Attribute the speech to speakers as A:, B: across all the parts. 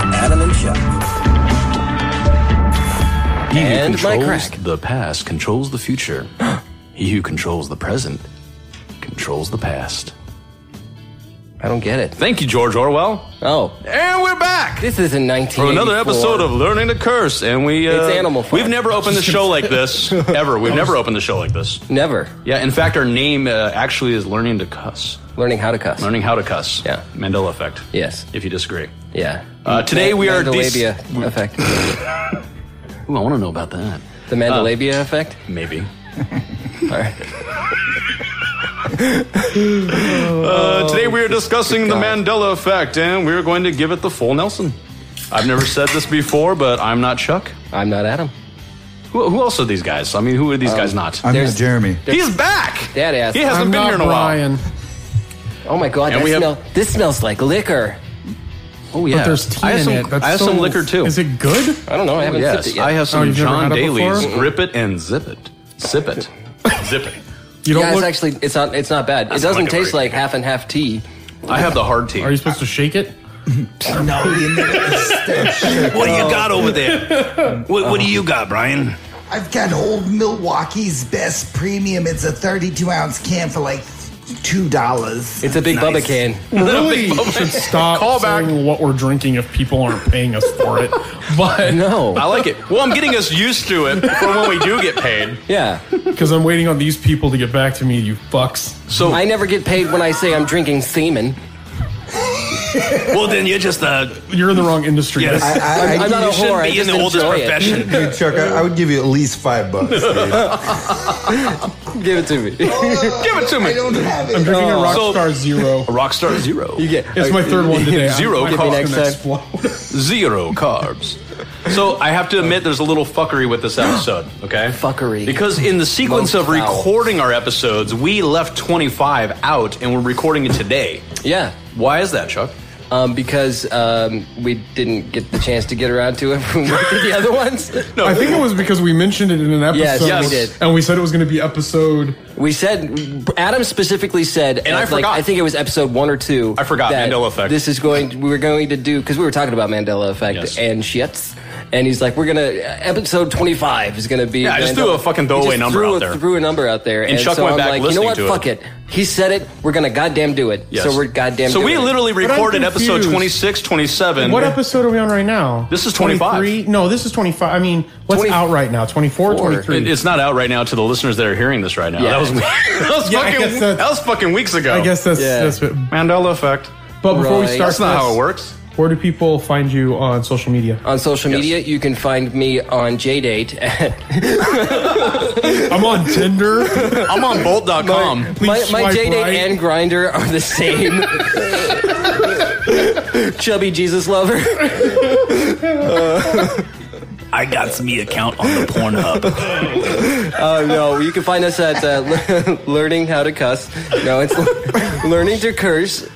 A: shut.
B: He who
A: And my
B: controls
A: crack.
B: the past controls the future. he who controls the present controls the past.
A: I don't get it.
B: Thank you, George Orwell.
A: Oh,
B: And we're back
A: this isn't 1984.
B: for another episode of Learning to Curse. And we uh,
A: It's Animal Farm.
B: We've never opened the show like this ever. We've never opened the show like this.
A: Never
B: Yeah, in fact, our name uh, actually is Learning to Cuss.
A: learning how to cuss.
B: Learning how to cuss.
A: Yeah.
B: Mandela effect.
A: Yes.
B: If you disagree.
A: Yeah.
B: Uh, today we are dis-
A: Mandalabia effect.
B: Ooh, I want to know about that.
A: The Mandalabia
B: Uh.
A: effect.
B: Maybe.
A: All right.
C: Oh,
B: Uh, today we are discussing the Mandela effect, and we're going to give it the full Nelson. I've never said this before, but I'm not Chuck.
A: I'm not Adam.
B: Who, who else are these guys? I mean, who are these guys
C: Um,
B: not?
D: I'm
A: There's-
D: not Jeremy.
B: He's back.
A: That ass.
B: He hasn't
C: I'm
B: been
C: not
B: here in a while.
C: Brian,
A: Oh my god,
B: And
A: that
B: we have-
A: smell, this smells like liquor.
B: Oh yeah.
C: but there's tea
B: I have
C: in
B: some,
C: it. That's
B: I have
C: so-
B: some liquor too.
C: Is it good?
A: I don't know. I haven't sipped
B: Oh, yes,
A: it yet.
B: I have some
C: Oh, you've never
B: John
C: had it
B: Daly's.
C: before?
B: Grip it and zip it. Sip it. zip it.
C: You don't
A: yeah, it's
C: look.
A: actually it's not it's not bad. It
B: not
A: doesn't
B: like a
A: taste
B: very-
A: like half and half tea.
B: I have the hard tea.
C: are you supposed to shake it?
D: No, you
B: what do you got over there? what, what do you got, Brian?
E: I've got old Milwaukee's best premium. It's a 32 ounce can for like two dollars.
A: It's a big bubba can.
C: Really should stop
B: Call back.
C: saying what we're drinking if people aren't paying us for it. But
A: No.
B: I like it. Well, I'm getting us used to it for when we do get paid.
A: Yeah.
C: because I'm waiting on these people to get back to me, you fucks.
B: So
A: I never get paid when I say I'm drinking semen.
B: well, then you're just a
C: You're in the wrong industry.
B: Yes.
C: That's-
D: I,
A: I'm
D: I,
A: not a
B: shouldn't
A: whore. I just enjoy it.
D: dude, Chuck, I, I would give you at least five bucks. dude.
A: Give it to me.
B: Give it to me.
E: I don't have it.
C: I'm drinking a
B: So-
C: Rockstar Zero.
B: Rockstar Zero.
A: You get-
C: It's my third one today. I'm-
B: Zero
C: my
B: cost.
C: head's gonna
A: Next
C: explode.
B: Zero carbs. So I have to admit, there's a little fuckery with this episode. Okay,
A: Fuckery.
B: Because in the sequence
A: Most
B: of
A: foul.
B: recording our episodes, we left 25 out, and we're recording it today.
A: yeah.
B: Why is that, Chuck?
A: Um, because um, we didn't get the chance to get around to it when we did the other ones.
C: I think it was because we mentioned it in an episode,
A: Yes, yes, we did.
C: and we said it was going to be episode.
A: We said Adam specifically said,
B: And I
A: like,
B: forgot.
A: I think it was episode one or two.
B: I forgot
A: that
B: Mandela Effect.
A: This is going. We were going to do because we were talking about Mandela Effect
B: Yes.
A: and shits. And he's like, we're gonna episode twenty five is gonna be.
B: Yeah, I just
A: Mandela-
B: threw a fucking
A: He
B: throwaway
A: just
B: number
A: threw
B: out
A: a-
B: there.
A: Threw a number out there, and,
B: Chuck
A: so
B: went
A: I'm
B: back
A: like, you know what?
B: listening to
A: Fuck
B: it.
A: it. He said it. We're gonna goddamn do it.
B: Yes.
A: So we're goddamn.
B: So
A: doing
B: we
A: it.
B: literally
C: But I'm
B: recorded episode
C: confused.
B: 26, 27.
C: What episode are we on right now?
B: This is 25.
C: 23? No, this is 25. I mean, what's
A: 20
C: out right now? 24,
A: Four.
C: 23.
B: It- It's not out right now to the listeners that are hearing this right now.
A: Yeah.
B: That was that was,
C: Yeah, I guess
B: fucking,
C: that's-
B: that was fucking weeks ago.
C: I guess that's,
A: Yeah.
C: that's what,
B: Mandela effect.
C: But before we
A: Right.
C: start
B: That's not
C: this,
B: how it works.
C: Where do people find you on social media?
A: on social media. You can find me on JDate.
C: I'm on Tinder.
B: I'm on bolt.com.
A: My,
C: Please
A: my
C: swipe
A: J date
C: right.
A: and grinder are the same. Chubby Jesus lover.
B: I got me account on the Pornhub.
A: Oh no, you can find us at uh, le- learning how to cuss. No, it's le- learning to curse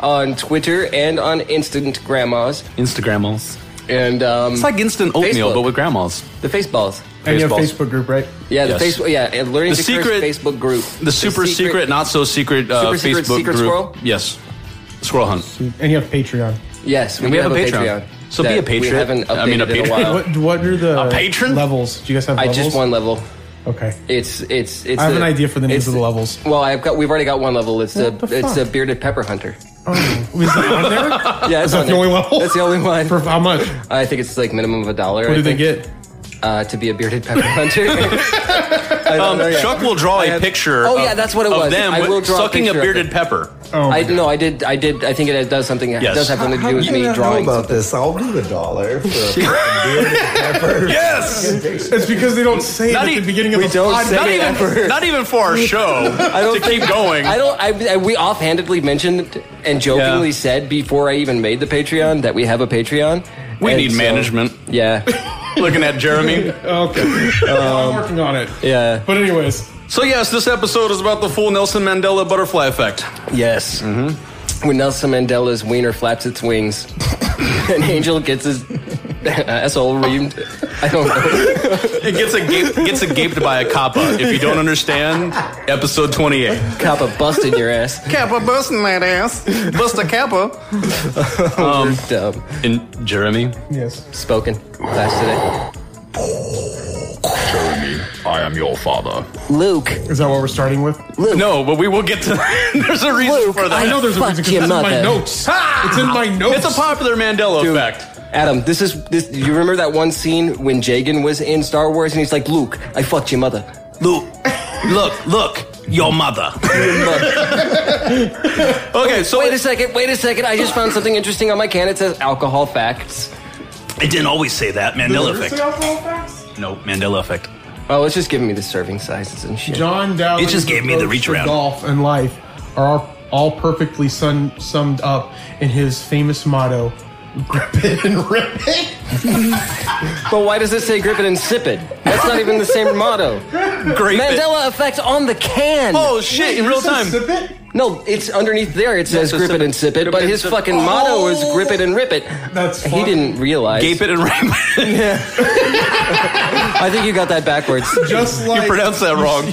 A: on Twitter and on Instant Grandmas
B: Instagramos.
A: and um,
B: It's like instant oatmeal,
A: Facebook.
B: but with grandmas.
A: the Faceballs.
C: and you have
B: Baseballs.
C: Facebook group, right?
A: Yeah, the
B: Yes.
A: Facebook. Yeah, and learning
B: The
A: to
B: secret-
A: curse Facebook group.
B: The super secret, not so secret uh,
A: Super secret
B: Facebook
A: secret
B: group.
A: squirrel?
B: Yes. Squirrel hunt.
C: And you have Patreon.
A: Yes, we,
B: And we
A: do
B: have a
A: Patreon.
B: Patreon. So be
A: that
B: a
A: We
B: patriot.
A: haven't updated
B: I mean, a
A: in a
B: patron.
A: while.
C: What what are the
B: A patron?
C: levels? Do you guys have
A: I
C: levels?
A: just one level.
C: Okay.
A: It's it's it's.
C: I have
A: the-
C: an idea for the
A: it's-
C: names of the levels.
A: Well, I've got. We've already got one level. It's the,
C: What the
A: it's
C: fuck?
A: the bearded pepper hunter.
C: Oh, is that on there?
A: Yeah,
C: Is
A: it's
C: that
A: on
C: the
A: there.
C: only level?
A: That's the only one.
C: For how much?
A: I think it's like minimum of a dollar.
C: What
A: I
C: do they
A: think,
C: get?
A: Uh, to be a bearded pepper hunter. I don't
B: Um,
A: know yet.
B: Chuck will draw
A: I
B: a
A: have-
B: picture.
A: Oh yeah,
B: of-
A: that's what it was.
B: Of them
A: I will
B: with-
A: draw
B: sucking a
A: picture of
B: bearded
A: it.
B: pepper.
C: Oh,
A: I no, I did. I did. I think it does something. It
B: Yes.
A: does have something to
E: How
A: do
E: do
A: with
E: you
A: me
E: not know
A: drawing.
E: about this? I'll do a dollar for a bearded pepper.
B: Yes.
C: it's because they don't say it
B: Not
C: at
B: e-
C: the beginning of
A: we
C: the
A: don't
C: podcast.
A: say
B: Not
A: it.
B: even,
A: Ever.
B: not even for our show
A: don't
B: to
A: think-
B: keep going.
A: I don't. I, I we offhandedly mentioned and jokingly
B: Yeah.
A: said before I even made the Patreon that we have a Patreon.
B: we
A: And
B: need
A: so-
B: management.
A: Yeah,
B: Looking at Jeremy.
C: Okay. I'm working on it.
A: Um, yeah,
C: But anyways,
B: So yes, this episode is about the full Nelson Mandela butterfly effect.
A: yes. Mm-hmm. When Nelson Mandela's uh, wiener flaps its wings, an angel gets his asshole reamed. I don't know.
B: It gets a gape, gets a gaped by a kappa. If you don't understand, episode twenty eight.
A: Kappa busting your ass.
B: Kappa busting that ass. Bust a kappa.
A: Dumb.
B: And Jeremy,
D: Yes.
A: uh, Spoken class today.
B: Jeremy, I am your father.
A: Luke.
C: Is that what we're starting with?
B: No, but we will get to. There's a reason
A: Luke,
B: for that.
C: I know there's a
A: Fuck
C: reason
A: your
C: because it's in
A: mother.
C: my notes. It's in my notes.
B: It's a popular Mandela
A: Dude,
B: effect.
A: Adam, this is this. You remember that one scene when Jagan was in Star Wars and he's like, "Luke, I fucked your mother."
B: Luke, look, look, your mother. okay, so
A: Wait a second. Wait a second. I just found something interesting on my can. It says alcohol facts.
B: it didn't always say that. Mandela effect.
C: effect.
B: No, Mandela effect.
A: Oh, it's just giving me the serving sizes and shit.
C: John Dowling.
B: It just gave me the reach around.
C: Golf and life are all, all perfectly sun, summed up in his famous motto: "Grip it and rip it."
A: But why does it say grip it and sip it? That's not even the same motto.
B: Great. bit.
A: Mandela effect on the can.
B: Oh shit! In real time.
C: Sip it.
A: No, it's underneath there. It says
B: so
A: grip
B: sip
A: it
B: it.
A: and sip it,
B: Grip
A: but
B: it and
A: his
B: sip-
A: fucking motto is grip it and rip it.
C: That's
A: he
C: fun.
A: didn't realize.
B: Gape it and rip it.
A: I think you got that backwards.
C: Just like
B: You pronounced that wrong.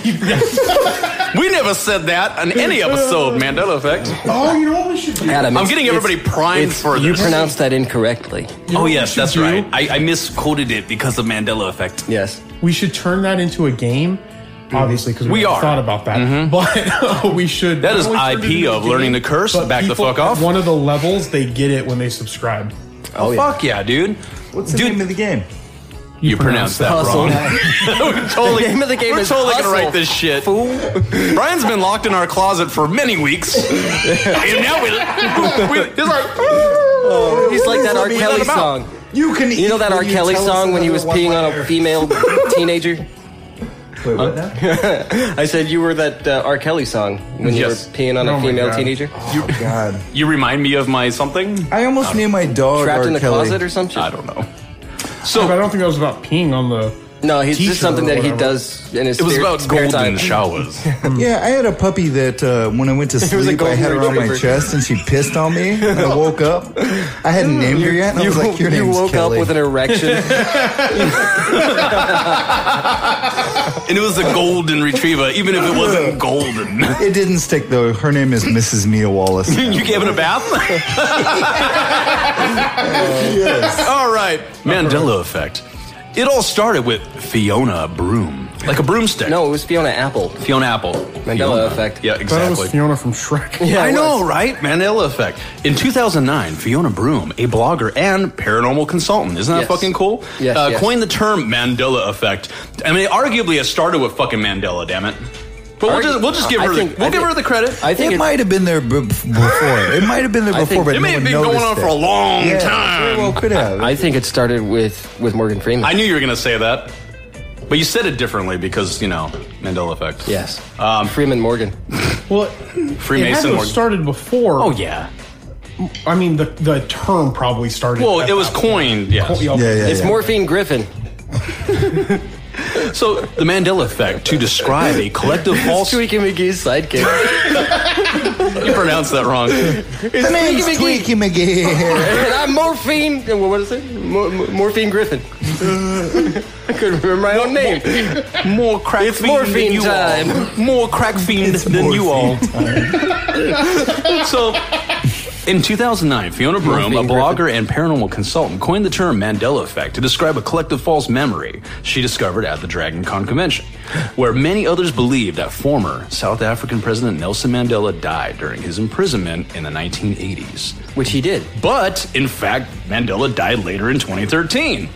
B: We never said that on any episode. Mandela effect.
C: oh, you know what we should do?
A: Adam,
B: I'm
A: it's-
B: getting
A: it's-
B: everybody primed
A: it's-
B: for
A: You
B: this.
A: pronounced that incorrectly.
B: Oh
C: what
B: yes,
C: we should
B: that's
C: do?
B: right. I, I misquoted it because of Mandela effect.
A: Yes.
C: We should turn that into a game. Obviously, because
B: We
C: we,
B: are. Mm-hmm.
C: haven't thought about that, but uh, we should.
B: That is
C: not only turn it
B: IP
C: into a
B: of learning to curse.
C: but
B: Back the
C: people
B: fuck
C: at
B: off.
C: One of the levels they get it when they subscribe.
B: Oh, fuck yeah, dude.
E: What's the
B: Dude,
E: name of the game?
B: You, pronounced that
A: Hustle.
B: wrong. We're totally,
A: The name of the game
B: we're
A: is
B: totally
A: Hustle,
B: gonna write this shit. Brian's been locked in our closet for many weeks, and now we, we he's like, "Ah."
A: He's like that R.
E: Let me
A: Kelly
B: let him out.
A: song.
E: You can.
A: You know that R. Kelly song when he was peeing on a female teenager?
E: Wait, what now?
A: I said you were that uh, R. Kelly song when
B: Yes.
A: you were peeing on a
C: Oh my
A: female
C: God.
A: teenager?
E: Oh God!
B: you remind me of my something.
E: I almost named my dog
A: Trapped
E: R.
A: in the
E: Kelly.
A: closet or some shit?
B: I don't know.
C: But I
B: So
C: don't think that was about peeing on the.
A: No, he's
C: T-shirt
A: just something
C: or
A: that he
C: whatever.
A: does in his
B: it was
A: spare,
B: about
A: spare time.
B: golden showers.
E: Yeah, I had a puppy that uh, when I went to
A: was a
E: sleep, I had her
A: golden
E: on my
A: retriever.
E: chest and she pissed on me. And I woke up. I hadn't named her yet. And I
A: You,
E: was like, "Your
A: you
E: name's
A: woke
E: Kelly."
A: up with an erection.
B: and it was a golden retriever, even if it wasn't golden.
E: it didn't stick though. Her name is Mrs. Mia Wallace.
B: you gave it a bath? All right. Mandela effect. It all started with Fiona Broom, like a broomstick.
A: no, it was Fiona Apple.
B: Fiona Apple.
A: Mandela
B: Fiona.
A: effect.
B: Yeah,
C: I thought it
B: exactly.
C: was Fiona from Shrek.
A: Yeah,
B: I
A: it
B: know,
A: was.
B: right? Mandela effect. In 2009, Fiona Broom, a blogger and paranormal consultant, isn't that
A: Yes.
B: fucking cool?
A: Yes,
B: uh,
A: yes.
B: Coined the term Mandela effect. I mean, arguably, it started with fucking Mandela. Damn it. But we'll
A: Argu-
B: just we'll just give
A: I
B: her
A: think-
B: the, we'll
A: I
B: give
A: think-
B: her the credit.
A: I think
E: It
A: it-
E: might have been there b- before. It might have been there
A: I think-
E: before, but
B: it
E: no
B: may
E: one
B: have been going
E: noticed
B: on
E: it.
B: for a long
E: yeah,
B: time.
E: sure, well, could have.
A: I think it started with with Morgan Freeman.
B: I knew you were going to say that, but you said it differently because you know Mandela effect.
A: yes,
B: Um,
A: Freeman Morgan.
C: Well, it had
B: Freemason.
C: to
B: Morgan-
C: have started before.
B: oh yeah.
C: I mean, the the term probably started.
B: Well,
C: at
B: it was
C: that point.
B: coined. Yes.
C: Co-
E: yeah, yeah.
A: It's
E: yeah.
A: Morphine Griffin.
B: So the Mandela effect to describe a collective false. you
A: Tweaky McGee's sidekick.
B: pronounced that wrong.
E: The name's
A: Tweaky
E: Tweaky McGee.
A: and I'm Morphine. uh, What is it? Mor- Mor- morphine Griffin. I couldn't remember my own name.
B: More crack
A: It's
B: fiend
A: morphine
B: than you
A: time.
B: all. More crack fiend than you all. so. In 2009, Fiona Broom, a
A: Morphine
B: blogger and paranormal consultant, coined the term Mandela effect to describe a collective false memory she discovered at the Dragon Con convention, where many others believe that former South African President Nelson Mandela died during his imprisonment in the 1980s.
A: Which he did.
B: But, in fact, Mandela died later in 2013.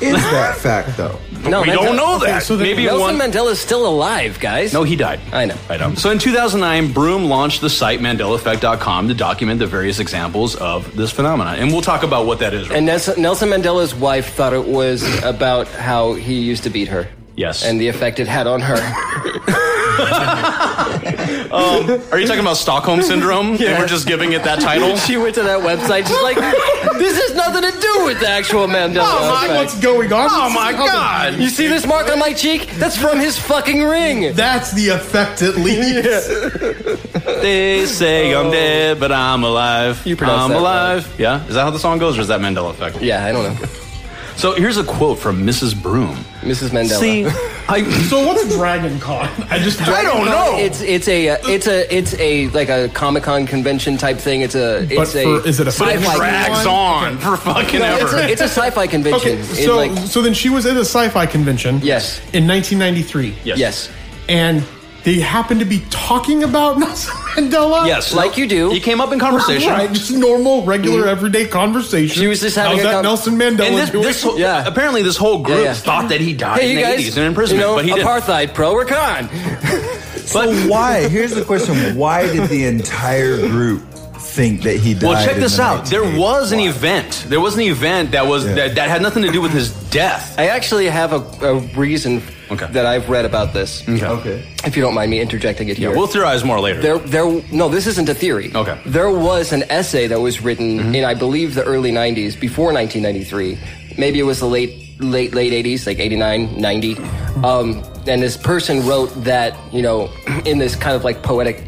E: Is that fact though?
A: No,
B: we
A: Mandela-
B: don't know that.
C: so the-
B: Maybe it
A: Nelson
B: one.
A: Mandela is still alive, guys.
B: No, he died.
A: I know.
B: I know. So in 2009, Broom launched the site MandelaEffect.com to document the various examples of this phenomenon, and we'll talk about what that is.
A: And Nelson Nelson Mandela's wife thought it was about how he used to beat her.
B: Yes.
A: And the effect it had on her.
B: Are you talking about Stockholm syndrome? And we're just giving it that title.
A: she went to that website. She's like, this has nothing to do with the actual Mandela.
B: Oh my-
A: effect.
C: What's going on?
B: Oh my god!
A: You see this mark on my cheek? That's from his fucking ring.
C: That's the effect it leaves.
B: They say I'm dead, but I'm alive.
A: Oh. You pronounce
B: I'm
A: that
B: alive. Yeah. Is that how the song goes, or is that Mandela effect?
A: Yeah, I don't know.
B: So here's a quote from Mrs. Broom.
A: Mrs. Mandela.
B: See, I
C: So what's Dragon Con? I just I
B: don't know.
A: It's it's a uh, it's a it's a like a Comic Con convention type thing. It's a it's
C: But
A: a
C: for, is it a
B: but it
A: Sci-fi
B: drags
A: convention.
B: on for fucking
A: It's
B: ever.
A: a, it's a sci-fi convention.
C: Okay,
A: in
C: so
A: like,
C: so then she was at a sci-fi convention.
A: Yes.
C: In 1993.
A: yes,
C: And they happened to be talking about Nelson Mandela.
B: Yes,
A: Like you do.
B: He came up in conversation.
C: Right, just normal, regular, everyday conversation.
A: Mm-hmm. She was just having
C: How's
A: a
C: that
A: con-
C: Nelson Mandela
B: And this,
C: doing?
B: this whole-
A: Yeah.
B: apparently this whole group
A: Yeah, yeah.
B: thought that he died
A: Hey,
B: in
A: you
B: the
A: guys,
B: 80s and in prison,
A: you know,
B: but he didn't.
A: apartheid, pro or con?
D: So why? Here's the question: Why did the entire group think that he died?
B: Well, check
D: in
B: this
D: the
B: out. There
D: 1980s?
B: was an event. There was an event that was
D: Yeah.
B: that, that had nothing to do with his death.
A: I actually have a, a reason
B: Okay.
A: that I've read about this.
D: Okay.
A: If you don't mind me interjecting it
B: Yeah,
A: here,
B: we'll theorize more later.
A: there, there. No, this isn't a theory.
B: Okay. Mm-hmm.
A: There was an essay that was written in, I believe, the early '90s, before 1993. Maybe it was the late, late, late '80s, like '89, '90. Um, and this person wrote that, you know, in this kind of like poetic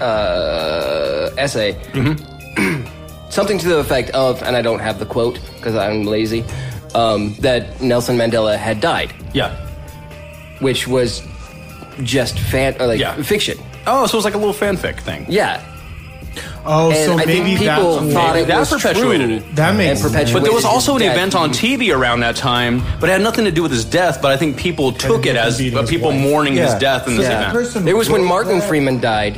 A: uh, essay,
B: Mm-hmm.
A: something to the effect of, and I don't have the quote because I'm lazy, um, that Nelson Mandela had died,
B: yeah.
A: which was just fan, or like
B: Yeah.
A: fiction.
B: Oh, so it was like a little fanfic thing.
A: Yeah,
C: oh,
A: and
C: so
A: I think
C: maybe
A: people
C: that's
A: thought it
B: That
A: was
B: perpetuated
A: true.
B: it.
C: That makes
A: and perpetuated
B: But there was
A: his
B: also an
A: death.
B: event on TV around that time, but it had nothing to do with his death. But I think people took it
C: with
B: as
C: him beating
B: uh,
C: his
B: people
C: wife.
B: mourning his
D: Yeah.
B: death in this
D: Yeah.
B: event.
D: Person
A: It was when
D: wrote
A: Martin
D: that.
A: Freeman died.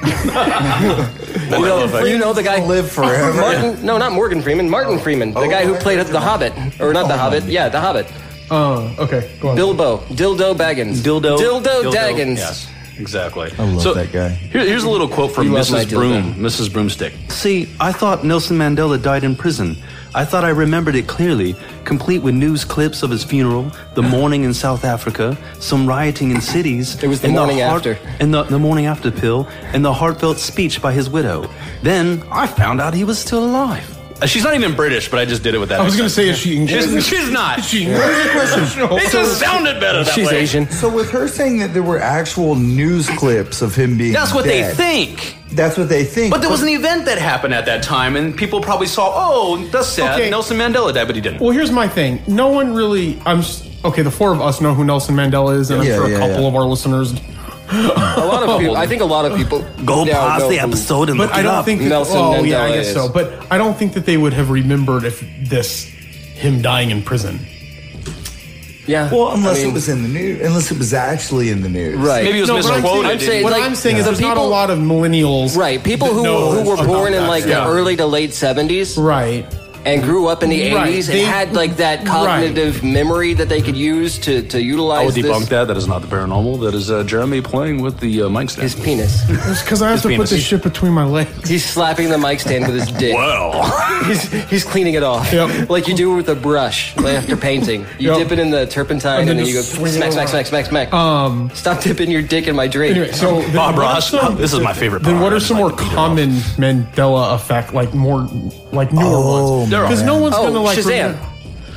A: you, know, you know the guy
D: live forever.
A: Martin, no, not Morgan Freeman. Martin Freeman, the guy who played The Hobbit, or not The Hobbit. Yeah, The Hobbit.
C: Oh, okay. Go on.
A: Bilbo, Dildo Baggins,
B: Dildo.
A: Dildo, Daggins.
B: Yes, exactly. I
D: love that guy.
B: Here, here's a little quote from
A: You love my
B: Mrs.
A: dildo.
B: Broom, Mrs. Broomstick. See, I thought Nelson Mandela died in prison. I thought I remembered it clearly, complete with news clips of his funeral, the mourning in South Africa, some rioting in cities.
A: It was the
B: and
A: morning after.
B: And the, the morning after pill, and the heartfelt speech by his widow. Then I found out he was still alive. Uh, She's not even British, but I just did it with that.
C: I was going to
B: accent.
C: say, is she English?
B: She's- she's not.
C: Is she English?
B: It just sounded better that way.
D: So with her saying that there were actual news clips of him being
B: That's what
D: dead,
B: they think.
D: That's what they think.
B: But there was an event that happened at that time, and people probably saw, oh, that's sad.
C: Okay.
B: Nelson Mandela died, but he didn't.
C: Well, here's my thing. No one really. I'm s okay. The four of us know who Nelson Mandela is, and
D: Yeah,
C: I'm sure
D: yeah,
C: a couple
D: yeah.
C: of our listeners.
A: A lot of people. I think a lot of people
F: Go
A: now
F: past
A: know
F: the
A: who-
F: episode and
C: But
F: look
C: I
F: it
C: don't
F: up.
C: think. That,
A: Nelson
C: oh, yeah, I
A: Mandela
C: guess
A: is.
C: so. But I don't think that they would have remembered if this him dying in prison.
A: Yeah.
D: well, unless
A: I mean,
D: it was in the news, unless it was actually in the news,
A: Right.
B: Maybe it was
C: No, but I'm
B: misquoted.
C: saying-
A: I'm saying,
C: What
A: like,
C: I'm saying is,
A: the
C: there's not a
A: people-
C: lot of millennials.
A: Right, people
C: that
A: who,
C: know
A: who were
C: about
A: born in
C: that
A: like
C: shit.
A: the early to late 70s
C: Right.
A: and grew up in the
C: Right,
A: 80s
C: they-
A: and had like that cognitive memory that they could use to, to
B: I
A: utilize
B: will debunk
A: this,
B: that. That is not the paranormal. That is uh, Jeremy playing with the uh, mic stand.
A: his penis.
C: It's because I have
B: His
C: to put
B: penis.
C: this shit between my legs.
A: He's slapping the mic stand with his dick.
B: well,
A: He's, he's cleaning it off.
C: Yep.
A: Like you do with a brush like after painting. You
C: Yep.
A: dip it in the turpentine and
C: And
A: then,
C: then
A: you go
C: just swing it
A: smack, smack,
C: around.
A: smack, smack, smack. Um, Stop dipping your dick in my drink.
C: Anyway, so then
B: Bob
C: what are
B: Ross.
C: some-
B: this is my favorite.
C: Then
B: part.
C: what
B: I
C: are some
B: like
C: more
B: the beat
C: common Mandela effect, like more, like newer
D: Oh,
C: ones?
D: There are.
C: Because no one's
A: Oh,
C: gonna like
A: Shazam.
C: remember-
B: off.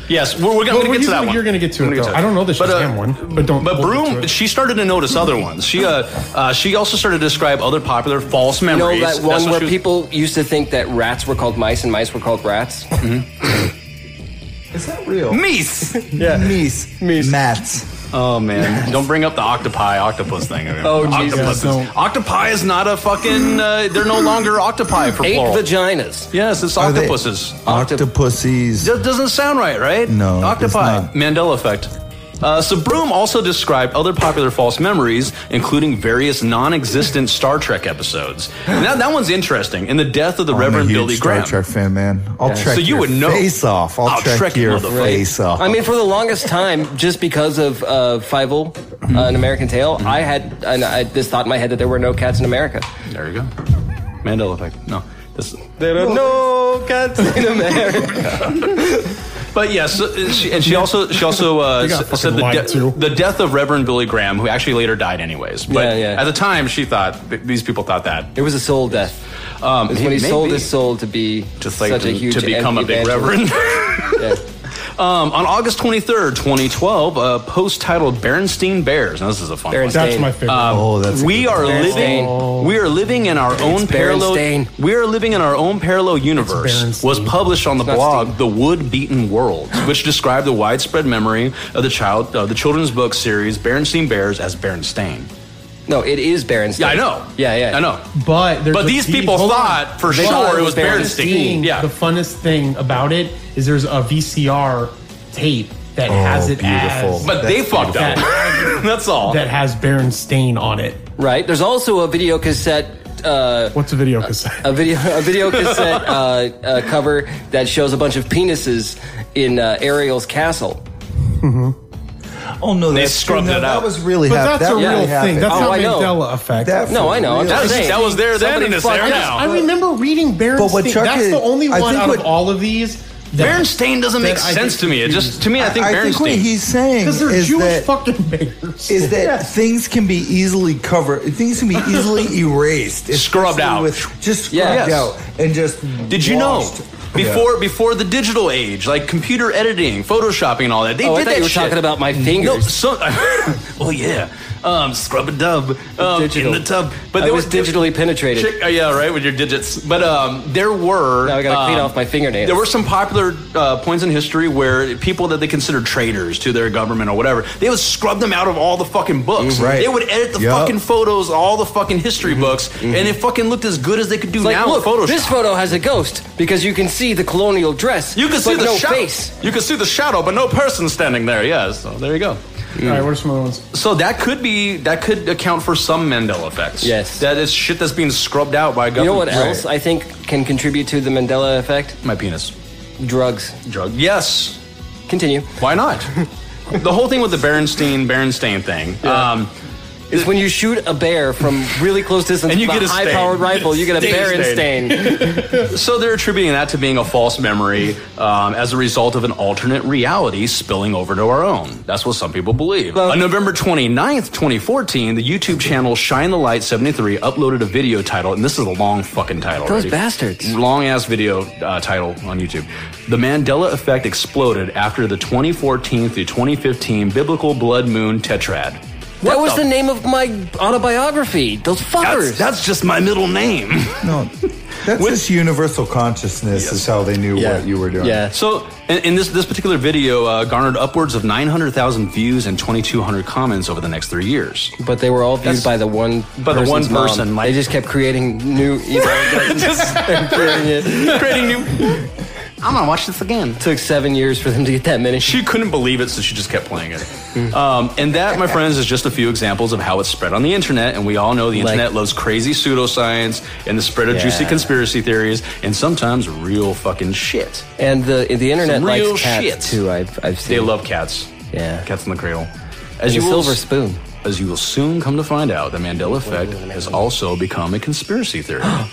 B: Yes, we're, we're going
C: Well,
B: to
C: we're
B: get to
C: gonna-
B: that one.
C: you're gonna get to it,
B: We're gonna
C: though. I don't know the Shazam one, but don't
B: But
C: hold me to
B: Broom,
C: it.
B: she started to notice other ones. She uh, uh, she also started to describe other popular false
A: you know
B: memories.
A: that
B: That's
A: one
B: what
A: where
B: she was-
A: people used to think that rats were called mice and mice were called rats?
D: Is that real?
B: Meese.
D: Yeah. Meese.
A: Meese.
D: Mats.
B: Oh man! Don't bring up the octopi, octopus thing.
A: Oh, Jesus.
B: octopuses.
C: No.
B: Octopi is not a fucking. Uh, they're no longer octopi for
A: Eight
B: plural.
A: vaginas.
B: yes, it's
D: Are they-
B: octopuses.
D: Octopuses.
B: That doesn't sound right, right?
D: No, it does
B: octopi.
D: not.
B: Mandela effect. Uh, so Broom also described other popular false memories, including various non-existent Star Trek episodes. Now that one's interesting. In the death of the
D: I'm a
B: Reverend
D: huge
B: Billy
D: Star
B: Graham.
D: Trek fan, man. I'll check
B: So you
D: your
B: would know.
D: Face off. I'll,
B: I'll
D: check,
B: check
D: your
B: motherfucker.
D: face off.
A: I mean, for the longest time, just because of uh, Fievel, uh, an American Tale,
B: Mm-hmm.
A: I had an, I, this thought in my head that there were no cats in America.
B: There you go. Mandela effect. No. This,
A: There are no cats in America.
B: But yes, uh, she, and she also she also uh,
C: They got
B: s-
C: fucking
B: said the,
C: lied to.
B: the death of Reverend Billy Graham, who actually later died anyways. But
A: Yeah, yeah.
B: at the time, she thought th- these people thought that
A: it was a soul death.
B: um,
A: It's when he sold
B: maybe.
A: his soul to be
B: just like
A: such
B: to,
A: a huge
B: to become a big
A: evangelist.
B: reverend.
A: Yeah.
B: Um, on August 23rd, 2012, a post titled Berenstein uh, Bears. Now, this is a fun one.
A: Berenstain.
C: That's my favorite.
D: Oh, that's a
B: We
D: good
B: are
D: one.
B: living. We are living in our own parallel.
A: Berenstain.
B: We are living in our own parallel universe.
C: Berenstain.
B: Was published on the
A: not
B: blog
A: Steam.
B: "The Wood Beaten World," which described the widespread memory of the child, uh, the children's book series Berenstain Bears as Berenstain.
A: No, it is Berenstain.
B: Yeah, I know.
A: Yeah, yeah.
B: I know.
C: But there's
B: But
C: a
B: these
C: V-
B: people
C: hold on.
B: thought for
A: They
B: sure
A: thought
B: it was Berenstain.
A: Berenstain.
C: thing,
B: Yeah.
C: the funnest thing about it is there's a VCR tape that has it
D: Oh, beautiful.
C: as
B: But they fucked up. That's all.
C: that has Berenstain on it.
A: Right? There's also a video cassette. Uh,
C: What's a video cassette?
A: a video, a video cassette uh, uh, cover that shows a bunch of penises in uh, Ariel's castle.
D: Oh no,
B: They
D: that's
B: scrubbed
D: true. No,
B: it out.
D: That was really
C: but
D: hap- that
C: that's a
D: really
C: real thing.
D: happened.
C: That's
A: Oh,
C: not
A: I know.
C: Mandela effect.
D: That
A: No,
D: for
A: I know. I'm
D: real.
A: just
B: That was-
A: saying.
B: that was there then
A: Somebody
B: and it's
A: fucked
B: there
A: up.
B: now.
C: I remember reading Berenstain.
D: what Chuck
C: that's the
D: is-
C: only
D: I
C: one
D: think
C: out
D: what-
C: of all of these. that-
B: Berenstain doesn't make
C: That I
B: sense
C: get
B: to me. It
C: confused.
B: just to me, I think
D: I think what
B: Berenstain.
D: he's saying
C: Because they're
D: is
C: Jewish
D: that
C: fucking bears.
D: is that
C: Yeah.
D: things can be easily covered. Things can be easily erased,
B: Scrubbed
D: especially
B: out.
D: with just
A: Yeah.
D: scrubbed
A: Yes.
D: out, and just.
B: Did you
D: washed.
B: know? Before before the digital age, like computer editing, photoshopping, and all that, they
A: Oh,
B: did
A: I thought
B: that
A: you were
B: shit.
A: talking about my
B: no,
A: fingers.
B: so, oh yeah, um, scrub a dub um, in
A: digital.
B: the tub. But
A: I
B: there
A: was digitally penetrated.
B: Check- oh, yeah, right with your digits. But um, there were.
A: Now I gotta clean
B: um,
A: off my fingernails.
B: There were some popular uh, points in history where people that they considered traitors to their government or whatever, they would scrub them out of all the fucking books.
D: Mhm. Right.
B: They would edit the
D: Yup. Mm-hmm.
B: fucking photos, all the fucking history books, and it fucking looked as good as they could do
A: Like,
B: now
A: look,
B: with Photoshop.
A: this photo has a ghost because you can see the colonial dress.
B: You can see
A: but
B: the
A: no
B: shadow.
A: face.
B: You can see the shadow, but no person standing there. Yeah, so there you go.
C: all right, what are some other ones?
B: So that could be that could account for some Mandela effects.
A: Yes.
B: that is shit that's being scrubbed out by
A: You know
B: government.
A: what else I think can contribute to the Mandela effect?
B: My penis,
A: Drugs.
B: drug. Yes,
A: Continue.
B: why not? the whole thing with the Berenstain Berenstain thing. Um,
A: It's when you shoot a bear from really close distance
B: And you
A: with
B: get a stain.
A: high-powered rifle, you get a
B: Stain
A: bear in stain.
B: so they're attributing that to being a false memory um, as a result of an alternate reality spilling over to our own. That's what some people believe.
A: Well-
B: On November 29th, 2014, the YouTube channel Shine the Light 73 uploaded a video title, and this is a long fucking title.
A: Those
B: already.
A: bastards.
B: Long ass video uh, title on YouTube. The Mandela effect exploded after the 2014 through 2015 biblical blood moon tetrad.
A: that
B: What
A: was
B: the-
A: the name of my autobiography. Those fuckers.
B: That's, that's just my middle name.
D: No, that's
B: Which-
D: just universal consciousness is how they knew what you were doing.
A: Yeah.
B: So, in, in this this particular video, uh, garnered upwards of 900,000 views and 2,200 comments over the next three years.
A: But they were all viewed
B: That's-
A: by the one
B: By the
A: person's
B: one
A: mom.
B: person, like-
A: they just kept creating new you know,
B: Just
A: and creating it.
B: creating new. I'm gonna watch this again.
A: Took seven years for them to get that many.
B: She couldn't believe it, so she just kept playing it. Um, and that, my friends, is just a few examples of how it's spread on the internet. And we all know the
A: Like-
B: internet loves crazy pseudoscience and the spread of juicy
A: Yeah.
B: conspiracy theories and sometimes real fucking shit.
A: And the the internet
B: Some real
A: likes cats
B: shit.
A: too. I've I've seen.
B: They love cats.
A: Yeah.
B: Cats in the cradle. As
A: the
B: will
A: silver
B: s-
A: spoon.
B: As you will soon come to find out, the Mandela effect has also become a conspiracy theory.
A: A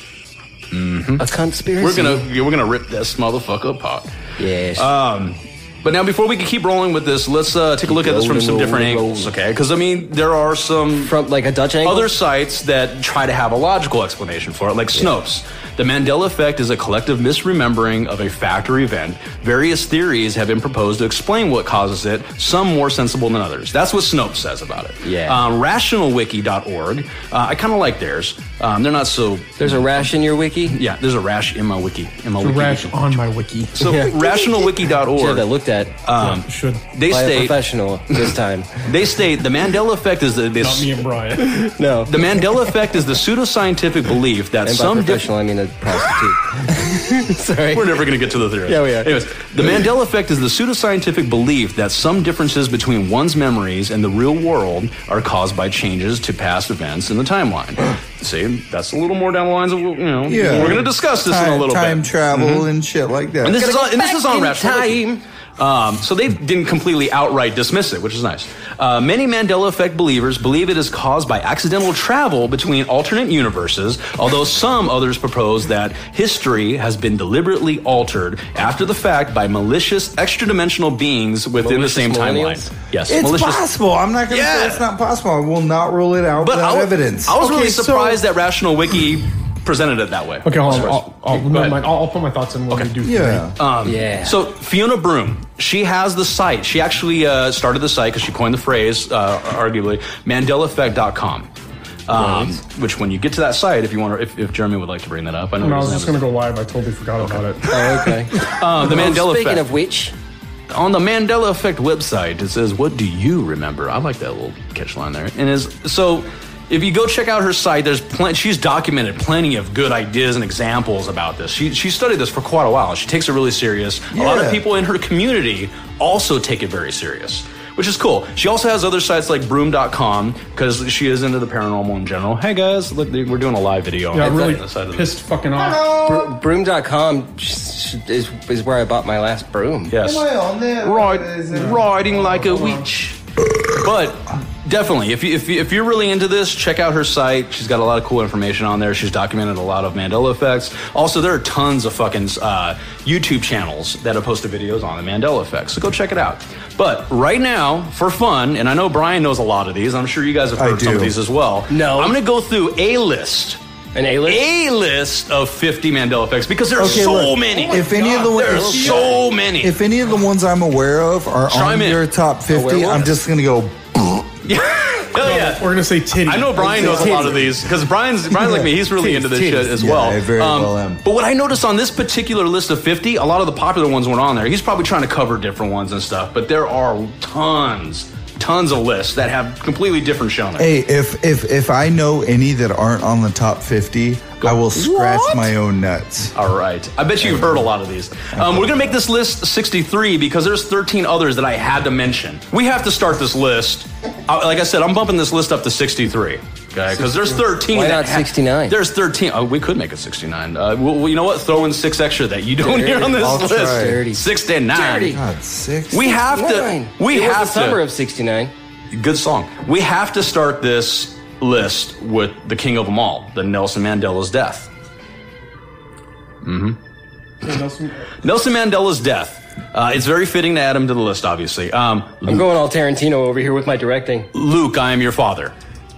A: conspiracy.
B: Hmm? we're gonna we're gonna rip this motherfucker apart.
A: Yes.
B: Um, but now before we can keep rolling with this, let's uh, take a look at this from some different angles, okay? Because I mean, there are some
A: from like a Dutch angle.
B: other sites that try to have a logical explanation for it, like Snopes. The Mandela effect is a collective misremembering of a fact or event. Various theories have been proposed to explain what causes it, some more sensible than others. That's what Snopes says about it.
A: Yeah.
B: Um, rationalwiki.org, uh, I kind of like theirs. Um, they're not so.
A: There's a rash in your wiki.
B: Yeah, there's a rash in my wiki. In my
C: The
B: wiki.
C: rash on my wiki.
B: So,
A: Yeah. Should have that
B: rationalwiki.org.
A: looked at
B: Um,
C: Should
B: they
A: by a
B: state
A: professional this time.
B: they state the Mandela effect is the
C: not
B: this,
C: me and Brian.
A: No.
B: the Mandela effect is the pseudoscientific belief that
A: and by
B: some diff-
A: professional, I mean a prostitute. Sorry.
B: We're never going to get to the theory.
A: Yeah, we are.
B: Anyways, the Mandela effect is the pseudoscientific belief that some differences between one's memories and the real world are caused by changes to past events in the timeline. See, that's a little more down the lines of you know.
D: Yeah.
B: We're going to discuss this in a
D: Time-
B: little
D: time
B: bit. Mm-hmm.
D: travel and shit like that.
B: and this is
A: Gotta
B: on, and
A: go
B: this is
A: back
B: on
A: in
B: Rational Wiki.
A: time.
B: Um, so they didn't completely outright dismiss it, which is nice. Uh, many Mandela effect believers believe it is caused by accidental travel between alternate universes, although some others propose that history has been deliberately altered after the fact by malicious extra-dimensional beings within
A: Malicious
B: the same
A: millennials?
B: timeline. Yes,
D: it's
B: malicious.
D: possible. I'm not going to
B: Yeah.
D: say it's not possible. I will not rule it out
B: But
D: without
B: I, w-
D: evidence.
B: I was
C: Okay,
B: really
C: so-
B: surprised that Rational Wiki presented it that way.
C: Okay, hold on.
B: Sorry.
C: I'll, I'll,
B: Go
C: never
B: ahead.
C: mind. I'll, I'll put my thoughts in when we do. three.
D: Yeah.
B: Um,
A: Yeah.
B: So Fiona Broom, she has the site. She actually uh, started the site because she coined the phrase, uh, arguably, MandelaEffect.com. Um, Which, when you get to that site, if you want to, if, if Jeremy would like to bring that up, I know. he
C: And I was
B: doesn't
C: just
B: have
C: gonna go live. I totally forgot about it.
A: Oh, okay.
B: his- Uh, the Mandela
A: Speaking
B: Effect.
A: of which,
B: on the Mandela Effect website, it says, What do you remember? I like that little catch line there. And is so if you go check out her site, there's plenty she's documented plenty of good ideas and examples about this. She she studied this for quite a while. She takes it really serious. A lot of
D: Yeah.
B: people in her community also take it very serious. Which is cool. She also has other sites like broom.com because she is into the paranormal in general. Hey guys, look, we're doing a live video.
C: Yeah,
B: on
C: I'm
B: the
C: really
B: side of the-
C: pissed fucking off.
A: br- broom.com sh- sh- is, is where I bought my last broom.
B: Yes.
E: on there?
B: Ride, riding like a witch. But definitely, if, you, if, you, if you're really into this, check out her site. She's got a lot of cool information on there. She's documented a lot of Mandela effects. Also, there are tons of fucking uh, YouTube channels that have posted videos on the Mandela effect. So go check it out. But right now, for fun, and I know Brian knows a lot of these. I'm sure you guys have
D: I
B: heard some of
D: do.
B: these as well.
A: No.
B: I'm going to go through a list
A: An alien?
B: a list of 50 Mandela effects because there are
D: Okay,
B: so
D: look.
B: many.
D: Oh my If any of the God.
B: there are
D: ones-
B: so many.
D: If any of the ones I'm aware of are
B: Chime
D: on
B: in.
D: your top
A: Aware
D: 50,
A: what?
D: I'm just going to go.
B: Hell yeah.
C: We're gonna say titty.
B: I know Brian knows a lot of these because Brian's Brian's like me. He's really into this shit as
D: Yeah,
B: well. Um,
D: I very well am.
B: But what I noticed on this particular list of 50, a lot of the popular ones weren't on there. He's probably trying to cover different ones and stuff, but there are tons, tons of lists that have completely different shown there.
D: Hey, if if if I know any that aren't on the top 50, I will scratch my own nuts.
B: All right. I bet you've heard a lot of these. Um, we're going to make this list 63 because there's 13 others that I had to mention. We have to start this list. I, like I said, I'm bumping this list up to 63. Okay, because there's 13.
A: Why
B: that
A: not
B: ha-
A: 69?
B: there's 13. Oh, we could make it 69. Uh, well, well, you know what? Throw in six extra that you don't hear on this
D: I'll
B: list.
D: try.
A: Dirty.
B: 69.
A: Dirty.
D: God, six.
B: We have to.
A: Nine.
B: We
A: it was
B: have
A: the summer
B: to.
A: of 69.
B: Good song. We have to start this list with the king of them all, the Nelson Mandela's death. Nelson Mandela's death. Uh, it's very fitting to add him to the list, obviously. Um,
A: I'm going all Tarantino over here with my directing.
B: Luke, I am your father.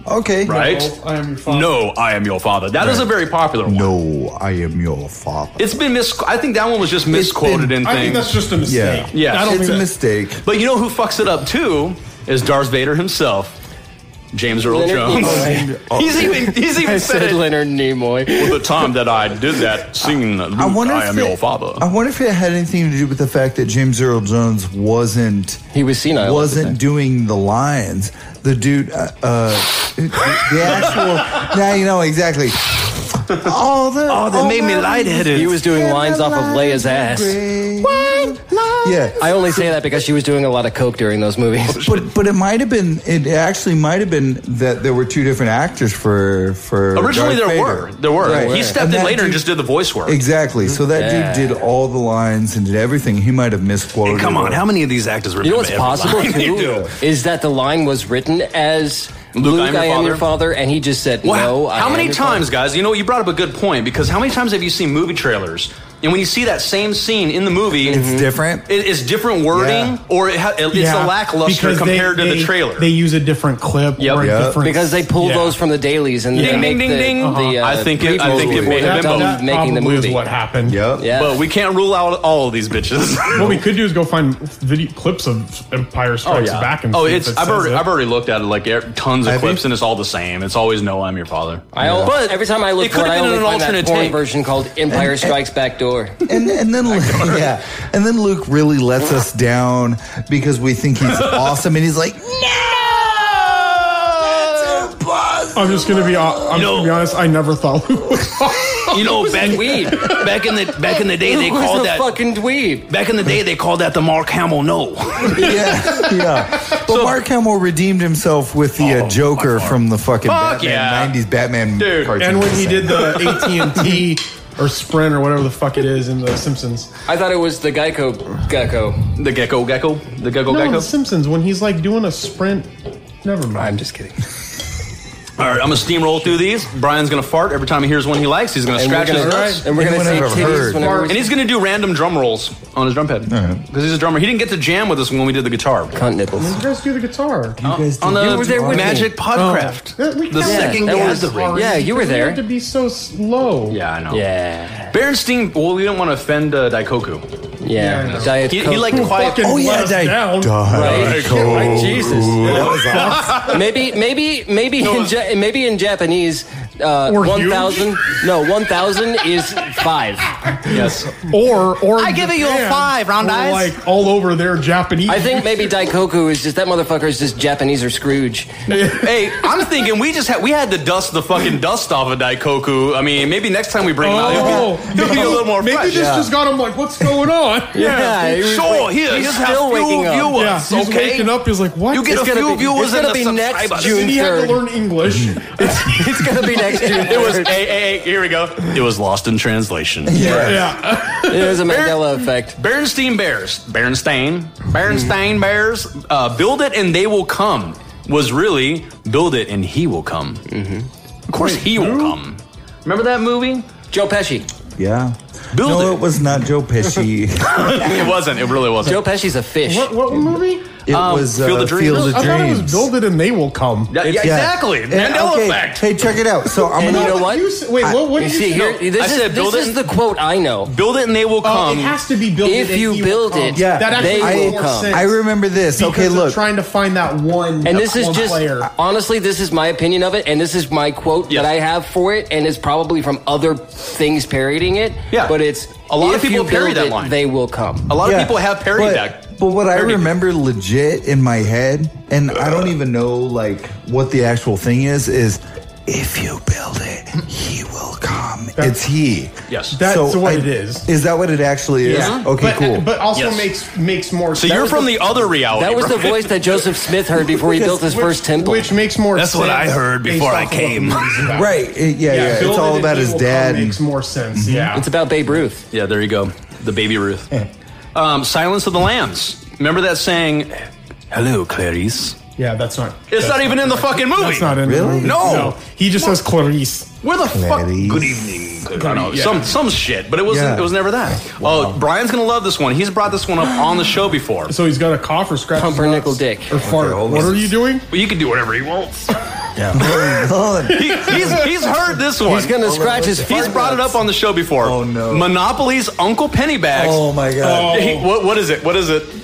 D: Okay.
B: Right?
C: I am your father.
B: No, I am your father. That is a very popular one.
D: No, I am your father.
B: It's been mis. I think that one was just misquoted in
C: I think
B: things.
C: that's just a mistake.
D: Yeah.
B: Yeah.
C: I don't
D: It's
C: think
D: a
C: that-
D: mistake.
B: but you know who fucks it up too is Darth Vader himself, James Earl
A: Leonard
B: Jones.
A: Nimoy.
B: He's even. He's even
A: I
B: said,
A: said
B: it.
A: Leonard Nimoy.
B: the time that I did that scene, Luke, I, am
D: it,
B: your father.
D: I wonder if it had anything to do with the fact that James Earl Jones wasn't
A: He was senile at the time.
D: wasn't doing the lines. The dude, uh, uh, the the actual. now you know exactly. All the
B: Oh, that made me
D: my-
B: lightheaded.
A: He was doing
D: and
A: lines
D: the
A: off of Leia's
D: lines
A: ass.
D: are great. Yeah,
A: I only say that because she was doing a lot of coke during those movies.
D: but but it might have been. It actually might have been that there were two different actors for for.
B: Originally,
D: Darth
B: there
D: Vader.
B: were. There were.
A: Right.
B: He stepped
D: And
B: in
D: that
B: later and
D: dude-
B: just did the voice work.
D: Exactly. So that
A: Yeah.
D: dude did all the lines and did everything. He might have misquoted.
B: And come on,
D: it.
B: how many of these actors remember
A: You know what's
B: every
A: possible
B: line they do?
A: too is that the line was written as Luke, I am, your, father. and he just said
B: Wow.
A: no. I
B: how
A: am
B: many
A: your
B: times, guys? You know, you brought up a good point because how many times have you seen movie trailers and when you see that same scene in the movie,
A: Mm-hmm.
D: It's different.
B: it is different wording
D: Yeah.
B: or it ha- it's
C: Yeah,
B: a lackluster
C: because they-
B: compared to
C: they-
B: the trailer.
C: They use a different clip
B: Yep.
C: or a
B: Yep.
C: different
A: because they pull
C: Yeah.
A: those from the dailies and
B: Ding,
A: they
B: ding,
A: make
B: ding,
A: the,
B: ding.
A: the, uh,
B: I think it- I
A: previews
B: think it
A: before
B: may have
A: they're
B: been
A: done
B: both.
A: making the
C: probably is
A: movie.
C: what happened.
D: Yep.
A: Yeah.
B: but we can't rule out all of these bitches.
C: What we could do is go find video clips of Empire Strikes Back and
B: oh,
C: see
B: it's.
C: if it
B: I've
C: says
B: already,
C: it.
B: I've already looked at it like er- tons of
D: Have you?
B: clips, and it's all the same. It's always no, I'm your father.
A: I al-
B: But
A: every time I
B: it
A: look
B: could
A: for it, I
B: have been
A: only
B: an
A: find that
B: alternate
A: porn
B: take.
A: version called Empire Strikes Back Door.
D: and and then yeah, and then Luke really lets us down because we think he's awesome, and he's like, no, that's
C: I'm just gonna be. hon- I'm
B: You know-
C: just gonna be honest. I never thought Luke was awesome.
B: You know, back,
A: Dweeb.
B: back in the back in the day, they
A: Luke was
B: called
A: a
B: that.
A: fucking dweeb.
B: Back in the day, they called that the Mark Hamill no.
D: yeah, yeah. But Mark Hamill redeemed himself with the
B: Oh,
D: uh, Joker from the fucking
B: Fuck
D: Batman,
B: yeah.
D: 90s Batman
B: Dude,
D: cartoon.
C: and when he
D: thing.
C: did the AT and T or Sprint or whatever the fuck it is in the Simpsons.
A: I thought it was the Geico gecko.
B: the gecko, gecko, the gecko,
C: No,
B: gecko.
C: the Simpsons when he's like doing a sprint. Never mind.
A: I'm just kidding.
B: All right, I'm gonna steamroll through these. Brian's gonna fart every time he hears one he likes. He's gonna
A: And we're
B: scratch
A: gonna,
B: his nuts.
A: and we're gonna say
D: Anyone ever
A: titties
D: heard?
A: whenever we
B: And he's gonna do random drum rolls on his drum pad because he's a drummer. He didn't get to jam with us when we did the guitar
A: cunt nipples.
C: You guys do the guitar.
D: guys
B: on
D: did-
B: the
A: You were there with
B: Magic
A: me. Oh.
B: Podcraft.
C: That- we
B: the
C: can't-
B: second
A: that was-
B: gathering.
A: yeah, you were
C: We
A: there.
C: have to be so slow.
B: Yeah, I know.
A: Yeah,
B: Bernstein. Well, we didn't want to offend uh, Daikoku.
A: yeah.
C: I know.
A: Diet
B: He,
A: Coke.
B: he liked quiet.
C: Fucking
D: Oh
C: let
D: yeah,
C: us
D: they
C: down.
D: died.
A: Right. Like, Jesus. maybe, maybe, maybe, in ja- maybe in Japanese, uh,
C: Or
A: one
C: you.
A: thousand. No, one thousand is five.
B: Yes.
C: Or or I
F: give you a five, round eyes.
C: Like all over their Japanese.
A: I think maybe Daikoku is just that motherfucker is just Japanese or Scrooge.
B: Hey, I'm thinking we just had we had to dust the fucking dust off of Daikoku. I mean, maybe next time we bring him out, he'll
C: Oh,
B: be, he'll be a little more
C: maybe
B: fresh.
C: this just got him like, what's going on?
A: Yeah, he was
B: Sure,
A: wak-
B: here,
A: he's
B: here's
A: still
B: how few
A: waking up.
B: viewers,
C: Yeah, he's
B: okay?
C: waking up. He's like, what?
B: You get
A: It's
B: a
A: gonna
B: few
A: be-
B: viewers
A: it's
B: and
A: gonna
B: a
A: be next
B: subscribers.
A: June
C: and he had to
A: third.
C: learn English.
A: It's gonna be next June.
B: It was, hey,
A: 3rd.
B: hey, hey, here we go. It was lost in translation.
C: yeah.
A: It was a Mandela effect.
B: Bernstein Bears, Bernstein, Bernstein Bears, uh, build it and they will come was really build it and he will come.
A: Mm-hmm.
B: Of course, he will come. Remember that movie?
A: Joe Pesci.
D: Yeah.
B: Build
D: no,
B: it.
D: it was not Joe Pesci.
B: It wasn't. It really wasn't.
A: Joe Pesci's a fish.
C: What, what movie?
D: It was uh,
B: Field
D: Field
B: of
D: of
B: Dreams.
D: Dreams.
C: I thought it was Build It and They Will Come.
B: Yeah, yeah,
D: Yeah.
B: Exactly.
A: Eh,
D: And,
B: Mandela
D: okay,
B: effect.
D: Hey, check it out. So I'm
A: And
D: gonna
A: you know what?
C: You s- wait, what, what
A: You
C: did you
A: see
C: say?
A: here,
C: No.
A: this,
B: I
A: is,
B: said build
A: this
B: it-
A: is the quote I know.
B: Build it and they will
C: Oh,
B: come.
C: it has to be built.
A: if
C: It and
A: you
C: He Will
A: build
C: Come.
A: it,
D: Yeah.
C: that
A: they
C: actually
A: will
C: makes more
A: come.
C: sense
D: I remember this.
C: because
D: Okay,
C: they're
D: look.
C: trying to find that one.
A: And this is
C: one
A: just
C: player.
A: honestly, this is my opinion of it, and this is my quote
B: Yes.
A: that I have for it, and it's probably from other things parodying it.
B: Yeah.
A: but it's
B: A lot of
A: if
B: people
A: you
B: parody
A: build
B: that
A: it,
B: line.
A: They will come.
B: A lot
D: Yeah,
B: of people have parody
D: but,
B: that.
D: But what I
B: parodied it.
D: remember legit in my head, and I don't even know like what the actual thing is, is if you build it, he will come. It's he.
B: Yes.
C: That's what
D: I-
C: it is.
D: Is that what it actually is?
B: Yeah.
D: Okay,
C: but,
D: cool.
C: But also
B: Yes.
C: makes makes more.
B: So you're from the, other reality.
A: That was the
B: bro.
A: voice that Joseph Smith heard before he built his first temple.
C: which makes more.
B: That's
C: sense
B: what I heard
C: based
B: before
C: off
B: I
C: of what the
B: came.
C: movie's about.
D: right. it- yeah, yeah.
C: Build
D: It's
C: It
D: all
C: and
D: about
C: He
D: his
C: Will
D: dad.
C: Come
D: and-
C: makes more sense. Yeah,
A: Mm-hmm. it's about Babe Ruth.
B: Yeah, there you go. The baby Ruth. um, Silence of the Lambs. Remember that saying, Hello, Clarice?
C: yeah. That's not.
B: It's not even in the fucking movie.
C: That's not in the
D: Really?
C: movie.
B: No.
C: He just says Clarice.
B: Where the fuck?
D: Clarice.
B: Good evening. Clarice. I don't know,
C: Yeah.
B: Some some shit, but it wasn't.
D: Yeah.
B: It was never that. Oh, Brian's gonna love this one. He's brought this one up on the show before.
C: So he's got a cough or scratch. his
A: Pumpernickel
C: nuts
A: dick.
C: Or fart.
D: hold
C: what
D: on.
C: are you doing?
B: But you can do whatever he wants.
D: Hold on.
B: He, he's, he's heard this one.
A: He's gonna scratch his.
B: He's
A: fart
B: brought it
A: nuts.
B: up on the show before.
D: Oh, no.
B: Monopoly's Uncle Pennybags.
D: Oh my god.
B: He- what, what is it? What is it?
C: Oh.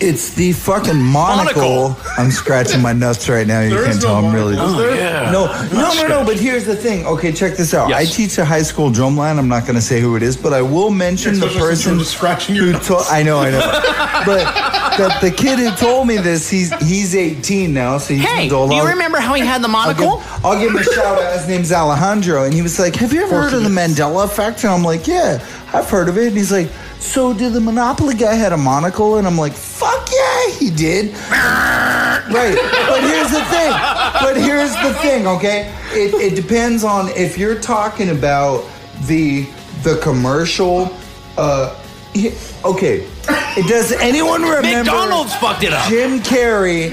D: It's the fucking monocle.
B: Monocle.
D: I'm scratching my nuts right now. You
C: There
D: can't
C: is
D: tell
C: no
D: I'm really
B: Oh,
C: monocle, is there?
B: Uh,
D: No, no, no, no. But here's the thing. Okay, check this out.
B: Yes.
D: I teach a high school drumline. I'm not going to say who it is, but I will mention the
C: Especially since
D: person
C: you're just scratching your
D: who
C: nuts.
D: told. I know, I know. but the, the kid who told me this, he's he's 18 now, so he's
F: Hey,
D: an
F: do
D: adult.
F: you
D: I'll-
F: remember how he had the
D: I'll give,
F: monocle?
D: I'll give him a shout out. His name's Alejandro, and he was like, "Have you ever heard of the Mandela Effect?" And I'm like, "Yeah, I've heard of it." And he's like, "So did the Monopoly guy had a monocle?" And I'm like, "Fuck yeah, he did." Right. But here's the thing. But here's the thing, okay? It, it depends on if you're talking about the the commercial uh he- okay. It, does anyone remember
B: McDonald's fucked it up.
D: Jim Carrey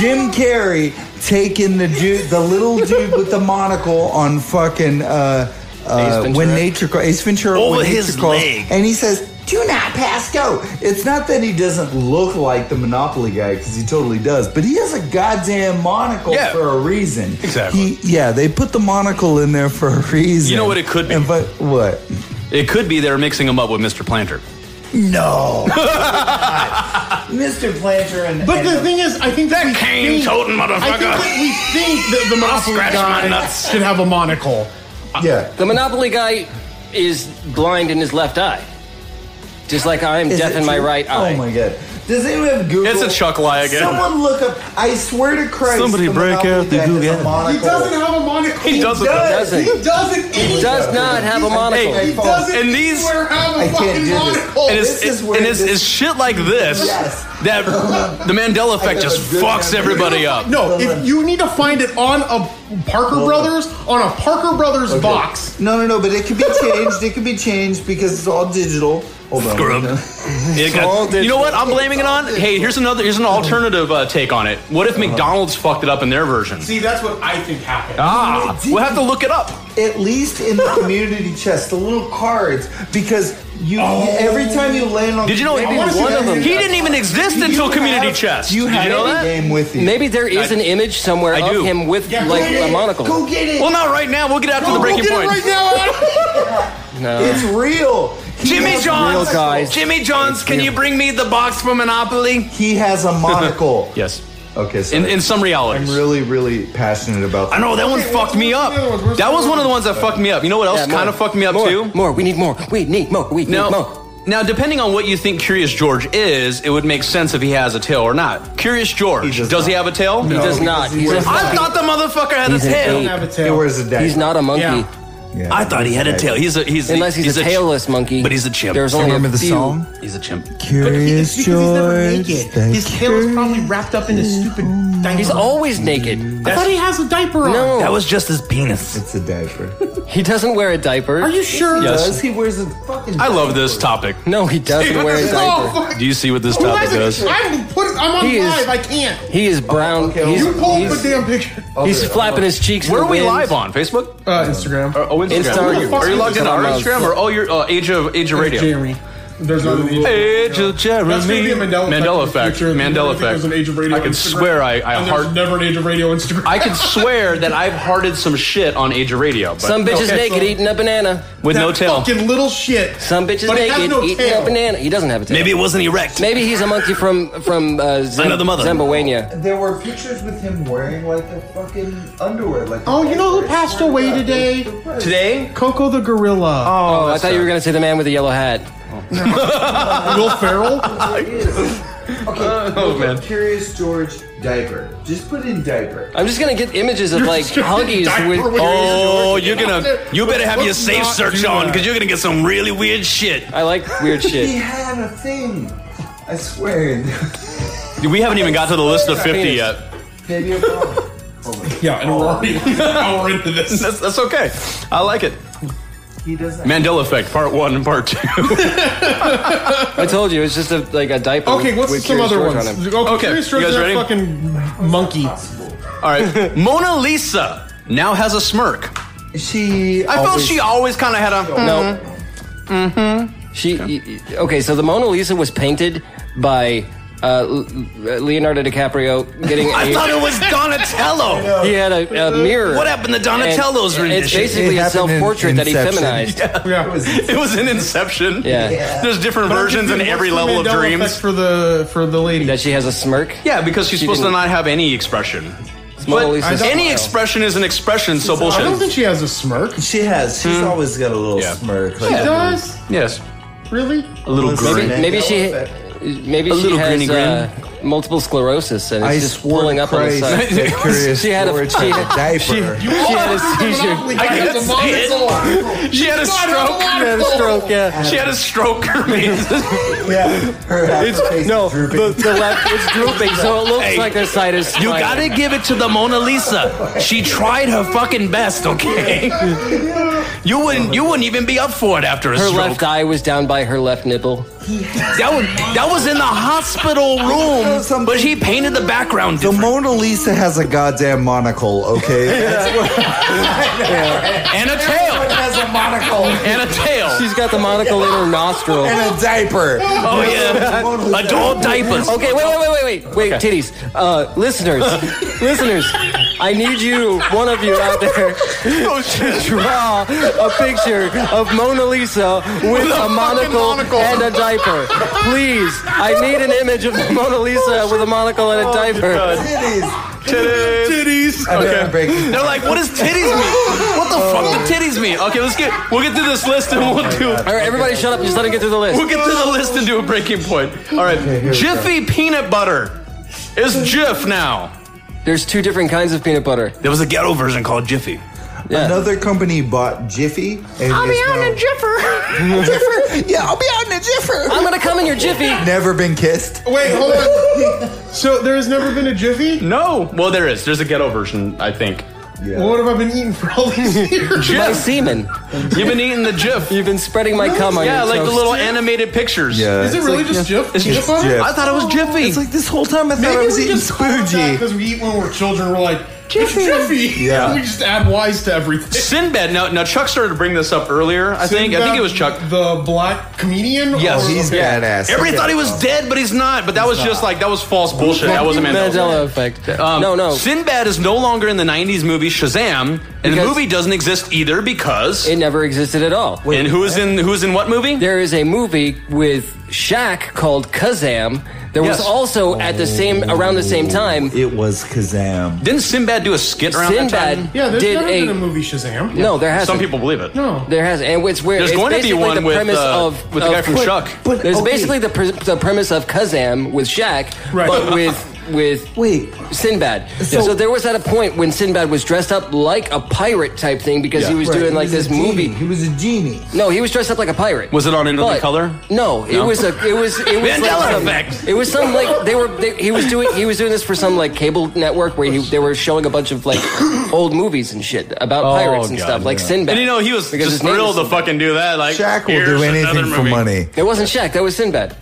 D: Jim Carrey taking the dude the little dude with the monocle on fucking uh uh,
A: Ace
D: when
A: Ventura.
D: nature calls, Ace Ventura
B: Over
D: when
B: Oh, his
D: nature calls,
B: leg.
D: and he says, "Do not pass go." It's not that he doesn't look like the Monopoly guy because he totally does, but he has a goddamn monocle
B: Yeah.
D: for a reason.
B: Exactly.
D: He, yeah, they put the monocle in there for a reason.
B: You know what it could be?
D: And but what?
B: It could be they're mixing him up with Mr. Planter.
D: No. Mr. Planter and
C: But
D: and
B: uh,
C: the thing is, I think that, we think,
B: cane-toting motherfucker.
C: I think that we think that the monopoly
B: scratch my
C: guy
B: nuts.
C: should have a monocle.
D: yeah.
A: The Monopoly guy is blind in his left eye, just like I am
D: Is
A: deaf
D: it
A: in my
D: true?
A: right eye.
D: Oh my god. Does anyone have Google?
B: It's a Chuck lie again.
D: Someone look up. I swear to Christ.
B: Somebody
D: the
B: break
D: Monopoly
B: out the
D: guy has a
B: Google. He
C: He
D: monocle.
C: doesn't have a monocle.
B: He doesn't.
A: doesn't.
D: He doesn't. He
A: does not have a monocle.
D: Hey,
C: He doesn't
B: And these-
C: anywhere have a
D: I can't
C: fucking
D: do this.
C: monocle.
B: And it's,
D: This is where
B: and it's,
D: this-
B: it's shit like this
D: Yes.
B: that the Mandela effect
D: got
B: just
D: a good
B: fucks
D: memory.
B: everybody up.
C: No, if you need to find it on a Parker Brothers, on a Parker Brothers box.
D: No, no, no. But it could be changed. It could be changed because it's all digital. Hold on.
B: Scrub. It got-
D: all digital. Uh-huh.
B: you know what? I'm blaming it on. Hey, here's another. Here's an alternative uh, take on it. What if McDonald's fucked it up in their version?
C: See, that's what I think happened.
B: Ah, we'll have to look it up.
D: At least in the community chest, the little cards, because you every time you land on.
B: Did you know
D: maybe
B: one
D: of them-
B: He didn't even exist
D: You
B: until
D: have-
B: Community Chest.
D: You
B: Did
D: have
B: you know
D: any
B: that?
D: game with you.
A: Maybe there is
B: I-
A: an image somewhere
B: I
A: of
B: do.
A: him with
C: Yeah,
A: like
C: go get
A: a
C: it.
A: monocle.
D: Go get it.
B: Well, not right now. We'll get after the breaking point.
D: It's real. He
B: Jimmy
D: has a
B: John's.
D: real guys.
B: Jimmy John's. Can you bring me the box for Monopoly?
D: He has a monocle.
B: Yes.
D: Okay. So
B: In, in some
D: I'm
B: realities.
D: really, really passionate about.
B: I know that one
C: Okay,
B: fucked me
C: what's
B: up.
C: the other ones? Where's
B: That
C: the
B: was
C: other
B: one of the ones that fucked me up. You know what else
A: Yeah,
B: kind of
A: more.
B: fucked me up
A: more,
B: too?
A: More. We need more. We need more. We need more.
B: Now, now, depending on what you think Curious George is, it would make sense if he has a tail or not. Curious George,
D: He
B: does,
D: does
B: he have
D: not.
B: a tail?
A: He does not. He's, a,
B: I thought the motherfucker had a
A: He's an
B: tail.
A: ape.
C: Have a
D: He
C: tail.
D: wears a diaper.
A: he's not a monkey.
C: Yeah.
D: Yeah.
B: I thought he had a tail. He's a he's
A: Unless he's, a
B: ch-
A: tailless monkey.
B: but he's a chimp.
A: There's only
D: remember
A: a
D: the
A: few.
D: song.
B: He's a chimp.
D: Curious
C: It's because he's never
D: George.
C: naked.
D: the
C: His tail is probably wrapped up in his stupid diaper.
A: He's always naked.
C: I thought he has a diaper on.
A: No,
B: That was just his penis.
D: It's a diaper.
A: he doesn't wear a diaper.
C: Are you sure?
B: Yes.
D: Does he wears a fucking?
B: I love this topic.
A: No, he doesn't
B: Even
A: wear a
B: this-
A: diaper.
C: Oh, fuck.
B: Do you see what this
C: Who
B: topic
C: has it?
B: does?
C: I'm, put, I'm on
A: He is-
C: live. I can't.
A: He is brown.
D: okay,
A: he's
C: You pulled the
A: he's,
C: damn picture.
A: he's flapping his cheeks. in
B: Where
A: the
B: are we
A: wind.
B: live on? Facebook?
C: Uh, Instagram.
B: Oh, Instagram.
A: Instagram.
B: Are you- Are you logged in on
A: Instagram.
B: Instagram or oh, your uh, Age of Age of
C: There's
B: Radio?
C: Jeremy. There's not an age.
B: Age of Jeremy.
C: That's gonna be a Mandela,
B: Mandela
C: effect. in the future.
B: effect.
C: There's
B: Mandela
C: gonna be- There's
B: effect.
C: an age of radio.
B: I can
C: Instagram.
B: swear I- I
C: And there's
B: heart-
C: never an age of radio Instagram.
B: I can swear that I've hearted some shit on Age of Radio. But
A: Some bitch is
C: Okay,
A: naked
C: so-
A: eating a banana.
B: with
C: that
B: no tail.
C: Fucking little shit.
A: Some bitch is
C: but it has
A: naked
C: no
A: eating
C: tail.
A: a banana. He doesn't have a tail.
B: Maybe it wasn't erect.
A: Maybe he's a monkey from from uh, Zim-
B: Another mother. Oh,
A: Zimbabwe.
D: There were pictures with him wearing like a fucking underwear. Like
C: Oh, you know who passed away today?
B: Today?
C: Coco the gorilla.
A: Oh, I thought you were gonna say the man with the yellow hat.
C: Will Ferrell.
D: Okay.
B: Oh man.
D: Curious George diaper. Just put in diaper.
A: I'm just gonna get images of Oh, like huggies
C: diaper
A: with.
C: with-
B: Oh, you're gonna. You better have your
C: Let's
B: safe
C: not
B: search
C: do
B: on
C: that.
B: because you're gonna get some really weird shit.
A: I like weird
D: He
A: shit.
D: had a thing. I swear.
B: We haven't even got to the list of 50
A: Penis.
B: yet.
D: Maybe I'm wrong.
C: Yeah, and we're already an hour into this.
B: That's, that's okay. I like it.
D: He doesn't.
B: Mandela Effect, part one and part two.
A: I told you it's just a like a diaper.
C: Okay,
A: with-
C: what's
A: with
C: some
A: Curious
C: other
A: George
C: ones?
A: on him.
C: Okay,
B: Oh. Okay,
C: Curious
B: you
C: George
B: guys
C: is a
B: ready?
C: fucking monkey.
B: All right. Mona Lisa now has a smirk.
D: She.
B: I felt she always kind of had a.
A: No. Mm-hmm. She y- y- okay. So the Mona Lisa was painted by uh, L- L- Leonardo DiCaprio getting.
B: hmm, I
A: a-
B: thought it was Donatello.
A: he had a, a mirror.
B: What happened to
A: And
B: Donatello's
A: It's
B: rendition?
A: basically
D: It
A: a
D: happened in
A: self-portrait that he
D: Inception.
A: feminized.
C: Yeah.
B: It was in Inception.
A: Yeah.
B: There's different
C: But I'm
B: versions in
C: confused.
B: every
C: What's the
B: level of
C: Mandela effect
B: dreams.
C: for the for the lady.
A: That she has a smirk.
B: Yeah, because she's
A: She
B: supposed to
A: didn't-
B: not have any expression.
A: Mona
B: But
A: Lisa's
B: any
A: smile.
B: expression is an expression, so
C: I don't
B: bullshit.
C: think she has a smirk. She
D: She has. She's always got a little
B: Yeah.
D: smirk. Like,
C: does.
B: Yes.
C: Really?
B: A little
A: Maybe,
B: grin.
A: maybe she. Maybe she
B: little
A: has
B: grinny
A: uh, multiple sclerosis and it's
D: I
A: just
D: swore
A: pulling
D: to
A: up on the
D: Christ
A: side.
D: that Curious
A: She had a-
D: George
A: she-
D: had a diaper.
A: She had a seizure.
B: I can't see it. She had a
A: She
B: stroke.
A: had a stroke. Yeah.
B: She had a stroke. Hermes.
D: yeah, her half face
A: No,
D: is drooping.
A: the, the left is drooping, so it looks
B: Hey,
A: like her side is.
B: you
A: smiling.
B: gotta give it to the Mona Lisa. She tried her fucking best, okay? You wouldn't. You wouldn't even be up for it after a
A: Her
B: stroke.
A: left eye was down by her left nipple.
B: That was that was in the hospital room, but she painted the background
D: The
B: different.
D: Mona Lisa has a goddamn monocle, okay? That's what
B: and a tail,
D: has a monocle
B: and a tail.
A: She's got the monocle in her nostril.
D: and a diaper.
B: Oh yeah, adult diapers.
A: Okay, wait, wait, wait, wait, wait, wait, titties. Uh, listeners, listeners, I need you, one of you out there,
B: Oh,
A: to draw a picture of Mona Lisa with,
B: a
A: a,
B: fucking
A: monocle,
B: monocle.
A: and a diaper. Please, I need an image of the Mona
B: Oh,
A: Lisa with a monocle and a diaper.
D: Titties.
B: Titties.
D: I'm gonna break.
B: They're like, what does titties mean? What the fuck do titties mean? Okay, let's get we'll get through this list and we'll do
A: All right, everybody, shut up. Just let him get through the list.
B: we'll get through the list and do a breaking point. All right,
D: here we
B: Jiffy peanut butter is Jiff now.
A: There's two different kinds of peanut butter.
B: There was a ghetto version called Jiffy.
A: Yeah.
D: Another company bought Jiffy. And I'll be out in a jiffer. jiffer. Yeah, I'll be out in a jiffer.
A: I'm gonna come in your jiffy.
D: Never been kissed.
C: Wait, hold on. so there has never been a jiffy.
B: No, well there is. There's a ghetto version, I think.
C: Well, what have I been eating for all these years?
A: My
B: Jif.
A: semen.
B: You've been eating the GIF.
A: You've been spreading my cum on
B: yeah,
A: your
B: like the
A: toast.
B: little animated pictures.
D: Yeah.
C: Is it
D: It's
C: really
D: like,
C: just
D: yeah,
C: Jif?
B: It's just
C: on it?
D: Jif.
B: I thought it was Jiffy.
D: It's like this whole time I thought
C: Maybe
D: I was
C: we
D: eating
C: just
D: Spoogie.
C: because we eat when we're children. We're like Jiffy.
D: Jiffy.
C: Jiffy.
D: Yeah.
C: we just add Y's to everything.
B: Sinbad. Now, now Chuck started to bring this up earlier. I think. I think it was Chuck.
C: the black comedian.
B: Yes.
C: or-
D: Oh, He's
C: okay.
D: badass.
B: Everybody thought he was dead, but he's not. But that was just like that was false bullshit. That wasn't Mandela.
A: Mandela effect.
B: Um,
A: no, no.
B: Sinbad is no longer in the '90s movie Shazam, and the
A: Because-
B: movie doesn't exist either because.
A: it never existed at all.
B: and who is in who is in what movie?
A: There is a movie with Shaq called Kazam. There was
B: Yes.
A: also at the same around the same time.
D: It was Kazam.
B: Didn't Sinbad do a skit around that time?
A: Sinbad
C: Yeah, there's
A: did
C: never
A: a,
C: been a movie Shazam.
A: no. There has
B: Some people believe it.
C: No.
A: There has and it's weird.
B: There's
A: it's
B: going to be
A: basically
B: one
A: the
B: with
A: premise
B: uh,
A: of
B: with the
A: of
B: guy from
A: Quick-
B: Chuck.
D: But-
A: There's
D: okay.
A: basically the pres the premise of Kazam with Shaq,
C: Right.
A: but with with
D: Wait.
A: Sinbad. So,
D: So-
A: there was at a point when Sinbad was dressed up like a pirate type thing because he was
D: Right,
A: doing
D: he
A: like
D: was a
A: this
D: genie.
A: movie.
D: He was a genie.
A: No, he was dressed up like a pirate.
B: Was it on Into the
A: But-
B: Color?
A: No, it
B: No?
A: was a it was it was
B: Mandela
A: like some,
B: effect.
A: It was some like they were they, he was doing he was doing this for some like cable network where he they were showing a bunch of like old movies and shit about
B: Oh,
A: pirates and
B: God,
A: stuff like
B: yeah.
A: Sinbad.
B: And you know he was
A: Because his
B: just
A: name
B: thrilled
A: is
B: to fucking do that. Like
D: Shaq will
B: here's
D: do
B: another
D: anything for
B: movie.
D: money.
A: It wasn't Shaq. That was Sinbad.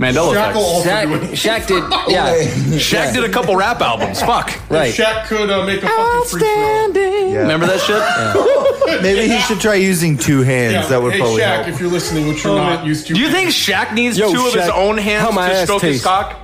B: Mandela
C: Shaq will
B: effect.
C: also
A: Shaq,
C: do it.
A: Shaq did. Yeah.
B: Shaq did a couple rap albums. Fuck.
A: Right.
C: Shaq could uh, make a fucking free throw.
D: Yeah.
B: Remember that shit?
D: Maybe he should try using two hands.
C: Yeah.
D: That would
C: hey,
D: probably
C: Shaq,
D: help.
C: if you're listening, which you're not used to.
B: Do you think Shaq needs
A: Yo,
B: two of his
A: Shaq,
B: own
A: how
B: hands
A: my
B: to
A: ass
B: stroke his
A: tastes?
B: cock?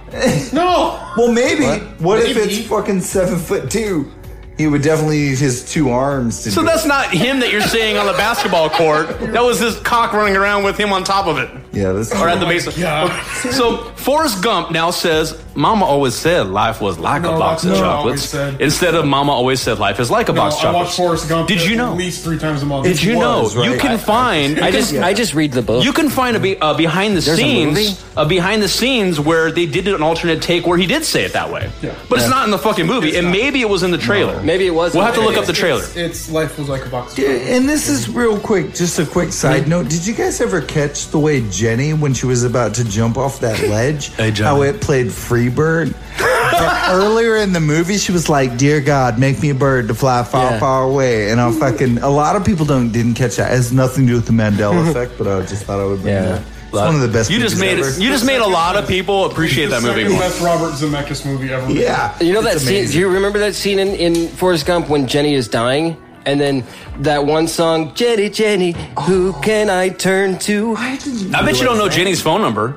C: No.
D: Well, maybe. What, if
C: Maybe.
D: it's fucking seven foot two? He would definitely need his two arms to.
B: So
D: do
B: that's not him that you're seeing on the basketball court. That was his cock running around with him on top of it.
D: it. yeah, that's
B: Or at the base.
C: God.
B: So Forrest Gump now says, Mama always said life was like a
C: No,
B: box of
C: that's not what
B: chocolates.
C: he said.
B: Instead of Mama always said life is like a
C: No,
B: box of
C: I
B: chocolates.
C: watched Forrest Gump.
B: Did you know?
C: At least three times a month.
B: Did you know?
D: was, right?
B: You
D: I-
B: can
D: I-
B: find.
A: I just I just read the book.
B: You can find a be, uh, behind the
A: a movie?
B: scenes, a behind the scenes where they did an alternate take where he did say it that way.
C: Yeah.
B: But it's not in the fucking movie, and maybe it was in the trailer.
A: Maybe it was.
B: We'll have to look up the
C: It's-
B: trailer.
C: It's, it's life was like a box. of chocolates.
D: And this is real quick, just a quick side note. Did you guys ever catch the way Jenny, when she was about to jump off that ledge,
B: Hey, Jenny.
D: how it played Freebird? And Earlier in the movie, she was like, "Dear God, make me a bird to fly far,
A: Yeah.
D: far away." And I fucking a lot of people don't didn't catch that. It has nothing to do with the Mandela effect, but I just thought I would bring
A: Yeah.
D: yeah. that. It's one of the best.
B: You just
D: movies
B: made
D: ever.
B: you just made a lot of people appreciate
C: It's
B: that
C: the
B: movie
C: second
B: more.
C: Best Robert Zemeckis movie ever. made.
D: yeah.
A: You know
D: It's
A: that scene? Do
D: amazing.
A: you remember that scene in, in Forrest Gump when Jenny is dying? And then that one song, Jenny, Jenny, who
D: Oh.
A: can I turn to?
B: I bet you don't know Jenny's phone number.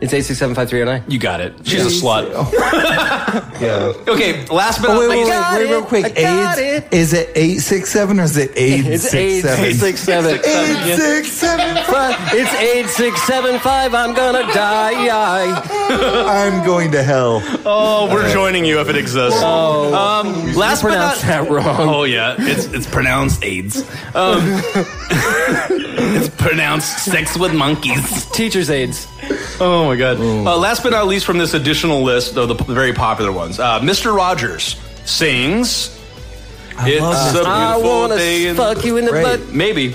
A: It's 8675309.
B: You got it. She's a slut.
D: Yeah.
B: Okay, last but
D: Oh,
B: not
D: wait, wait,
B: least.
D: wait,
A: got
D: wait,
A: it.
D: real quick.
A: I got
D: AIDS. Is it eight six seven or is it eight
A: It's
D: six seven?
A: 8667.
D: Eight six seven five.
A: It's 8675. I'm gonna die.
D: I'm going to hell.
B: Oh, we're joining you if it exists. Oh, um, last but not
A: pronounced that wrong.
B: Oh yeah, it's it's pronounced AIDS. Um, it's pronounced sex with monkeys.
A: Teacher's aides.
B: Oh my god. Uh, last but not least, from this additional list, though the p- very popular ones, uh, Mr. Rogers sings. it's
D: love
B: a
D: Mr.
A: I
B: beautiful
A: wanna
B: day. in-
A: fuck you in the
D: Great.
A: butt.
B: Maybe.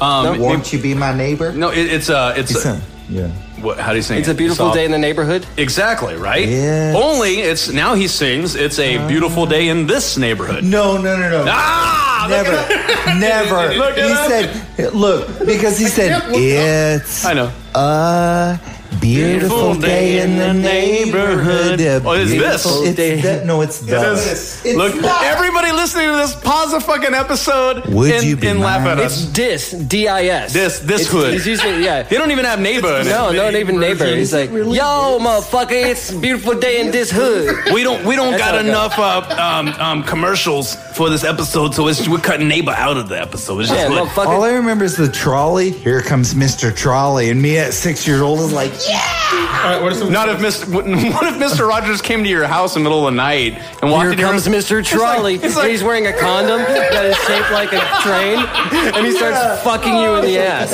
B: Um, no,
D: Won't you be my neighbor?
B: it, it's uh, it's uh,
D: Yeah.
B: what, how do you sing?
A: It's a
B: it?
A: beautiful
B: Soft.
A: day in the neighborhood.
B: Exactly right.
D: Yes.
B: Only it's now he sings. It's a beautiful day in this neighborhood.
D: No, no, no, no.
B: Ah, look
D: Never,
B: at that.
D: never.
B: Look it
D: he
B: up.
D: said, "Look," because he said,
C: can't look it
D: "It's
B: I know.
D: a beautiful day in the neighborhood." A
B: Oh, it's this.
D: beautiful- It's
A: Day.
D: that- no, it's
B: Yes.
D: this. It's
B: Look,
D: not.
B: everybody listening to this, pause the fucking episode
D: Would
B: and,
D: you be
B: and laugh at
D: mine?
B: us.
A: Dis, D-I-S.
B: This- this
A: It's-
B: hood.
A: He's using, yeah.
B: They don't even have neighbor. in it.
A: No, not even neighbor. He's like, yo, motherfucker, it's a beautiful day in this hood.
B: We don't. We don't
A: That's
B: got
A: okay.
B: enough uh, um, um, commercials for this episode, so it's, we're cutting neighbor out of the episode. It's
A: Yeah,
B: just like-
A: motherfucker.
D: All I remember is the trolley. Here comes Mr. Trolley, and me at six years old is like, "Yeah."
C: All right, what are some?
B: not if Mr. What if Mr. Rogers came to your house in the middle of the night and walked
A: Here
B: in your
A: comes
B: room-
A: Mr.
B: like-
A: Trolley.
B: it's like-
A: he's wearing a condom that is shaped like a train, Oh, and he starts fucking you in the ass.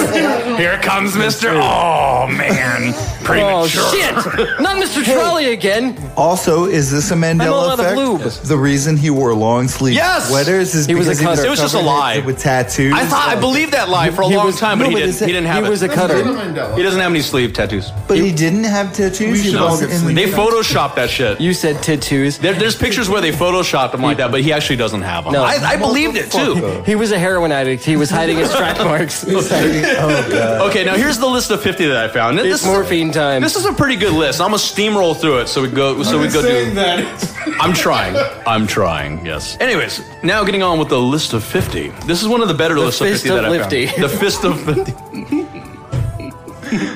B: Here comes Mr. Oh man,
A: Oh
B: premature.
A: shit! Not Mr. Trolley again.
D: Also, is this a
A: I'm all
D: Mandela
A: out of
D: effect?
A: lube.
D: The reason he wore long sleeve
B: Yes!
D: sweaters is
A: He was
D: because
A: a
D: he
A: cuss.
D: was, a
A: It was
B: just a
D: covered
B: lie.
D: head with tattoos.
B: I thought I believed that lie for a
A: He
B: long
A: was-
B: time,
A: no,
B: but he
A: but
B: didn't.
A: is it-
B: He didn't have
A: he
B: it.
A: was a cutter.
C: That's not Mandela.
B: He doesn't have any sleeve tattoos.
D: but he didn't have tattoos. He
C: should all
D: wasn't
C: get
D: in the
C: sleeve
B: They photoshopped that shit.
A: You said tattoos.
B: There, there's pictures where they photoshopped him like that, but he actually doesn't have them.
A: No.
B: I, I believed it too.
A: He was a heroin addict. He was hiding his track marks.
D: Oh,
B: Okay, now here's the list of 50 that I found.
A: It's morphine time.
B: This is a pretty good list. I'm gonna steamroll through it, so we go. So we go do.
C: that.
B: I'm trying. I'm trying. Yes. Anyways, now getting on with the list of 50. This is one of the better lists of
A: fist
B: 50
A: of
B: that I found.
A: lifty.
B: The fist of 50.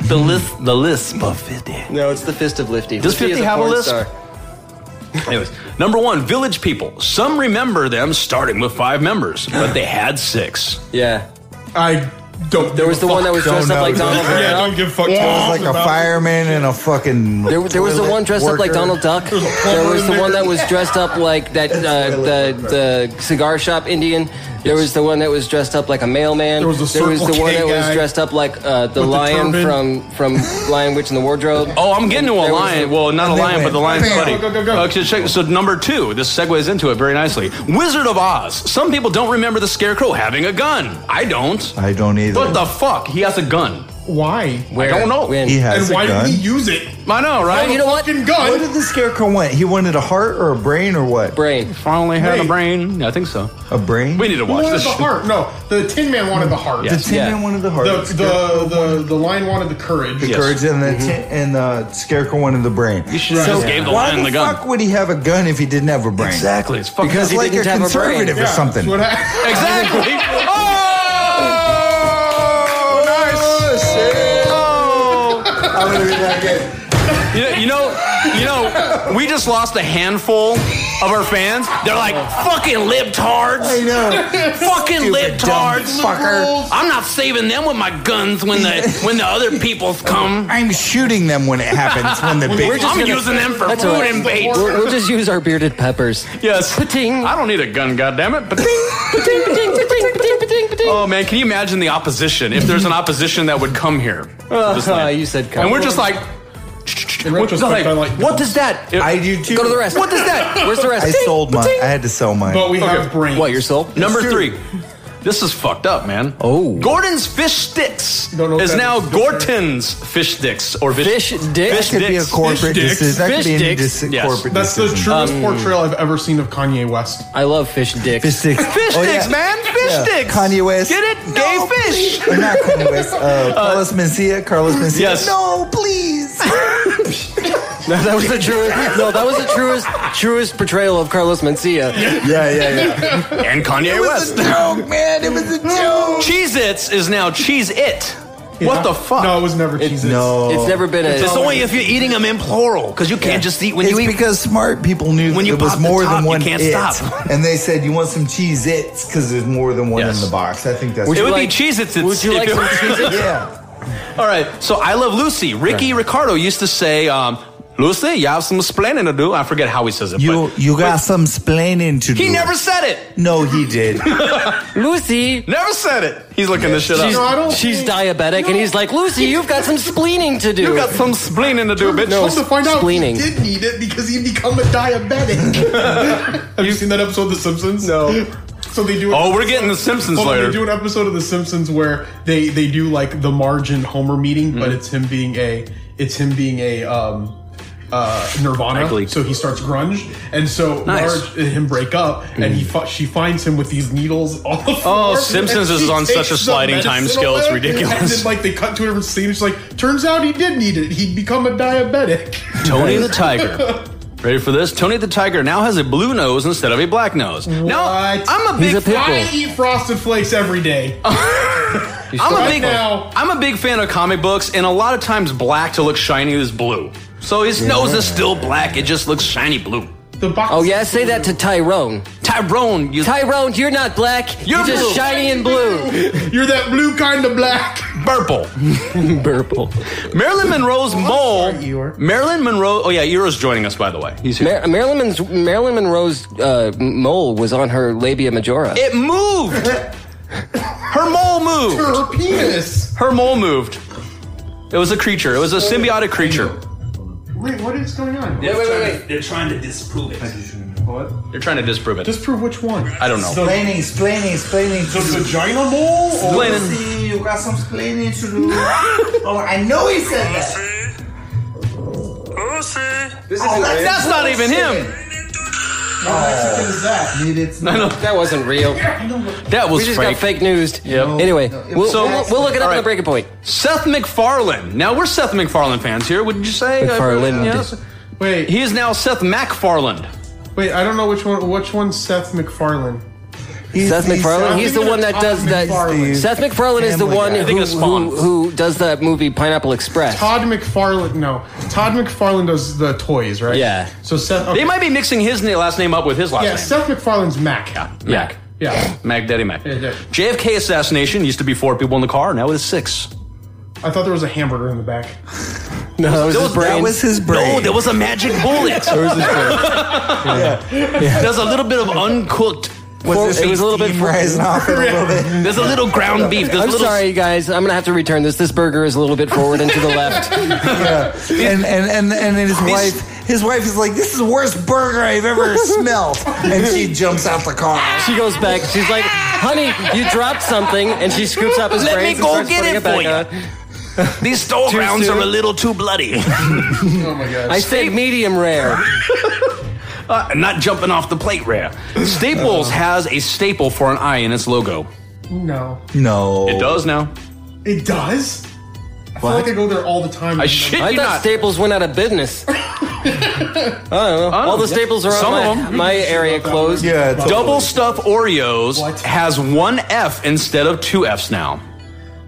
B: the list. The lisp of 50.
A: no, it's the fist of Lifty.
B: Does
A: Lifty is
B: 50 have a
A: porn
B: lisp?
A: star.
B: Anyways, number one, village people. Some remember them starting with five members, but they had six.
A: Yeah.
C: I don't.
A: There was the one that was dressed up like Donald
C: Yeah, I don't
A: Duck.
C: give a fuck.
D: It was like a fireman and a fucking.
A: There, there was the one dressed up like Donald Duck. There was the one that was dressed up like that uh, the the cigar shop Indian. There was the one that was dressed up like a mailman.
C: There was the
A: the
C: Circle
A: one
C: K
A: that was
C: guy
A: dressed up like uh, the
C: with the
A: lion
C: turban.
A: from from Lion Witch in the Wardrobe.
B: Oh, I'm getting to a
A: There was
B: lion.
A: the-
B: Well, not a
D: they
B: lion, but
D: went,
B: the lion's
D: bam.
B: buddy.
C: Go, go, go, go.
B: Okay, check- so number two, this segues into it very nicely. Wizard of Oz. Some people don't remember the Scarecrow having a gun. I don't.
D: I don't either.
B: What the fuck? He has a gun.
C: Why?
A: Where?
B: I don't know.
A: When?
D: He has
C: and
D: a
C: why
D: gun.
C: did he use it?
B: I know, right?
A: you know what?
C: Fucking
D: What
C: gun.
D: did the scarecrow want? He wanted a heart or a brain or what?
A: Brain.
B: Finally had a
C: Wait.
B: brain. Yeah, I think so.
D: A brain.
B: We need to
C: Who
B: watch
C: wanted
B: this.
C: the
B: shit.
C: heart? No, the Tin Man wanted the heart.
D: The
B: Yes.
D: tin
A: Yeah.
D: man wanted the heart.
C: The, the, the, the lion wanted the courage.
D: the
B: Yes.
D: courage and the
A: Mm-hmm.
D: tin- and the scarecrow wanted the brain.
B: You should just gave the
D: why
B: lion
D: the,
B: the gun.
D: fuck would he have a gun if he didn't have a brain?
B: Exactly. It's fucking
D: Because
A: he
D: like
A: didn't
D: a
A: have a brain.
D: conservative or
C: Yeah,
D: something.
C: that's what happened.
B: Exactly. Oh, nice. Oh.
D: I'm gonna be that guy.
B: You know, you know, you know, we just lost a handful of our fans. They're like, fucking
D: I
B: libtards.
D: know.
B: Fucking
D: Stupid dumb
B: libtards.
D: fucker.
B: I'm not saving them with my guns when the when the other people come.
D: I'm shooting them when it happens. When the big.
B: I'm using them for
A: That's
B: food
A: all right.
B: and bait.
A: We'll, we'll just use our bearded peppers.
B: Yes.
A: Pating.
B: I don't need a gun, goddammit. But
A: Pating, pating, pating, pating, pating, pating.
B: oh man, can you imagine the opposition? If there's an opposition that would come here, to this land.
A: Uh, you said come.
B: and we're just like,
C: In retrospect, I like.
B: what does that?
D: I do too.
A: Go to the rest. What is that? Where's the rest?
D: I sold mine. I had to sell mine.
C: But we have brains.
A: What, your soul?
B: Number three. This is fucked up, man.
A: Oh.
B: Gordon's fish sticks
C: Don't know what
B: is
C: that
B: now
C: is.
B: Gorton's fish sticks or
A: Fish dick?
B: Fish
D: That could be a
B: dicks.
D: corporate
C: Fish dicks.
D: decision. That
A: Fish
D: could be any
A: dicks.
D: dis-
B: Yes.
D: corporate
C: That's the
D: decision.
C: truest portrayal I've ever seen of Kanye West.
A: I love fish dicks.
D: Fish sticks.
B: Fish
D: Oh,
B: sticks,
D: yeah.
B: man. Fish
D: Yeah.
B: sticks.
D: Kanye West.
B: Get it?
D: No,
B: Gay
D: please.
B: fish.
D: Or Not Kanye West. Uh, Carlos Mencia. Carlos Mencia.
B: Yes.
D: No, please.
A: No, that was the truest. No, that was the truest, truest portrayal of Carlos Mencia.
D: yeah, yeah, yeah.
B: And Kanye
D: It was
B: West. Mm.
D: a joke, man. It was a joke.
B: Cheez Its is now Cheese It. What the fuck?
C: No, it was never Jesus.
D: No.
A: It's never been a.
B: It's only if you're eating them in plural because you can't just eat when
D: It's
B: you eat.
D: because smart people knew
B: When
D: that
B: you
D: it was
B: pop the
D: more
B: top,
D: than
B: you
D: one
B: can't
D: it.
B: stop.
D: And they said, you want some Cheez Its because there's more than one
B: Yes.
D: in the box. I think that's
A: Would
B: It
A: you
B: would
A: like-
B: be Cheez Its.
A: Would you like some cheese?
D: Yeah.
B: All right. So I love Lucy. Ricky Ricardo used to say, um, Lucy, you have some explaining to do. I forget how he says it.
D: You
B: but-
D: you got some splaining to do.
B: He never said it.
D: No, he did.
A: Lucy,
B: Never said it. He's looking this shit
A: she's,
C: No,
B: up.
C: I don't
A: she's
C: think-
A: diabetic, and he's like, Lucy, you've got some spleening to do.
B: You got some splaining to do, bitch.
A: No,
C: Also, find out
A: Spleening.
C: he did need it because he become a diabetic. have you seen that episode of The Simpsons? No. So they do.
B: Oh, we're getting The Simpsons
C: Well,
B: later.
C: They do an episode of The Simpsons where they they do like the margin Homer meeting, but
B: Mm-hmm.
C: it's him being a it's him being a um uh Nirvana.
B: Likely.
C: So he starts grunge, and so
B: Nice. Mm.
C: Marge and him break up, and he fi- she finds him with these needles all the
B: Oh,
C: floor,
B: Simpsons
C: and
B: is
C: she
B: on
C: takes
B: such a
C: the
B: sliding time
C: medicine
B: scale, it's
C: away,
B: ridiculous.
C: And then like they cut to a different scene. It's like turns out he did need it. He'd become a diabetic.
B: Tony the Tiger. Ready for this? Tony the Tiger now has a blue nose instead of a black nose. Now
C: What?
B: I'm a
A: He's
B: big Oh.
A: a pit bull.
C: I eat frosted flakes every day.
B: I'm a
C: Right
B: big
C: now.
B: I'm a big fan of comic books, and a lot of times black to look shiny is blue. So his nose is still black. It just looks shiny blue.
C: The box.
A: Oh yeah, say that to Tyrone.
B: Tyrone, you
A: Tyrone, you're not black. You're,
B: You're
A: just
B: blue.
A: shiny and blue.
C: You're that blue kind of black.
B: purple.
A: Purple.
B: Marilyn Monroe's mole.
C: sorry, Eeyore.
B: Marilyn Monroe. Oh yeah, Euro's joining us by the way. He's here.
A: Mar- Marilyn, Mon's- Marilyn Monroe's uh, mole was on her labia majora.
B: It moved. Her mole moved.
C: Her penis.
B: Her mole moved. It was a creature. It was a symbiotic creature.
C: Wait, what is going on?
A: Wait, wait, wait, wait.
G: They're trying to disprove it.
C: What?
B: They're trying to disprove it.
C: Just prove which one.
B: I don't know.
E: Explaining, explaining, explaining.
C: The vagina mole?
D: Oh,
C: Or
B: Explaining.
E: See, you got some explaining to do. oh, I know he said that.
A: This isn't real.
B: That's not even him.
D: Uh,
B: No, no,
A: That wasn't real.
B: that was
A: We just
B: fake.
A: got fake news.
B: Yep.
A: Anyway, we'll,
B: So-
A: we'll, we'll look it up
B: All
A: in the
B: right.
A: breaking point.
B: Seth MacFarlane. Now we're Seth MacFarlane fans here. Wouldn't you say?
A: MacFarlane.
B: Yes.
C: Wait,
B: He is now Seth MacFarlane.
C: wait, I don't know which one. Which one's Seth McFarlane?
A: Seth MacFarlane.
C: I'm
A: He's the
C: thinking
A: one
C: of
A: that
C: Todd
A: does that.
C: McFarlane.
A: Seth MacFarlane is the
D: Family
A: one
D: Guy. I
B: think
A: who,
B: it's Spawn.
A: who, who does that movie Pineapple Express.
C: Todd McFarlane. No, Todd McFarlane does the toys, right?
A: Yeah.
C: So Seth.
B: They
C: Okay.
B: might be mixing his na- last name up with his last
C: yeah,
B: name.
C: Seth McFarlane's Mac.
B: yeah,
A: Yeah.
B: Mac.
C: Yeah.
B: Mac Daddy Mac.
C: Yeah, yeah.
B: JFK assassination used to be four people in the car. Now it is six.
C: I thought there was a hamburger in the back.
A: No, that was,
B: That
A: his
B: was-
A: brain.
D: That was his brain.
B: No, there was a magic bullet. There's a little bit of uncooked.
D: Was
A: it was a little bit-
D: rising off it a little bit.
B: There's a little ground beef. There's
A: I'm
B: a little
A: sorry, guys. I'm gonna have to return this. This burger is a little bit forward and to the left.
D: And and and, and his wife, his wife is like, "This is the worst burger I've ever smelled," and she jumps out the car.
A: She goes back. She's like, "Honey, you dropped something," and she scoops up his
B: Let
A: brains
B: me
A: and
B: go
A: starts
B: get
A: putting
B: it
A: it back
B: for you.
A: on.
B: These store grounds are a little too bloody.
C: Oh my god.
A: I said medium rare.
B: Uh, not jumping off the plate rare. Staples has a staple for an eye in its logo.
C: no.
D: No,
B: It does now.
C: It does. I feel like I go there all the time.
B: I shit
A: I
B: you
A: thought
B: not.
A: Staples went out of business. I don't know. All the
B: yeah.
A: Staples are
B: Oh, Some
A: on
B: of
A: my,
B: 'em.
A: my area closed.
D: Yeah, it's
B: Double stuff Oreos
C: What?
B: has one F instead of two Fs now.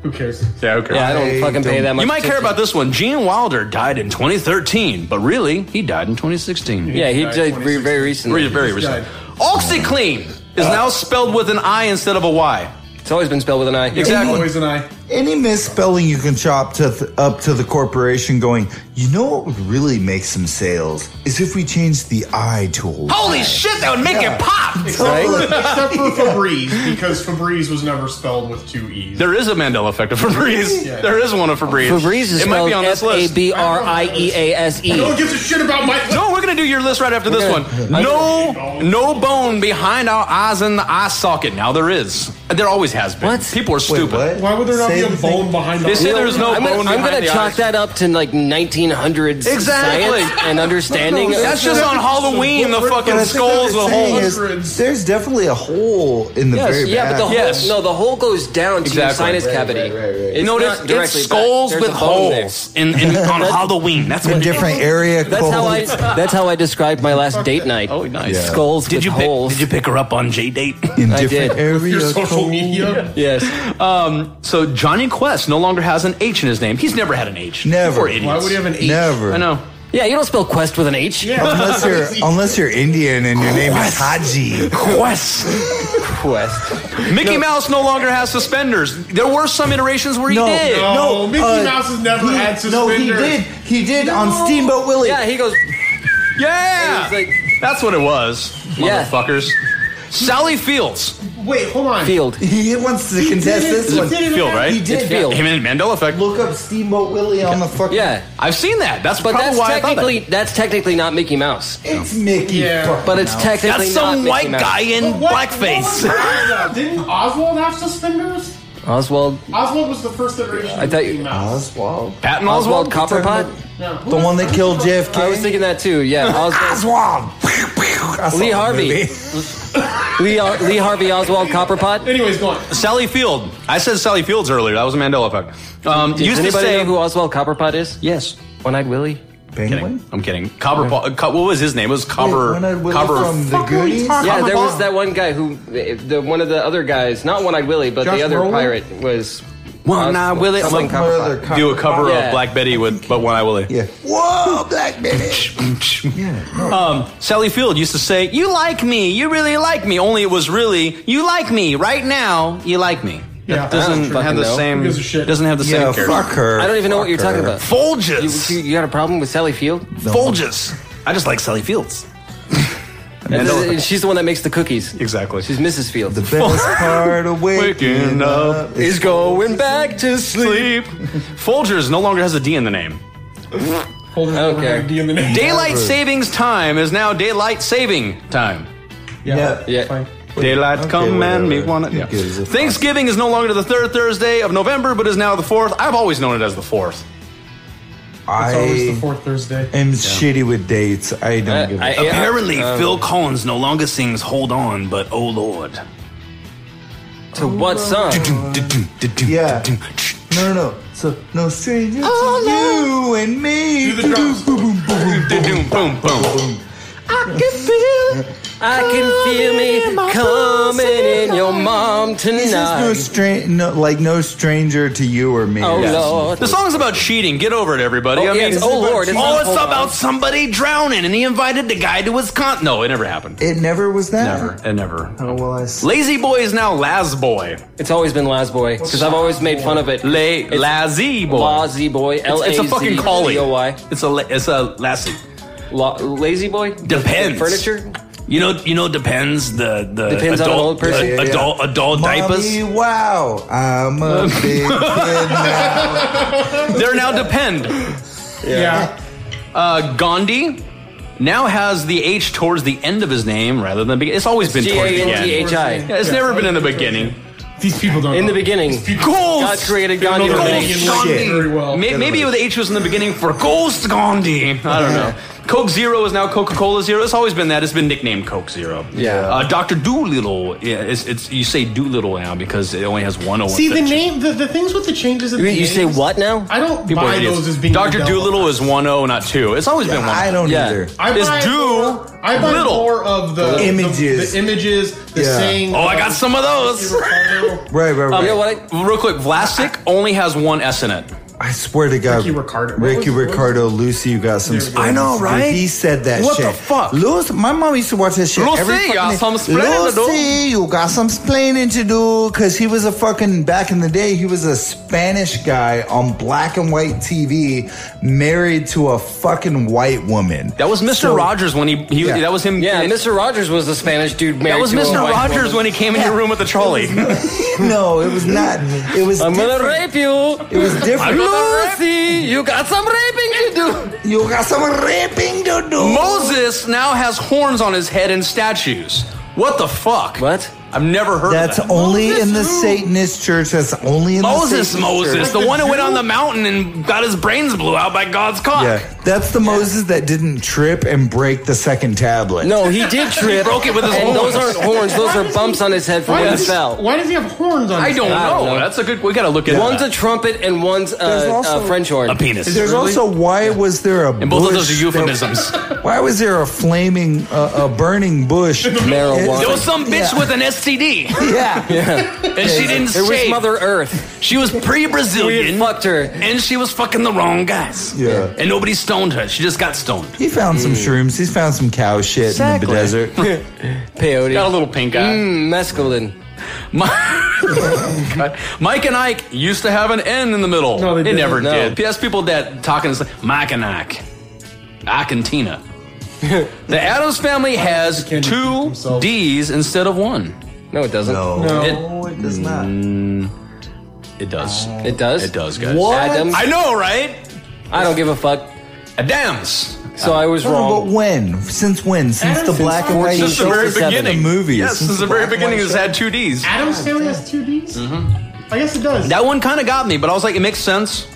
C: Who cares?
B: Yeah, okay.
A: Yeah, I don't
D: I
A: fucking pay
D: don't-
A: that much.
B: you might care
A: attention.
B: about this one. Gene Wilder died in 2013, but really, he died in 2016.
A: Yeah, he
C: Right,
A: died re-
C: 26.
A: very recently.
B: Very, very recent.
C: died.
B: OxyClean is now spelled with an I instead of a Y.
A: It's always been spelled with an I.
B: Exactly.
C: Always and I.
D: any misspelling you can chop to th- up to the corporation going, you know what would really make some sales is if we change the I tool.
B: Holy shit, that would make it pop!
A: Right?
C: Except for Febreze, because Febreze was never spelled with two e's.
B: There is a Mandela effect of Febreze.
C: Yeah.
B: There is one of Febreze.
A: Febreze is
B: it might
A: spelled
B: be on this
A: F
B: list.
A: A B R I E A S E.
C: no one gives a shit about my.
B: No, we're gonna do your list right after this
A: Okay.
B: one. No, no bone behind our eyes in the eye socket. Now there is. There always has been.
A: What?
B: People are stupid.
C: Why would there not
D: Say
C: be a
D: the
C: bone
D: thing-
C: behind the
B: They say
C: eye?
B: there's no
A: I'm
B: bone
A: gonna, I'm
B: behind
A: gonna
B: the
A: chalk
B: eyes.
A: that up to like 1900s
B: Exactly.
A: science and understanding.
B: That's just on Halloween. The fucking
D: But I think what
B: skulls,
D: they're
B: the
D: saying
B: whole.
D: is
C: hundreds.
D: there's definitely a hole in the
A: Yes,
D: very
A: yeah, but the
D: back.
A: hole,
B: Yes.
A: no, the hole goes down to your
B: Exactly.
A: sinus cavity. It's
B: no, it's,
A: not
B: it's
A: directly back.
B: skulls
A: There's
B: with
A: a bone there.
B: holes in, in, on Halloween. That's
D: in
B: what. It,
D: different area
A: That's how I.
D: codes.
A: That's how I described my last date night.
B: oh, nice.
D: Yeah.
A: Skulls
B: Did
A: with
B: you pick,
A: holes.
B: did you pick her up on J date?
D: in
A: I
D: different
A: did.
D: area
C: your social
D: codes.
C: media.
A: yes.
B: Um, so Johnny Quest no longer has an H in his name. He's never had an H.
D: Never.
B: Poor idiots.
C: Why would you have an H?
D: Never.
B: I know.
A: Yeah, you don't spell quest with an H.
D: Unless you're unless you're Indian and your name is Haji.
B: Quest.
A: Quest.
B: Mickey Mouse no longer has suspenders. There were some iterations where he
D: No,
B: did.
D: no.
C: No, Mickey
D: uh,
C: Mouse has never
D: he-
C: had suspenders.
D: no, he did. He did on Steamboat Willie.
A: Yeah, he goes.
B: Yeah.
A: It was like-
B: That's what it was.
A: Yeah.
B: Motherfuckers. Sally Fields.
C: Wait, hold on.
A: Field.
D: He wants to contest this one.
B: Field, right?
D: He did.
A: It's Field.
B: Him and Mandela effect.
D: Look up Steamboat Willie on the fucking.
A: Yeah,
B: I've seen that. That's
A: but
B: probably
A: that's
B: why I thought
A: technically
B: that.
A: that's technically not Mickey Mouse.
D: It's Mickey.
C: Yeah.
D: fucking
A: But it's
D: Mouse.
A: technically
B: That's some
A: not
B: white
A: Mickey Mouse.
B: guy in
C: What?
B: blackface.
C: What was that? Didn't Oswald have suspenders?
A: Oswald
C: Oswald was the first iteration.
A: I
C: of
A: thought
C: Mickey
A: you-
C: Mouse.
D: Oswald.
B: Patton
A: Oswald
B: Oswald.
A: Copperpot.
C: Yeah, who
D: The
C: was
D: one that killed JFK.
A: I was thinking that too. Yeah, Oswald.
D: Oswald. I saw
A: Lee
D: the
A: Harvey.
D: movie.
A: Lee, Ar- Lee Harvey Oswald Copperpot.
C: Anyways, go on.
B: Sally Field. I said Sally Fields earlier. That was a Mandela effect. Um,
A: Does
B: used to
A: anybody
B: say
A: know who Oswald Copperpot is?
B: Yes.
A: One-eyed Willie.
D: Penguin.
B: I'm kidding. Copper. Paul- uh, Co- what was his name? It was Copper.
D: When I was
B: Copper.
D: from the
C: fuck are we
D: Goonies.
C: talking-
A: Yeah, there was
C: Copperpot.
A: that one guy who, the one of the other guys, not One-eyed Willie, but
C: Josh
A: the other
C: Brolin?
A: pirate was
B: One-eyed
A: Oswald-
B: Willie.
A: something
B: Some
A: Copperpot.
D: Murder,
B: Do a cover
A: Yeah.
B: of Black Betty with But One Eye Willie.
D: Yeah. Whoa, Black Betty.
B: Um, Sally Field used to say, "You like me. You really like me." Only it was really, "You like me right now. You like me." That
C: Yeah, I
A: don't
B: doesn't have
A: fucking
B: the
A: know.
B: same.
C: Who gives a shit?
B: Doesn't have the
D: Yeah,
B: same character.
D: fuck her.
A: I don't even know what you're
D: Fuck
A: talking
D: her.
A: about. You,
B: Folgers.
A: you got a problem with Sally Field?
B: Folgers. I just like Sally Fields.
A: And,
B: Mandela-
A: and she's the one that makes the cookies.
B: Exactly.
A: She's Mrs. Fields.
D: Best part of waking
B: Waking
D: up.
B: up
A: is going back to
B: sleep.
A: sleep.
B: Folgers no longer has a D in the name.
C: Hold it over
A: Okay.
C: there, D in the name.
B: Daylight savings time is now daylight saving time.
C: Yeah.
D: Yeah.
A: Yeah.
C: Fine.
B: Daylight
D: Okay,
B: come and me
D: whatever.
B: wanna. Yeah.
D: Who gives a fuck?
B: Thanksgiving is no longer the third Thursday of November, but is now the fourth. I've always known it as the fourth.
C: It's always the
D: I
C: fourth Thursday.
D: am shitty with dates. I don't
A: Uh,
D: give a
A: I-
D: fuck.
B: Apparently, Phil Collins no longer sings "Hold On," but "Oh Lord."
A: To what song?
D: Yeah. No, no, no. So, no stranger to you and me.
C: Do the drums.
D: Boom, boom, boom, boom, boom.
B: Boom, boom, boom.
A: I can feel me coming in your mom
D: This is no
A: tonight.
D: stra- no, like no stranger to you or me.
A: Oh
D: Yes.
A: Lord.
B: The song's about cheating. Get over it, everybody.
A: Oh,
B: I mean,
A: yeah, it's, oh Lord. It's
B: oh,
A: not
B: it's
A: Hold On.
B: about somebody drowning, and he invited the guy to his con. No, it never happened.
D: It never was that.
B: Never. It never.
D: Oh, well, I s-
B: Lazy boy is now Laz boy.
A: It's always been Laz Boy because I've always made fun of it.
B: La- Lazzy boy.
A: Lazy boy. L A
B: It's
A: Z
B: a fucking collie.
A: C O Y.
B: It's a la- it's a lassie.
A: La- Lazy boy.
B: Depends.
A: Furniture.
B: You know you know depends the the
A: Depends on an
B: adult,
A: old person?
B: uh,
A: Yeah,
D: yeah.
B: adult adult
D: Mommy,
B: diapers.
D: wow, I'm a big kid now.
B: They're now depend.
C: Yeah.
B: Uh, Gandhi now has the H towards the end of his name rather than the beginning. It's always been
A: G
B: towards the
A: A N T
B: end.
A: H I.
B: Yeah, it's never been in the beginning.
C: These people don't.
A: In the
C: know.
A: beginning, God
B: Ghost.
A: created
C: They don't
A: Gandhi.
C: know
A: with
C: the
A: an
B: Ghost
A: H.
C: Indian
B: Gandhi.
C: language Very well.
B: May- maybe the H was in the beginning for Ghost Gandhi. I don't know. Coke Zero is now Coca Cola Zero. It's always been that. It's been nicknamed Coke Zero.
A: Yeah.
B: Uh, Doctor Doolittle. Yeah, it's, it's you say Doolittle now because it only has one O.
C: See the
B: instead of two.
C: name, the, the things with the changes. In
A: You,
C: the
A: you say
C: names,
A: what now?
C: I don't
B: People are
C: buy
B: idiots.
C: those as being
B: Doctor
C: Mandela.
B: Doolittle is one O, not two. It's always been one.
D: I don't
A: Yeah.
D: either.
C: I
B: It's
C: buy
B: do
C: more, I buy
B: little.
C: more of the,
D: The images.
C: the, the images, the
D: Yeah.
C: saying.
B: Oh, I got some of those.
C: Ricardo,
D: Right, right, right.
A: Um, You know what? I-
B: Real quick, Vlasic only has one S in it.
D: I swear to God,
C: Ricky Ricardo. What
D: Ricky
C: was- what was-
D: Ricardo, Lucy, you got some.
C: There we go. I
B: know,
D: spoilers.
B: right?
D: He said that.
B: What
D: shit.
B: the fuck?
D: Lucy, my mom used to watch that shit.
B: Lucy,
D: every
B: you
D: fucking
B: got
D: day.
B: some splaining to do.
D: Lucy, you got some splaining to do, because he was a fucking back in the day. He was a Spanish guy on black and white TV, married to a fucking white woman.
B: That was Mr.
D: So-
B: Rogers when he, he
D: Yeah.
B: that was him.
A: Yeah, Mr. Rogers was the Spanish dude married
B: That was
A: to a
B: Mr.
A: white
B: Rogers
A: woman.
B: when he came in your room with the trolley.
D: No, it was not. It was.
A: I'm gonna
D: different.
A: rape you.
D: It was different.
A: Lucy, you got some raping to do.
D: You got some raping to do.
B: Moses now has horns on his head and statues. What the fuck?
A: What?
B: I've never heard
D: That's
B: of that.
D: only in the
C: who?
D: Satanist church. That's only in
B: Moses,
D: the Satanist
B: Moses,
D: church.
B: the one who went on the mountain and got his brains blew out by God's cock.
D: Yeah, that's the Moses that didn't trip and break the second tablet.
A: No, he did trip.
B: broke it with his
A: and
B: horns.
A: those aren't horns. Those are bumps on his head from
C: Why,
A: when he
C: does he,
A: fell.
C: why does he have horns on?
B: I
C: his
B: don't,
C: head?
B: know.
A: know.
B: That's a good. We gotta look at
A: One's a
B: that.
A: trumpet and one's
D: There's
A: uh,
D: also-
A: a French horn.
B: a penis.
D: There's also why was there a
B: and both of those
D: bush
B: are euphemisms.
D: that- why was there a flaming, uh, a burning bush?
A: Marijuana.
B: There was some bitch
D: Yeah.
B: with an STD,
D: yeah.
B: and she didn't
A: It was
B: shave.
A: Mother Earth.
B: She was
A: We
B: pre-Brazilian,
A: fucked her.
B: and she was fucking the wrong guys.
D: Yeah.
B: and nobody stoned her. She just got stoned.
D: He found some shrooms. He's found some cow shit
B: Exactly.
D: in the desert.
A: Peyote.
B: Got a little pink eye.
A: Mm, mescaline.
B: Mi- God. Mike and Ike used to have an N in the middle.
C: No, they
B: It
C: didn't.
B: never
A: No.
B: did. P.S. People that talking is like Mike and Ike, Ike and Tina. the Adams family has
C: Can't repeat
B: two
C: themselves.
B: D's instead of one.
A: No, it doesn't.
D: No, it does not.
B: It does.
C: Oh.
A: It does.
B: It does, guys.
D: What?
A: Adams.
B: I know, right?
A: I don't give a fuck.
B: Adams.
A: So I was
D: No, but
A: wrong.
D: when? Since when? Since
C: Adam,
D: the
C: since
D: black and
A: 14.
D: white
B: Since the
A: shows
B: very
A: us that in the
B: beginning.
D: movies.
B: Yes, since the very beginning, it's had two D's.
C: Adam's family has two D's.
A: Mm-hmm.
C: I guess it does.
B: That one kind of got me, but I was like, it makes sense.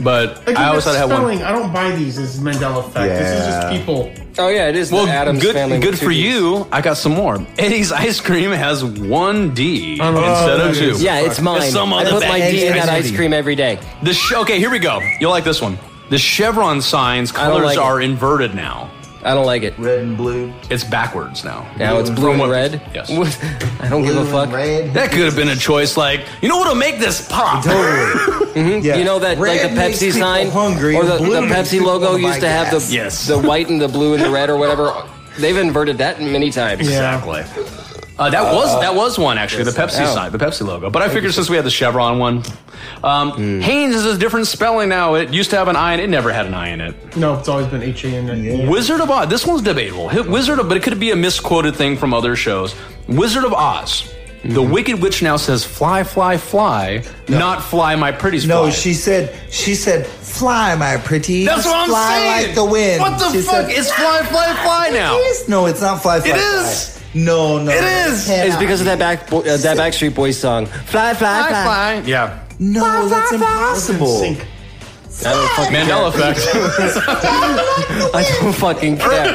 B: But
C: Like,
B: I always thought I had
C: spelling,
B: one.
C: I don't buy these as Mandela effect. This is just
D: Yeah.
C: people.
A: Oh yeah, it is.
B: Well,
A: the Adams
B: good,
A: family. with
B: good
A: two
B: for
A: Ds.
B: you. I got some more. Eddie's ice cream has one D instead of
C: that
B: two.
C: is-
A: Yeah, it's mine.
B: It's some
A: I
B: other
A: put my
B: bad
A: D in
B: ice
A: that ice
D: cream.
A: cream every day.
B: The sh- okay, here we go. You'll like this one. The chevron signs
A: don't
B: colors
A: like
B: are inverted now.
A: I don't like it.
D: Red and blue.
B: It's backwards now.
A: Now it's blue
B: From
A: and
B: what-
A: red.
B: Yes.
A: What- I don't give a fuck.
D: Red.
B: That could have been a choice. Like, you know what'll make this pop?
D: Totally. Yeah.
A: Mm-hmm. You know that
D: Red
A: like the
D: makes
A: Pepsi
D: people
A: sign
D: hungry,
A: or the,
D: blue
A: the
D: makes
A: Pepsi
D: people
A: logo
D: wanna
A: used
D: buy
A: to have the
D: gas.
B: Yes.
A: the white and the blue and the red or whatever. They've inverted that many times.
C: Yeah.
B: Exactly. Uh, that was that was one actually, the Pepsi
A: Oh.
B: sign, the Pepsi logo. But I figured since we had the Chevron one, um,
A: Hmm.
B: Haynes is a different spelling now. It used to have an I, and it never had an I in it.
C: No, it's always been H A N. Yeah.
B: Wizard of Oz. This one's debatable. Hi- Wizard of, but it could be a misquoted thing from other shows. Wizard of Oz. The Wicked Witch now says "fly, fly, fly," not "fly, my pretty's
D: No,
B: fly."
D: she said she said, "Fly, my pretty."
B: That's what I'm
D: fly
B: saying.
D: like the wind.
B: What the
D: She
B: fuck?
D: said,
B: it's "fly, fly, fly" now.
D: "Yes." No, it's not fly. fly
B: It
D: fly."
B: is.
D: No, no,
B: It
D: no,
B: is.
D: cannot.
A: It's because of that back bo- uh, that Backstreet Boys song, "Fly, Fly, Fly."
B: Fly, fly. Yeah.
D: no, that's impossible.
C: Sync.
A: I don't fucking
B: Mandela effect.
A: care. I don't fucking care.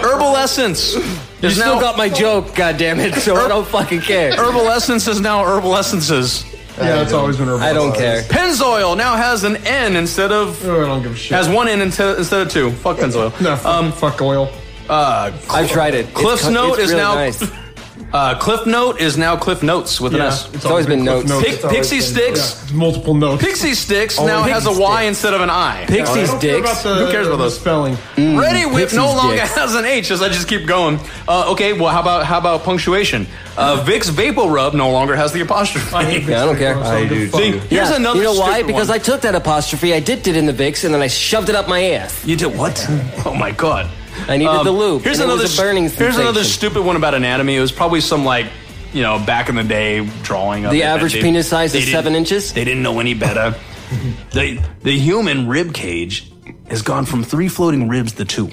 B: Herbal essence.
A: You
B: There's Er-
A: still
B: now-
A: got my joke, goddammit, so I don't fucking care.
B: Herbal essence is now herbal essences.
C: Yeah, it's always
B: Er-
C: been.
A: I don't care.
B: Pennzoil now has an N instead of
C: Oh, I don't give a shit.
B: has one N instead instead of two. Fuck Pennzoil.
C: no, fuck,
B: Um,
C: fuck oil.
B: uh,
A: I've tried it. It's
B: Cliff's
A: cu-
B: Note
A: it's
B: is
A: really
B: now-
A: nice.
B: uh, Cliff Note is now Cliff Notes with an
C: Yeah,
B: S.
A: always been
C: Cliff
A: notes.
B: Pic-
C: It's always
B: Pixie
C: been-
B: Sticks.
C: yeah, Oh, multiple notes.
B: Pixie Sticks now
A: Pixie
B: has a Y instead of an I.
C: I
A: Pixie's
C: don't care about
A: dicks.
C: the-
B: Who cares about
C: the
B: those? Mm,
C: spelling?
B: Ready Whip no
A: Pixie's
B: longer
A: dicks.
B: has an H as I just keep going. Uh, okay, well how about how about punctuation? Uh, Vicks Vapor Rub no longer has the apostrophe.
A: Yeah, I don't care.
C: I do
B: See, here's
A: Yeah.
B: another.
A: You know why?
B: stupid
A: Because
B: one.
A: I took that apostrophe, I dipped it in the Vicks, and then I shoved it up my ass.
B: You did what? Oh my god!
A: I needed the lube,
B: Um, Here's
A: and it
B: another
A: was a burning
B: Here's another
A: sensation.
B: stupid one about anatomy. It was probably some like you know back in the day drawing. Of
A: The
B: it that
A: average
B: they-
A: penis size
B: they
A: is
B: didn't-
A: seven inches?
B: They didn't know any better. the the human rib cage has gone from three floating ribs to two.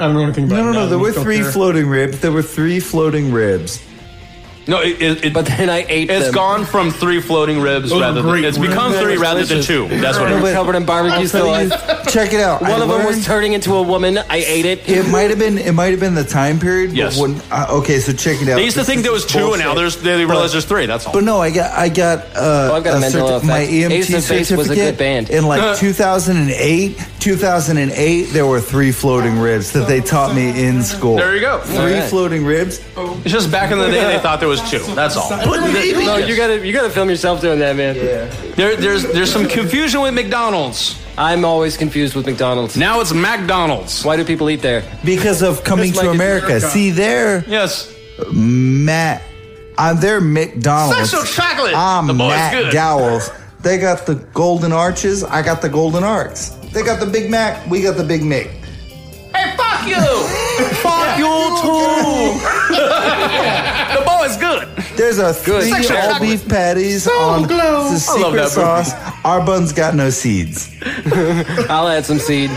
C: I don't know anything about
D: No, no, no.
C: anatomy,
D: There were
C: don't
D: three
C: care.
D: floating ribs. There were three floating ribs.
B: No, it, it, it
A: But then I ate
B: It's
A: them.
B: gone from three floating ribs
C: Those are
B: rather. Than,
C: great
B: it's become
C: ribs.
B: three rather than two. That's what.
A: They
B: it
A: were
B: is.
A: covered in barbecue sauce.
D: Check it out.
A: One
D: I
A: of them was
D: learned-
A: turning into a woman. I ate it.
D: It might have been. It might have been the time period.
B: Yes.
D: But when, uh, okay, so check it out.
B: They used to
D: This
B: think
D: is
B: there was two, and now
D: bullshit.
B: there's they realize there's three. That's all.
D: But no, I got I got uh,
A: Oh, I've got a Mandela effect.
D: my
A: Ace
D: EMT
A: of Base
D: certificate
A: was a good band.
D: in like 2008. 2008, there were three floating ribs that they taught me in school.
B: there you go.
D: Three
A: Alright.
D: floating ribs.
B: It's just back in the day they thought there was two. That's all.
A: No, you gotta you gotta film yourself doing that, man.
B: There, there's there's some confusion with McDonald's.
A: I'm always confused with McDonald's.
B: Now it's McDonald's.
A: Why do people eat there?
D: Because of coming
A: This
D: to
A: might be
D: America.
C: America.
D: See, there,
B: Yes.
D: Matt. I'm there, McDonald's.
B: Sexual chocolate.
D: I'm
B: The boy's
D: Matt
B: good.
D: Dowell's. They got the golden arches. I got the golden arcs. They got the Big Mac. We got the Big Mac.
B: Hey, fuck you. fuck you too. the boy is good.
D: There's a three
B: Sexual
D: all
B: chocolate.
D: beef patties on
C: glow.
D: the
B: I love
D: secret
B: that movie.
D: sauce. Our bun's got no seeds.
A: I'll add some seed.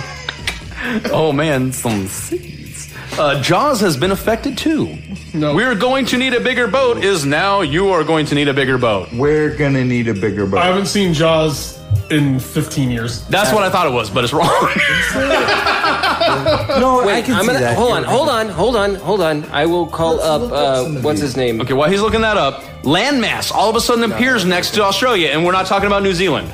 B: Oh man, some seeds. Uh, Jaws has been affected too.
C: No.
B: We're going to need a bigger boat. Is now you are going to need a bigger boat.
D: We're gonna need a bigger
C: I
D: boat.
C: haven't seen Jaws in 15 years.
B: That's what I thought it was, but it's wrong.
D: No, I
A: Wait,
D: can
A: I'm
D: see
A: gonna
D: that.
A: hold on, hold on, hold on, hold on. I will call
D: Let's
A: up.
D: look up
A: uh,
D: some of
A: what's
D: these.
A: his name?
B: okay, while he's looking that up, landmass all of a sudden appears next to Australia, and we're not talking about New Zealand.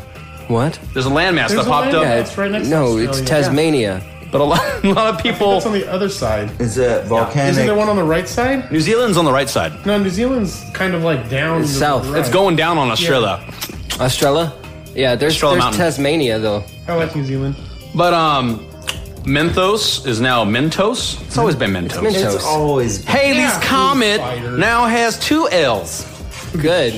A: What?
B: There's a landmass that
C: There's a
B: popped
C: landmass.
B: up.
C: Yeah,
A: Yeah,
C: it's right next to
A: Uh, no, it's
C: Australia.
A: Tasmania.
B: But a lot, a lot of people.
C: That's on the other side.
D: Is that volcanic?
C: Isn't there one on the right side?
B: New Zealand's on the right side.
C: No, New Zealand's kind of like down
A: It's
C: to the
A: south.
C: Right.
B: It's going down on Australia.
A: Australia? Yeah, there's,
B: Australia
A: there's
B: Mountain.
A: Tasmania though.
C: I like New Zealand.
B: But um, Mentos is now Mentos. It's always been Mentos.
A: Mentos.
D: It's always
B: Haley's
C: Yeah.
B: Comet
C: Fighters.
B: now has two L's.
A: Good.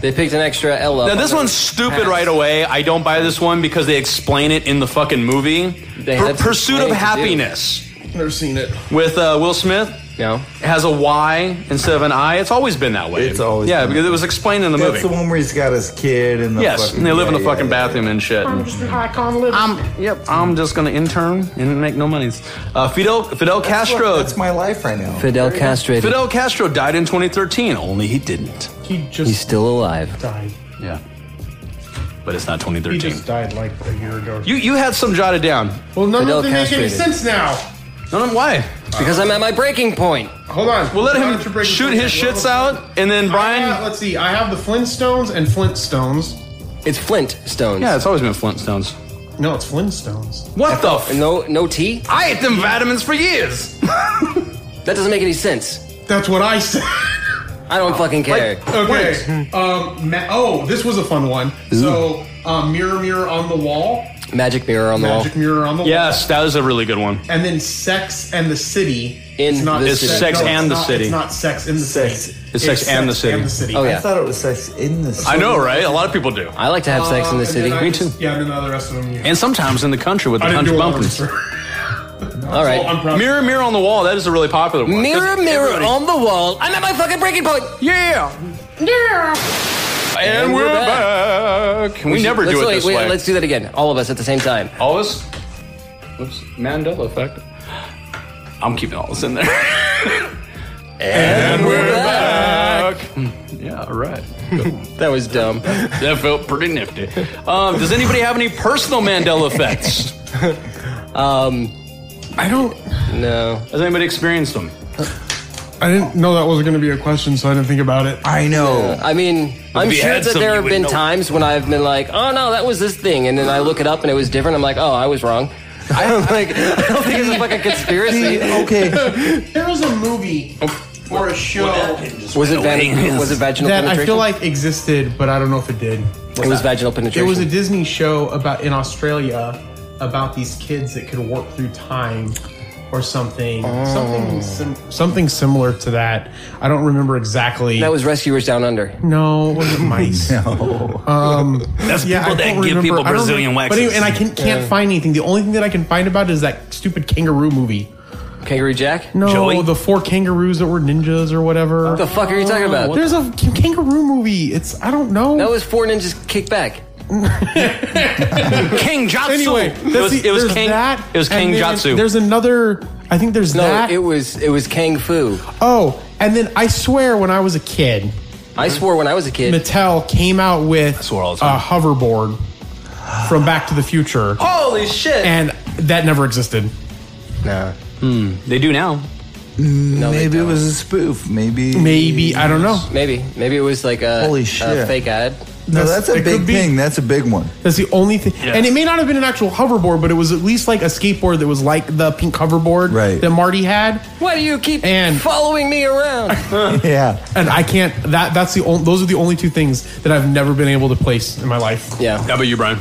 A: They picked an extra L up.
B: Now
A: on
B: this
A: the-
B: one's stupid right away. I don't buy this one because they explain it in the fucking movie.
A: They
B: Pur-
A: had some
B: Pursuit of
A: explaining to do.
B: Happiness
C: Never seen it.
B: with uh, Will Smith
A: No.
B: has a Y instead of an I. It's always been that way.
D: It's always
B: yeah
D: been
B: because it was explained in the
D: That's
B: movie.
D: the one where he's got his kid and the
B: Yes,
D: fucking,
B: and they live in
D: yeah,
B: a fucking
D: yeah, yeah.
B: bathroom and shit. I'm just an icon living. I'm, yep, I'm just gonna intern and make no monies. Uh, Fidel Fidel Castro.
D: That's my life right now.
A: Fidel Castro.
B: Fidel Castro died in 2013. Only he didn't.
C: He just
A: He's still alive.
C: died.
B: Yeah, but it's not
C: He
B: 2013.
C: just died like a year ago.
B: You you had some jotted down.
C: well, none
A: Fidel
C: of them make any
A: castrated.
C: sense now.
B: No, no, why?
A: Because I'm at my breaking point.
C: Hold on.
B: We'll let
C: Why don't you
B: him
C: break
B: shoot
C: it down?
B: his shits
C: Well,
B: out, and then
C: I have-
B: Brian.
C: let's see. I have the Flintstones and Flintstones.
A: It's Flint Stones.
B: Yeah, it's always been Flintstones.
C: No, it's Flintstones.
B: What the? F-
A: No no T?
B: I ate them vitamins for years.
A: That doesn't make any sense.
C: That's what I said.
A: I don't fucking care.
C: Okay. Um, ma- oh, this was a fun one. So, um, mirror, mirror on the wall.
A: Magic mirror on the
C: Magic
A: wall.
C: mirror on the wall.
B: Yes, that was a really good one.
C: and then Sex and the City
A: in
C: It's not
A: the
B: It's
A: city.
B: sex
C: it's
B: and the
C: not-
B: city.
C: It's not sex in the
D: Sex.
C: city.
B: It's sex and the city.
A: Oh,
D: I
A: yeah.
D: thought it was sex in the.
B: I know, right? A lot of people do.
A: I like to have sex in the
C: Um, And then
A: city.
C: I
B: Me
C: just-
B: too.
C: Yeah, and then the other rest of them. Yeah.
B: And sometimes in the country with the
C: I didn't
B: hunch
C: do a lot of
B: bumpkins.
C: research.
A: All right.
C: Well, I'm proud.
B: Mirror, mirror on the wall. That is a really popular one. 'Cause
A: mirror, mirror
B: everybody-
A: on the wall. I'm at my fucking breaking point.
B: Yeah. Yeah. And we're,
A: we're
B: back. We,
A: should-
B: never
A: let's-
B: do it
A: wait,
B: this
A: wait,
B: way.
A: Let's do that again, all of us at the same time.
B: all this. What's Mandela effect? I'm keeping all this in there. and, we're back. Mm, Yeah, all right.
A: That was dumb.
B: That felt pretty nifty. Um, does anybody have any personal Mandela effects?
A: I don't. No.
B: Has anybody experienced them?
C: I didn't know that was going to be a question, so I didn't think about it.
D: I know.
A: I mean, I'm
B: you
A: sure
B: had
A: that
B: some,
A: there
B: you
A: have
B: would
A: been
B: know.
A: times when I've been like, oh no, that was this thing, and then I look it up and it was different. I'm like, oh, I was wrong. I don't like. I don't think it's a fucking conspiracy.
D: okay.
C: There was a movie or a show
A: Was it van- was it vaginal
C: that
A: penetration?
C: I feel like existed, but I don't know if it did.
A: it was vaginal
C: It
A: penetration.
C: was a Disney show about in Australia about these kids that could warp through time or something, something, sim- something similar to that. I don't remember exactly.
A: that was Rescuers Down Under.
C: no, it wasn't mice.
G: That's
C: Yeah, I
G: people
C: don't
G: that give
C: remember.
G: people
C: I don't
G: Brazilian
C: remember-
G: waxes.
C: But anyway, and I can, can't find anything. The only thing that I can find about it is that stupid kangaroo movie.
A: Kangaroo Jack.
C: No,
G: Joey?
C: the four kangaroos that were ninjas or whatever.
A: What the fuck are you talking about?
C: There's a k- kangaroo movie. It's I don't know.
A: That was four ninjas kick back.
B: King Jatsu.
C: anyway,
B: it was,
C: that's the-
B: it was
C: there's
B: King.
C: that,
B: It was
C: and
B: King
C: then
B: Jatsu.
C: There's another. I think there's
A: No,
C: that.
A: it was it was Kang Fu.
C: Oh, and then I swear when I was a kid,
A: I swore when I was a kid.
C: Mattel came out with
B: swear all
C: a
B: the time. Oh!
C: hoverboard from Back to the Future,
B: Holy shit!
C: and that never existed.
A: No.
B: they do now.
D: Mm, Maybe it was a spoof. Maybe.
C: Maybe I don't know.
A: Maybe. Maybe it was like a,
D: Holy
A: a
D: shit.
A: fake ad.
D: No,
C: That's-
D: that's a
C: it could
D: big
C: be-
D: thing. That's a big one.
C: That's the only thing, and it may not have been an actual hoverboard, but it was at least like a skateboard that was like the pink hoverboard
D: Right.
C: that Marty had.
A: Why do you keep
C: And-
A: following me around?
D: Yeah.
C: And I can't. That that's the only. Those are the only two things that I've never been able to place in my life.
A: yeah.
B: How about you, Brian?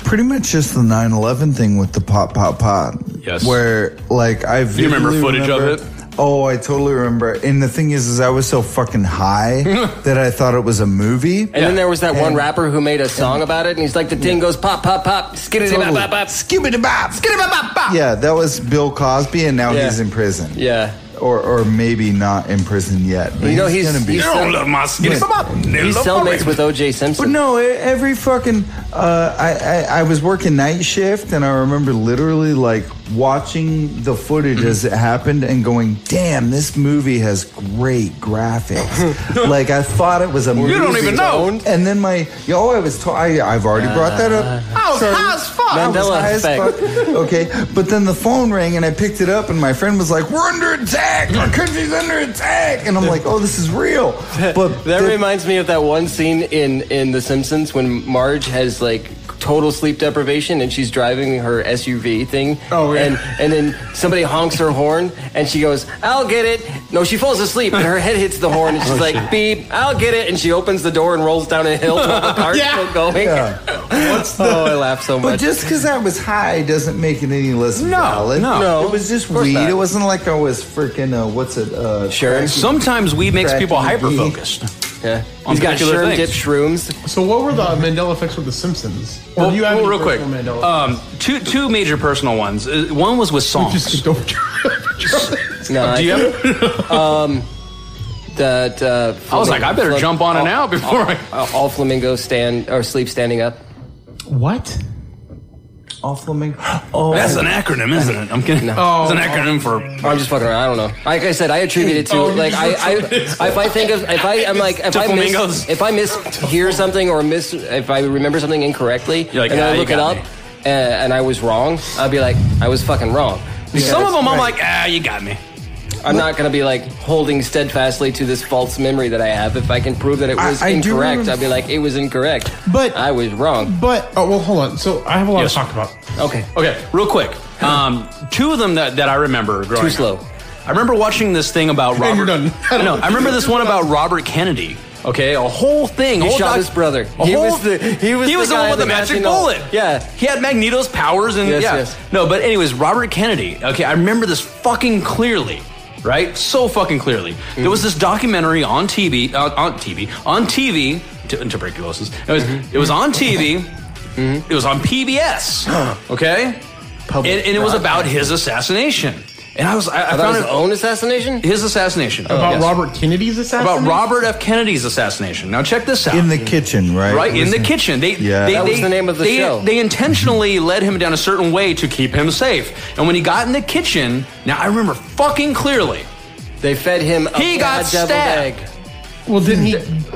D: Pretty much just the 9/11 thing with the pop, pop, pop.
B: Yes.
D: Where like I vividly
B: you remember footage of
D: remember- Oh, I totally remember. And the thing is, is I was so fucking high that I thought it was a movie.
A: And then there was that one rapper who made a song about it, and he's like, the thing goes pop, pop, pop, skiddity, bop, bop, bop,
D: Skibbity bop.
A: skiddity, bop, bop, bop.
D: Yeah, that was Bill Cosby, and now
A: Yeah.
D: he's in prison.
A: Yeah.
D: Or, or maybe not in prison yet. But
A: You know, he's-
D: gonna be.
A: he's-
G: They don't love my skin.
D: Yeah.
G: They
A: He's
G: love my
A: cellmates with OJ
D: But
A: Simpson.
D: no, e- every fucking uh, I, I I was working night shift, and I remember literally like watching the footage as it happened, and going, "Damn, this movie has great graphics." like I thought it was a movie.
B: You don't even know.
D: And then my yo, I was. To- I, I've already brought that up.
B: Uh,
D: I was high as fuck.
A: Mandela effect.
D: Okay, but then the phone rang and I picked it up, and my friend was like, "We're under attack. Our country's under attack." And I'm like, "Oh, this is real." But
A: That
D: the-
A: reminds me of that one scene in, in The Simpsons when Marge has like total sleep deprivation and she's driving her SUV thing.
C: Oh, yeah.
A: And, and then somebody honks her horn and she goes, I'll get it. No, she falls asleep and her head hits the horn and she's like, beep, I'll get it. And she opens the door and rolls down a hill while the car's
C: Yeah.
A: still going.
D: Yeah.
A: oh, I laugh so
D: But
A: much.
D: just because I was high doesn't make it any less no, valid.
B: no. No,
D: it was just
A: of course
D: weed.
A: not.
D: It wasn't like I was freaking uh, what's it? Uh,
A: Sure.
D: cracky-
B: Sometimes weed makes
D: Crack
B: people
D: and
B: hyper
D: weed.
B: focused.
A: yeah.
B: On
A: He's got
B: particular
A: sherm
B: things.
A: dip shrooms.
C: So what were the Mandela effects with the Simpsons? Or do you have any
B: real quick,
C: personal Mandela
B: um, two two major personal ones. Uh, One was with songs.
C: Just skipped over
A: No,
B: Do you
A: I,
B: have-
A: that, uh,
B: I was like, I better jump on and out before I.
A: Uh, all flamingos stand or sleep standing up.
C: What?
D: All flamingo. Oh,
B: That's an acronym, isn't it? I'm kidding. it's an acronym for.
A: Oh, I'm just fucking around. I don't know. Like I said, I attribute it to
C: Oh, you
A: like
C: just
A: I,
C: looked
A: I if I think of if I I'm like if
B: To
A: I
B: flamingos.
A: miss if I miss hear something or miss if I remember something incorrectly
B: You're like,
A: and
B: "Ah,
A: then I
B: you
A: look it
B: got
A: up
B: me."
A: uh, and I was wrong, I'll be like I was fucking wrong.
B: Some of them, I'm like, ah, you got me.
A: I'm not gonna be like holding steadfastly to this false memory that I have. If I can prove that it was
D: I do
A: incorrect,
D: remember-
A: I'll be like it was incorrect.
C: But-
A: I was wrong.
C: But oh well, hold on. So I have a lot
B: Yes.
C: to talk about.
A: Okay.
B: Okay, real quick. Um, two of them that, that I remember growing
A: Too
B: up.
A: slow.
B: I remember watching this thing about Robert.
C: you're done.
B: no, I remember this one about Robert Kennedy. Okay, a whole thing.
A: He
B: whole
A: shot
B: doc-
A: his brother.
B: a
A: He
B: whole-
A: was the- he was the
B: one
A: guy
B: with the
A: that got
B: magic
A: you know.
B: bullet.
A: Yeah.
B: he had Magneto's powers and
A: Yes,
B: yeah.
A: yes.
B: No, but anyways, Robert Kennedy. Okay, I remember this fucking clearly. Right, so fucking clearly. There was this documentary on TV, uh, on TV, on TV. T- tuberculosis. It was,
A: Mm-hmm.
B: it was on TV. It was on PBS. Okay,
A: Public
B: and, and it was about his assassination. And I was, I, I
A: That
B: found
A: was his
B: it
A: own assassination?
B: his assassination
C: About
B: Oh, Yes.
C: Robert Kennedy's assassination.
B: about Robert F. Kennedy's assassination. Now check this out.
D: in the kitchen, right?
B: right in the
D: Wasn't-
B: kitchen. They,
D: Yeah.
B: they,
D: That
B: they-
A: was the name of the
B: they-
A: show.
B: They intentionally led him down a certain way to keep him safe. And when he got in the kitchen, now I remember fucking clearly.
A: They fed him a
B: He got
A: bad deviled
B: stabbed.
A: egg.
C: Well, didn't he?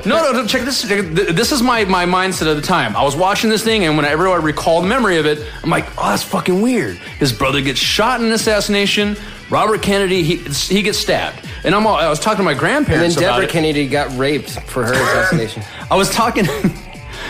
B: No, no, no, check this. check- th- This is my, my mindset at the time. I was watching this thing, and whenever I recall the memory of it, I'm like, oh, that's fucking weird. His brother gets shot in an assassination. Robert Kennedy, he, he gets stabbed. And I'm all, I was talking to my
A: And then
B: grandparents about
A: Deborah
B: it.
A: Kennedy got raped for her assassination.
B: I was talking.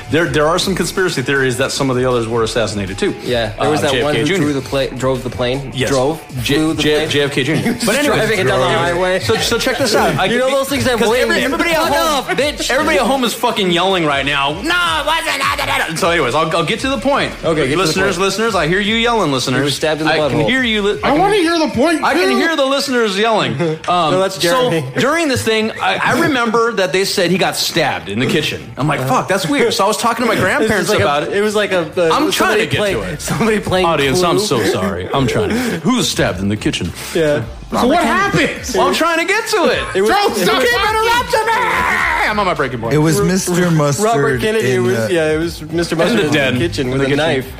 B: there, there are some conspiracy theories that some of the others were assassinated too.
A: Yeah, there
B: Uh,
A: was that
B: JFK
A: one who
B: Jr.
A: drew the pla- drove the plane.
B: Yes.
A: Drove,
B: J-
A: flew the
B: J-
A: plane.
B: JFK Jr. But anyway,
A: driving it down the highway.
B: So, so check this out. I
A: You
B: could
A: know
B: be-
A: those things that
B: 'cause
A: wing?
B: every- everybody at
A: Fuck
B: home,
A: off, bitch.
B: Everybody at home is fucking yelling right now. No, it wasn't. da, da, da, da." So, anyways, I'll, I'll get to the point.
A: Okay, get to the
B: listeners,
A: point.
B: listeners, I hear you yelling, listeners.
A: was stabbed in the
B: I can
A: butthole.
B: hear you. Li-
C: I
B: can-
C: want to hear the point.
B: I can
C: too.
B: hear the listeners yelling. Um,
A: that's Jeremy.
B: So during this thing, I, I remember that they said he got stabbed in the kitchen. I'm like, fuck, that's weird. So I was talking to my
A: Uh-huh. This
B: grandparents
A: is like
B: about
A: a,
B: it.
A: was like a. Uh,
B: I'm trying
A: somebody
B: to get
A: playing,
B: to it.
A: Somebody playing.
B: Audience, I'm
A: Clue.
B: so sorry. I'm trying to. Who's stabbed in the kitchen?
A: Yeah.
C: So what happened?
B: Well, I'm trying to get to it.
A: was-
C: Don't
A: it
C: stop
A: was-
C: interrupting
B: Ah, I'm on my breaking point.
D: It was Mr. Mustard.
A: Robert Kennedy
D: in
A: was
D: the-
A: yeah, it was Mr.
B: in
A: Mustard
B: the
A: in the,
B: den,
A: kitchen
B: in the
A: with a
B: kitchen.
A: knife.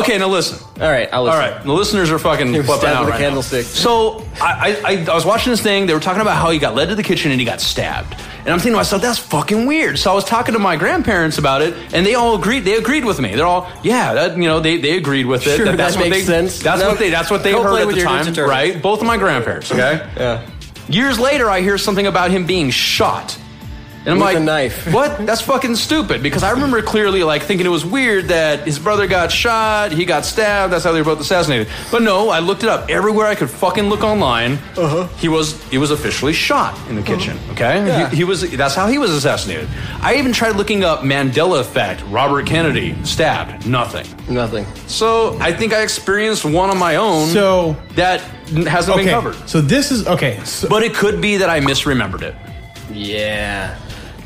B: Okay, now listen.
A: All right, I'll
B: All
A: listen.
B: right, the listeners are fucking
A: was
B: flipping
A: stabbed
B: out
A: with a
B: right
A: candlestick.
B: now. So I, I, I, I was watching this thing. They were talking about how he got led to the kitchen and he got stabbed. And I'm thinking to myself, that's fucking weird. So I was talking to my grandparents about it, and they all agreed. They agreed with me. They're all, yeah, that, you know, they, they agreed with it.
A: Sure,
B: that's
A: that
B: what
A: makes
B: they,
A: sense.
B: That's
A: No,
B: what they that's what they
A: go
B: heard
A: play
B: at
A: with
B: the
A: your Ninja
B: time,
A: Turtles.
B: right? Both of my grandparents. Okay.
A: Yeah.
B: Years later, I hear something about him being shot. And I'm
A: With
B: like,
A: a knife.
B: What? That's fucking stupid. Because I remember clearly, like, thinking it was weird that his brother got shot, he got stabbed. That's how they were both assassinated. But no, I looked it up everywhere I could fucking look online. Uh-huh. He was he was officially shot in the kitchen. Okay,
A: Uh-huh. Yeah.
B: he, he was. That's how he was assassinated. I even tried looking up Mandela effect, Robert Kennedy stabbed, nothing.
A: Nothing.
B: So I think I experienced one on my own.
C: So-
B: that hasn't been covered.
C: Okay. So this is okay. So,
B: But it could be that I misremembered it.
A: Yeah.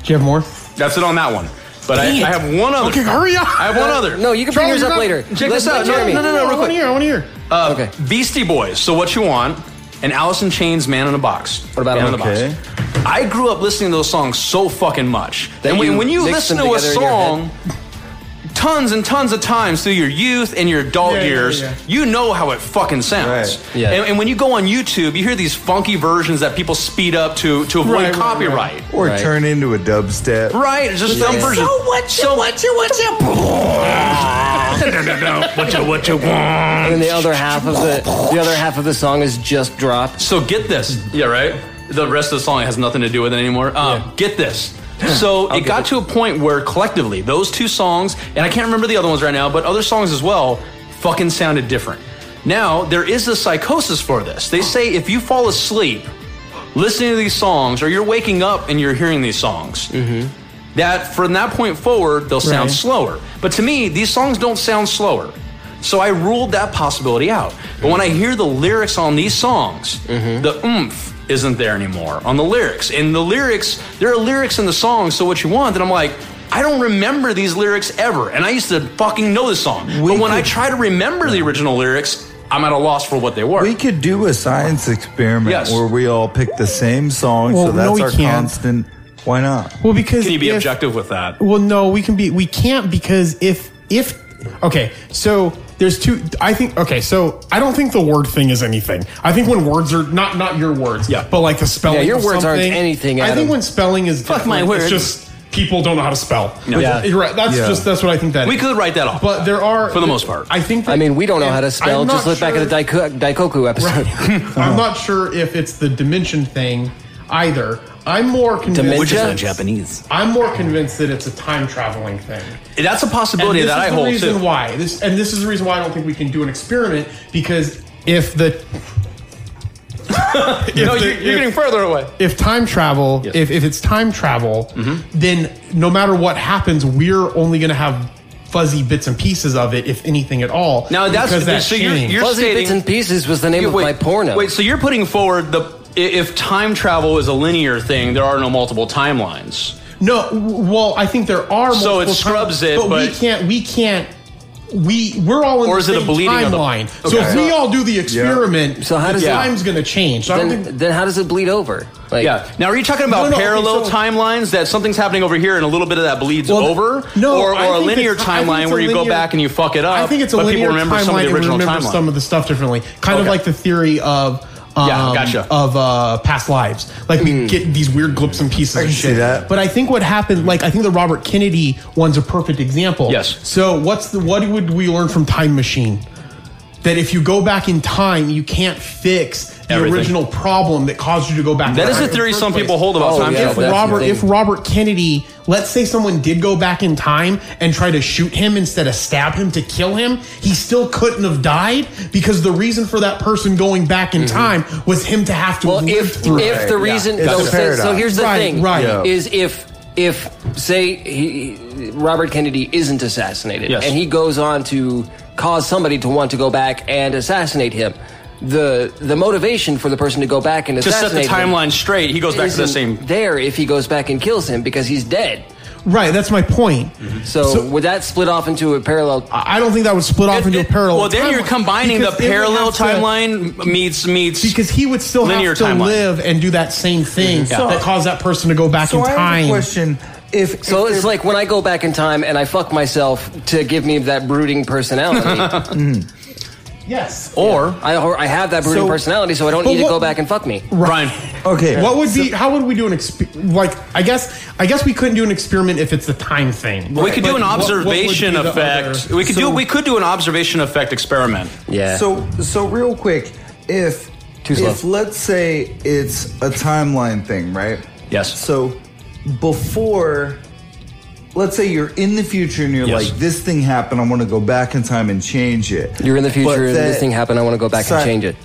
C: do you have more?
B: That's it on that one. But I, I have one other.
C: Okay, hurry up.
B: I have one other.
A: No, you can bring yours up later.
B: Check
A: Let's
B: this out.
A: let
B: No,
A: Jeremy.
B: no, no, no,
C: I
B: real
C: want to
B: quick.
C: hear. I want to hear.
B: Uh,
A: Okay.
B: Beastie Boys. So what you want? And Alice in Chains, Man in a Box.
A: What about
B: Man
D: Okay.
B: in a Box? I grew up listening to those songs so fucking much.
A: That
B: and when
A: you
B: when you
A: mix
B: listen
A: them
B: to a
A: together in your
B: song, tons and tons of times through your youth and your adult
C: Yeah, yeah,
B: years,
C: yeah.
B: you know how it fucking sounds.
D: Right.
A: Yeah.
B: And, and when you go on YouTube, you hear these funky versions that people speed up to to avoid
C: Right, right, right.
B: copyright.
D: Or
A: Right.
D: turn into a dubstep.
B: Right, it's just some version. So what you what you what
G: what you what you
A: And
G: want?
A: then the other half of the the other half of the song is just dropped.
B: So get this. Yeah, right. The rest of the song has nothing to do with it anymore. Um, Get this. So it got to a point where collectively those two songs, and I can't remember the other ones right now, but other songs as well, fucking sounded different. Now there is a psychosis for this. They say if you fall asleep listening to these songs, or you're waking up and you're hearing these songs, that from that point forward they'll sound
C: Right.
B: slower. But to me, these songs don't sound slower. So I ruled that possibility out. But when I hear the lyrics on these songs,
C: Mm-hmm.
B: the oomph isn't there anymore on the lyrics. And the lyrics, there are lyrics in the songs, so what you want, and I'm like, I don't remember these lyrics ever. And I used to fucking know this song. but when I try to remember the original lyrics, I'm at a loss for what they were.
D: We could do a science experiment
B: Yes.
D: where we all pick the same song,
C: Well,
D: so
C: no,
D: that's
C: we
D: our
C: can't.
D: constant. Why not?
C: Well, because
B: Can you be
C: if-
B: objective with that?
C: Well, no, we can be. We can't because if if okay, so there's two. I think okay, so I don't think the word thing is anything. I think when words are not not your words,
B: Yeah.
C: but like the spelling.
A: Yeah, your
C: of
A: words aren't
C: something.
A: anything,
C: I
A: Adam.
C: think when spelling is fuck
B: my
C: It's
B: words.
C: just people don't know how to spell.
A: Yeah.
C: You're right. That's
D: Yeah.
C: just that's what I think that
B: We
C: is.
B: could write that off.
C: But there are
B: For the most part.
C: I think. That,
A: I mean, we don't know how to
C: I'm
A: spell.
C: not
A: Just look back at
C: sure-
A: the Daiko- Daikoku episode.
C: I'm not sure if it's the dimension thing either. I'm more convinced.
A: Dementia?
B: Which is not Japanese.
C: I'm more convinced that it's a time traveling thing.
B: That's a
C: And
B: possibility
C: this
B: that
C: is
B: I
C: the
B: hold
C: reason
B: too.
C: why this, and this is the reason why I don't think we can do an experiment because if the If
B: no,
C: the-
B: you're, you're
C: if-
B: getting further away.
C: if time travel,
B: Yes. Mm-hmm.
C: if, if it's time travel, then no matter what happens, we're only going to have fuzzy bits and pieces of it, if anything at all.
B: Now that's
C: because that
B: so you're,
C: changed.
B: you're
A: Fuzzy
B: stating,
A: Bits and Pieces was the name
B: you-
A: of my porno.
B: Wait, so you're putting forward the i- if time travel is a linear thing, there are no multiple timelines.
C: No, w- well, I think there are.
B: So
C: multiple
B: it scrubs
C: times-
B: it,
C: we
B: but-
C: can't. We can't. We we're all in
B: Or
C: the
B: is it a
C: same
B: bleeding of the-
C: timeline. So
B: Okay.
C: if we all do the experiment,
A: So how does
C: the
A: it-
C: time's going to change? So I don't
A: then,
C: think,
A: then how does it bleed over? Like,
B: Yeah. Now, are you talking
C: No,
B: about
C: no, okay,
B: parallel
C: so-
B: timelines that something's happening over here and a little bit of that bleeds
C: Well,
B: over?
C: no,
B: Or,
C: I
B: or a
C: think
B: linear
C: it's- I think
B: timeline
C: it's a
B: where you go
C: linear-
B: back and you fuck it up?
C: I think it's a
B: but
C: linear
B: people remember
C: timeline
B: some of the
C: and
B: original
C: remember
B: timeline.
C: some of the stuff differently. Kind of
B: Okay.
C: like the theory of. Um,
B: Yeah, gotcha.
C: Of uh, past lives, like we
A: Hmm.
C: get these weird glips and pieces. I
D: can
C: of
D: see
C: shit.
D: that.
C: But I think what happened, like I think the Robert Kennedy one's a perfect example.
B: Yes.
C: So what's the what would we learn from Time Machine? That if you go back in time, you can't fix the
B: Everything.
C: original problem that caused you to go back.
B: That
C: in
B: is
C: time
B: a
C: in the
B: theory
C: first
B: some
C: place.
B: people hold about
A: Oh,
B: time
A: yeah,
B: travel.
A: that's the
C: Robert,
A: thing.
C: if Robert Kennedy, let's say someone did go back in time and try to shoot him instead of stab him to kill him, he still couldn't have died because the reason for that person going back
B: Mm-hmm.
C: in time was him to have to
A: Well,
C: live
A: if
C: through
A: if
C: it.
A: the reason
D: It's
A: so,
D: a
A: so,
D: paradox.
A: so here's the
C: Right,
A: thing,
C: right. Yeah.
A: Is if if say he, Robert Kennedy isn't assassinated
B: Yes.
A: and he goes on to cause somebody to want to go back and assassinate him, the the motivation for the person to go back and
B: to set the
A: assassinate
B: timeline straight, he goes
A: him
B: back to the same.
A: isn't there if he goes back and kills him because he's dead.
C: right, that's my point.
B: Mm-hmm.
A: So, would that split off into a parallel?
C: I I don't think that would split off
B: It-
C: into a
B: it-
C: parallel.
B: well, then you're
C: timeline
B: combining the
C: because it would
B: parallel
C: have to-
B: timeline meets meets
C: Because he would still
B: Linear
C: have to
B: timeline. Mm-hmm.
C: live and do that same thing that caused that person to go back
D: So
C: in
D: I have a
C: time.
D: question. If
A: So
D: if
A: it's
D: there-
A: like when I go back in time and I fuck myself to give me that brooding personality.
C: Yes.
B: or
A: I, or I have that brooding
D: So-
A: personality, so I don't
C: But
A: need to
C: what-
A: go back and fuck me.
B: Brian.
D: okay,
C: What would be? How would we do an exp- like? I guess. I guess we couldn't do an experiment if it's the time thing.
B: We could do an
C: But what- what would be
B: observation
C: the
B: effect.
C: other-
B: We could
C: So-
B: do we could do an observation effect experiment.
A: Yeah.
D: So so real quick, if
A: Too slow.
D: if let's say it's a timeline thing, right?
B: Yes.
D: So before let's say you're in the future and you're
B: Yes.
D: like this thing happened, I want to go back in time and change it.
A: You're in the
D: But
A: future and this
D: that-
A: thing happened. I want to go back
D: Sorry.
A: and change it.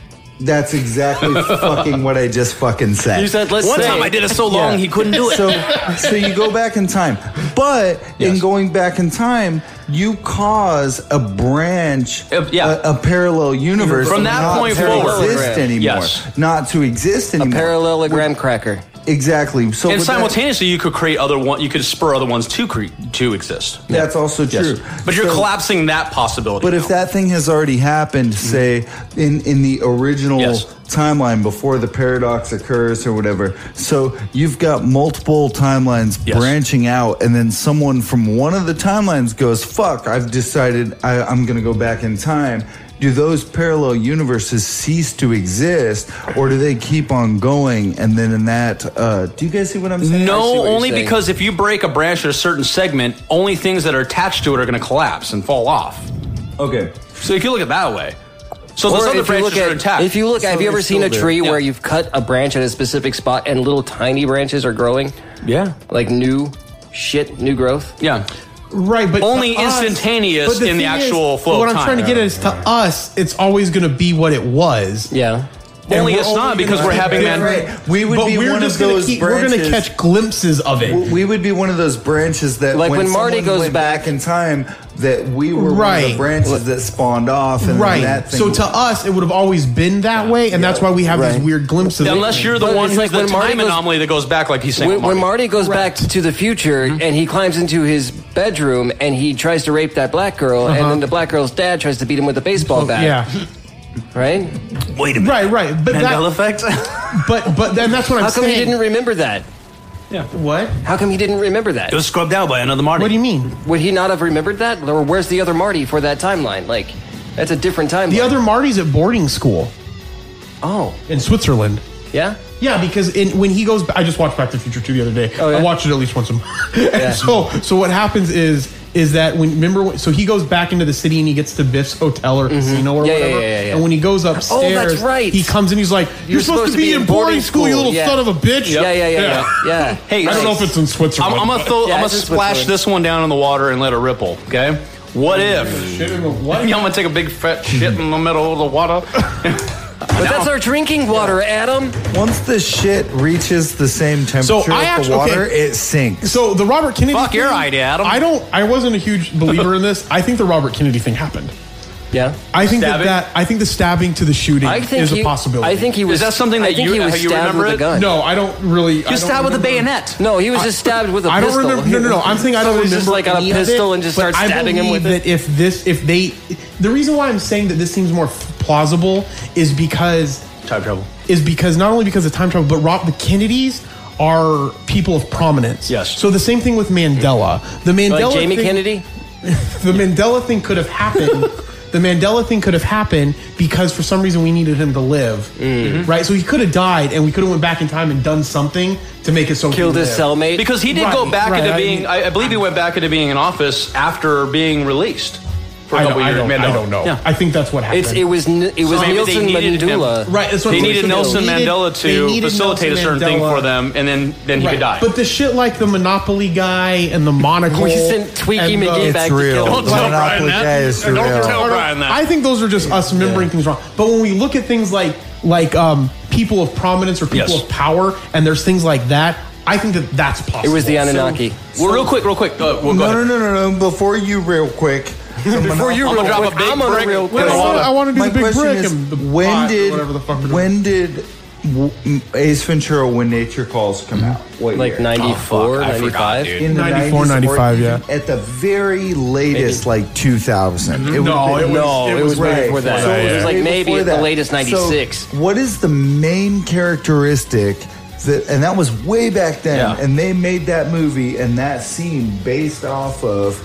D: That's exactly fucking what I just fucking said.
A: let's
B: One time I did it so long
D: Yeah.
B: he couldn't do it.
D: So, so you go back in time, but in
B: Yes.
D: going back in time, you cause a branch,
B: Uh, yeah.
D: a, a parallel universe
B: From that
D: not
B: point
D: to
B: forward.
D: exist anymore,
B: Yes.
D: not to exist
A: a
D: anymore.
A: parallelogram cracker.
D: exactly. So
B: and
D: with that-
B: simultaneously, you could create other one. You could spur other ones to cre- to exist.
D: that's also true.
B: But you're
D: So-
B: collapsing that possibility.
D: But
B: now.
D: if that thing has already happened, say in in the original
B: Mm-hmm. Yes.
D: timeline before the paradox occurs or whatever, so you've got multiple timelines
B: Yes.
D: branching out, and then someone from one of the timelines goes, "Fuck! I've decided I, I'm going to go back in time." Do those parallel universes cease to exist, or do they keep on going? And then in that, uh, do you guys see what I'm saying?
A: what
B: no,
A: you're
B: only
A: saying.
B: because if you break a branch at a certain segment, only things that are attached to it are going to collapse and fall off.
D: Okay.
B: So you can look at it that way. So those
A: Or
B: other
A: if you
B: branches
A: look
B: are
A: at,
B: intact.
A: if you look, have you
D: they're
A: ever seen
D: still
A: a
D: there.
A: tree where
B: Yeah.
A: you've cut a branch at a specific spot and little tiny branches are growing,
B: yeah,
A: like new shit, new growth?
B: yeah.
C: Right, but
B: Only
C: to us-
B: instantaneous
C: but
B: in the
C: thing
B: actual flow
C: What
B: of
C: I'm
B: time.
C: trying to get at is, to us, it's always going to be what it was.
A: Yeah.
C: And
B: Only
C: we're
B: it's not
C: only
B: because
C: gonna
B: we're
C: be
B: having man-
C: different.
D: We would
C: but
D: be
C: we're
D: one
C: just
D: of
C: gonna
D: those
C: keep, We're going to
D: branches-
C: catch glimpses of it.
D: we would be one of those branches that
A: Like when Marty
D: someone
A: goes
D: went
A: back-
D: in time that we were one of
C: Right.
D: the branches that spawned off and right.
C: right.
D: that thing
C: So to us, it would have always been that way, and that's why we have
D: Right.
C: these weird glimpses.
B: Unless you're the
A: But
B: one
A: it's
B: who's
A: like
B: the
A: when Marty
B: time
A: goes-
B: anomaly that goes back, like he's saying.
A: When,
B: with
A: when
B: Marty.
A: Marty goes back to the future
C: Mm-hmm.
A: and he climbs into his bedroom and he tries to rape that black girl, and then the black girl's dad tries to beat him with a baseball bat.
C: Uh-huh. yeah,
A: Right?
B: Wait a minute.
C: right, right. But
B: Mandela
C: that,
B: effect.
C: but but then that's what I'm
A: How come
C: saying.
A: he didn't remember that?
C: what?
A: How come he didn't remember that?
B: it was scrubbed out by another Marty.
C: What do you mean?
A: Would he not have remembered that? Or where's the other Marty for that timeline? Like, that's a different timeline.
C: The other Marty's at boarding school
A: Oh,
C: in Switzerland.
A: yeah?
C: Yeah, because in, when he goes, I just watched Back to the Future two the other day.
A: Oh, yeah?
C: I watched it at least once a month. and so, so what happens is, is that when remember, when, so he goes back into the city and he gets to Biff's hotel or casino or
A: Yeah, yeah,
C: whatever.
A: yeah, yeah, yeah.
C: And when he goes upstairs,
A: right.
C: He comes in, he's like, "You're, supposed, to be in boarding school, you little
A: yeah.
C: son of a bitch."
A: Yeah, yeah, yeah, yeah. yeah.
B: Hey,
C: I don't know if it's in Switzerland.
B: I'm, I'm gonna throw,
A: Yeah,
B: I'm gonna
A: it's just
B: splash
A: with-
B: this one down in the water and let it ripple. Okay. What if?
C: Shit in the-
B: I'm
C: what?
B: gonna take a big fat shit in the middle of the water.
A: But that's our drinking water, Adam.
D: Once the shit reaches the same temperature
C: I
D: as
C: actu-
D: the water,
C: okay.
D: it sinks.
C: So the Robert Kennedy.
F: Fuck your
C: thing,
F: idea, Adam.
C: I don't. I wasn't a huge believer in this. I think the Robert Kennedy thing happened.
A: Yeah.
C: I think that,
B: Stabbing?
C: that I think the stabbing to the shooting
A: I think
C: is
A: he,
C: a possibility.
A: I think he was.
B: that something
A: I
B: that
A: think
B: you-
A: he was
B: how you
A: stabbed
B: remember
A: with
B: it?
A: a gun?
C: no, I don't really. You
F: Just stabbed with a bayonet.
A: No, he was just stabbed with a
C: I don't
A: pistol.
C: remember. No, no, no. I'm saying I don't
A: Someone
C: remember.
A: Just like on
C: any
A: a
C: of
A: pistol
C: it,
A: and just
C: but
A: start
C: I
A: stabbing him
C: believe
A: with it.
C: that if this, if they, the reason why I'm saying that this seems more f- plausible is because
B: Time travel.
C: is because not only because of time travel, but Rob the Kennedys are people of prominence.
B: Yes.
C: So the same thing with Mandela. The Mandela
A: Like Jamie
C: thing-
A: Kennedy.
C: The Mandela thing could have happened. the Mandela thing could have happened because for some reason we needed him to live,
A: Mm.
C: right? So he could have died, and we could have went back in time and done something to make it so he
A: killed his
C: lived.
A: cellmate
B: Because he did
C: Right,
B: go back
C: right,
B: into
C: I
B: being,
C: mean-
B: I, I believe he went back into being in office after being released for a
C: I don't,
B: couple
C: I,
B: years.
C: don't,
B: Mandela.
C: I don't know.
B: Yeah.
C: I think that's what happened.
A: it's it was n- it
B: So
A: was
B: maybe they
A: Nelson
B: needed him.
A: Mandela.
C: Right, that's what
B: They
C: I'm
B: needed
C: saying.
B: Nelson
C: They needed-
B: Mandela
C: they
B: to
C: needed
B: facilitate
C: Nelson
B: a certain thing
C: Mandela.
B: for them, and then then he
C: Right.
B: could die.
C: But the shit like the Monopoly guy and the monocle.
A: We sent Tweaky
C: and the-
A: McGee back
D: It's
A: to
D: real.
A: kill
G: Don't
A: him.
G: tell
D: Monopoly
G: Brian that.
D: Day is
G: Don't
D: real.
G: tell Brian that.
C: I think those are just us remembering things wrong. But when we look at things like like um, people of prominence or people
B: Yes.
C: of power, and there's things like that, I think that that's
A: It
C: possible.
A: was the Anunnaki.
B: well, real quick, real quick. Uh, well, go
D: No,
B: ahead.
D: no, no, no, no. Before you, real quick. Before
B: you real quick, I'm on a real
C: Wait,
B: quick.
C: I want, I want to do
D: My
C: the big
D: question
C: brick
D: is,
C: and the
D: when
C: pot or
D: did
C: whatever the fuck we're doing.
D: when did w- m- Ace Ventura: When Nature Calls come out? What
A: Like
D: year?
A: 94,
B: Oh,
A: 95.
B: dude.
D: In the
C: 94,
D: 90s, or
C: 95, yeah.
D: At the very latest, like 2000. It
C: No,
D: would've been-
C: it was- No, it it was was
A: way way before before that. that. It was
D: way
A: like
D: before
A: maybe at the
D: that.
A: latest,
D: So
A: 96.
D: what is the main characteristic that, and that was way back then,
B: Yeah.
D: and they made that movie and that scene based off of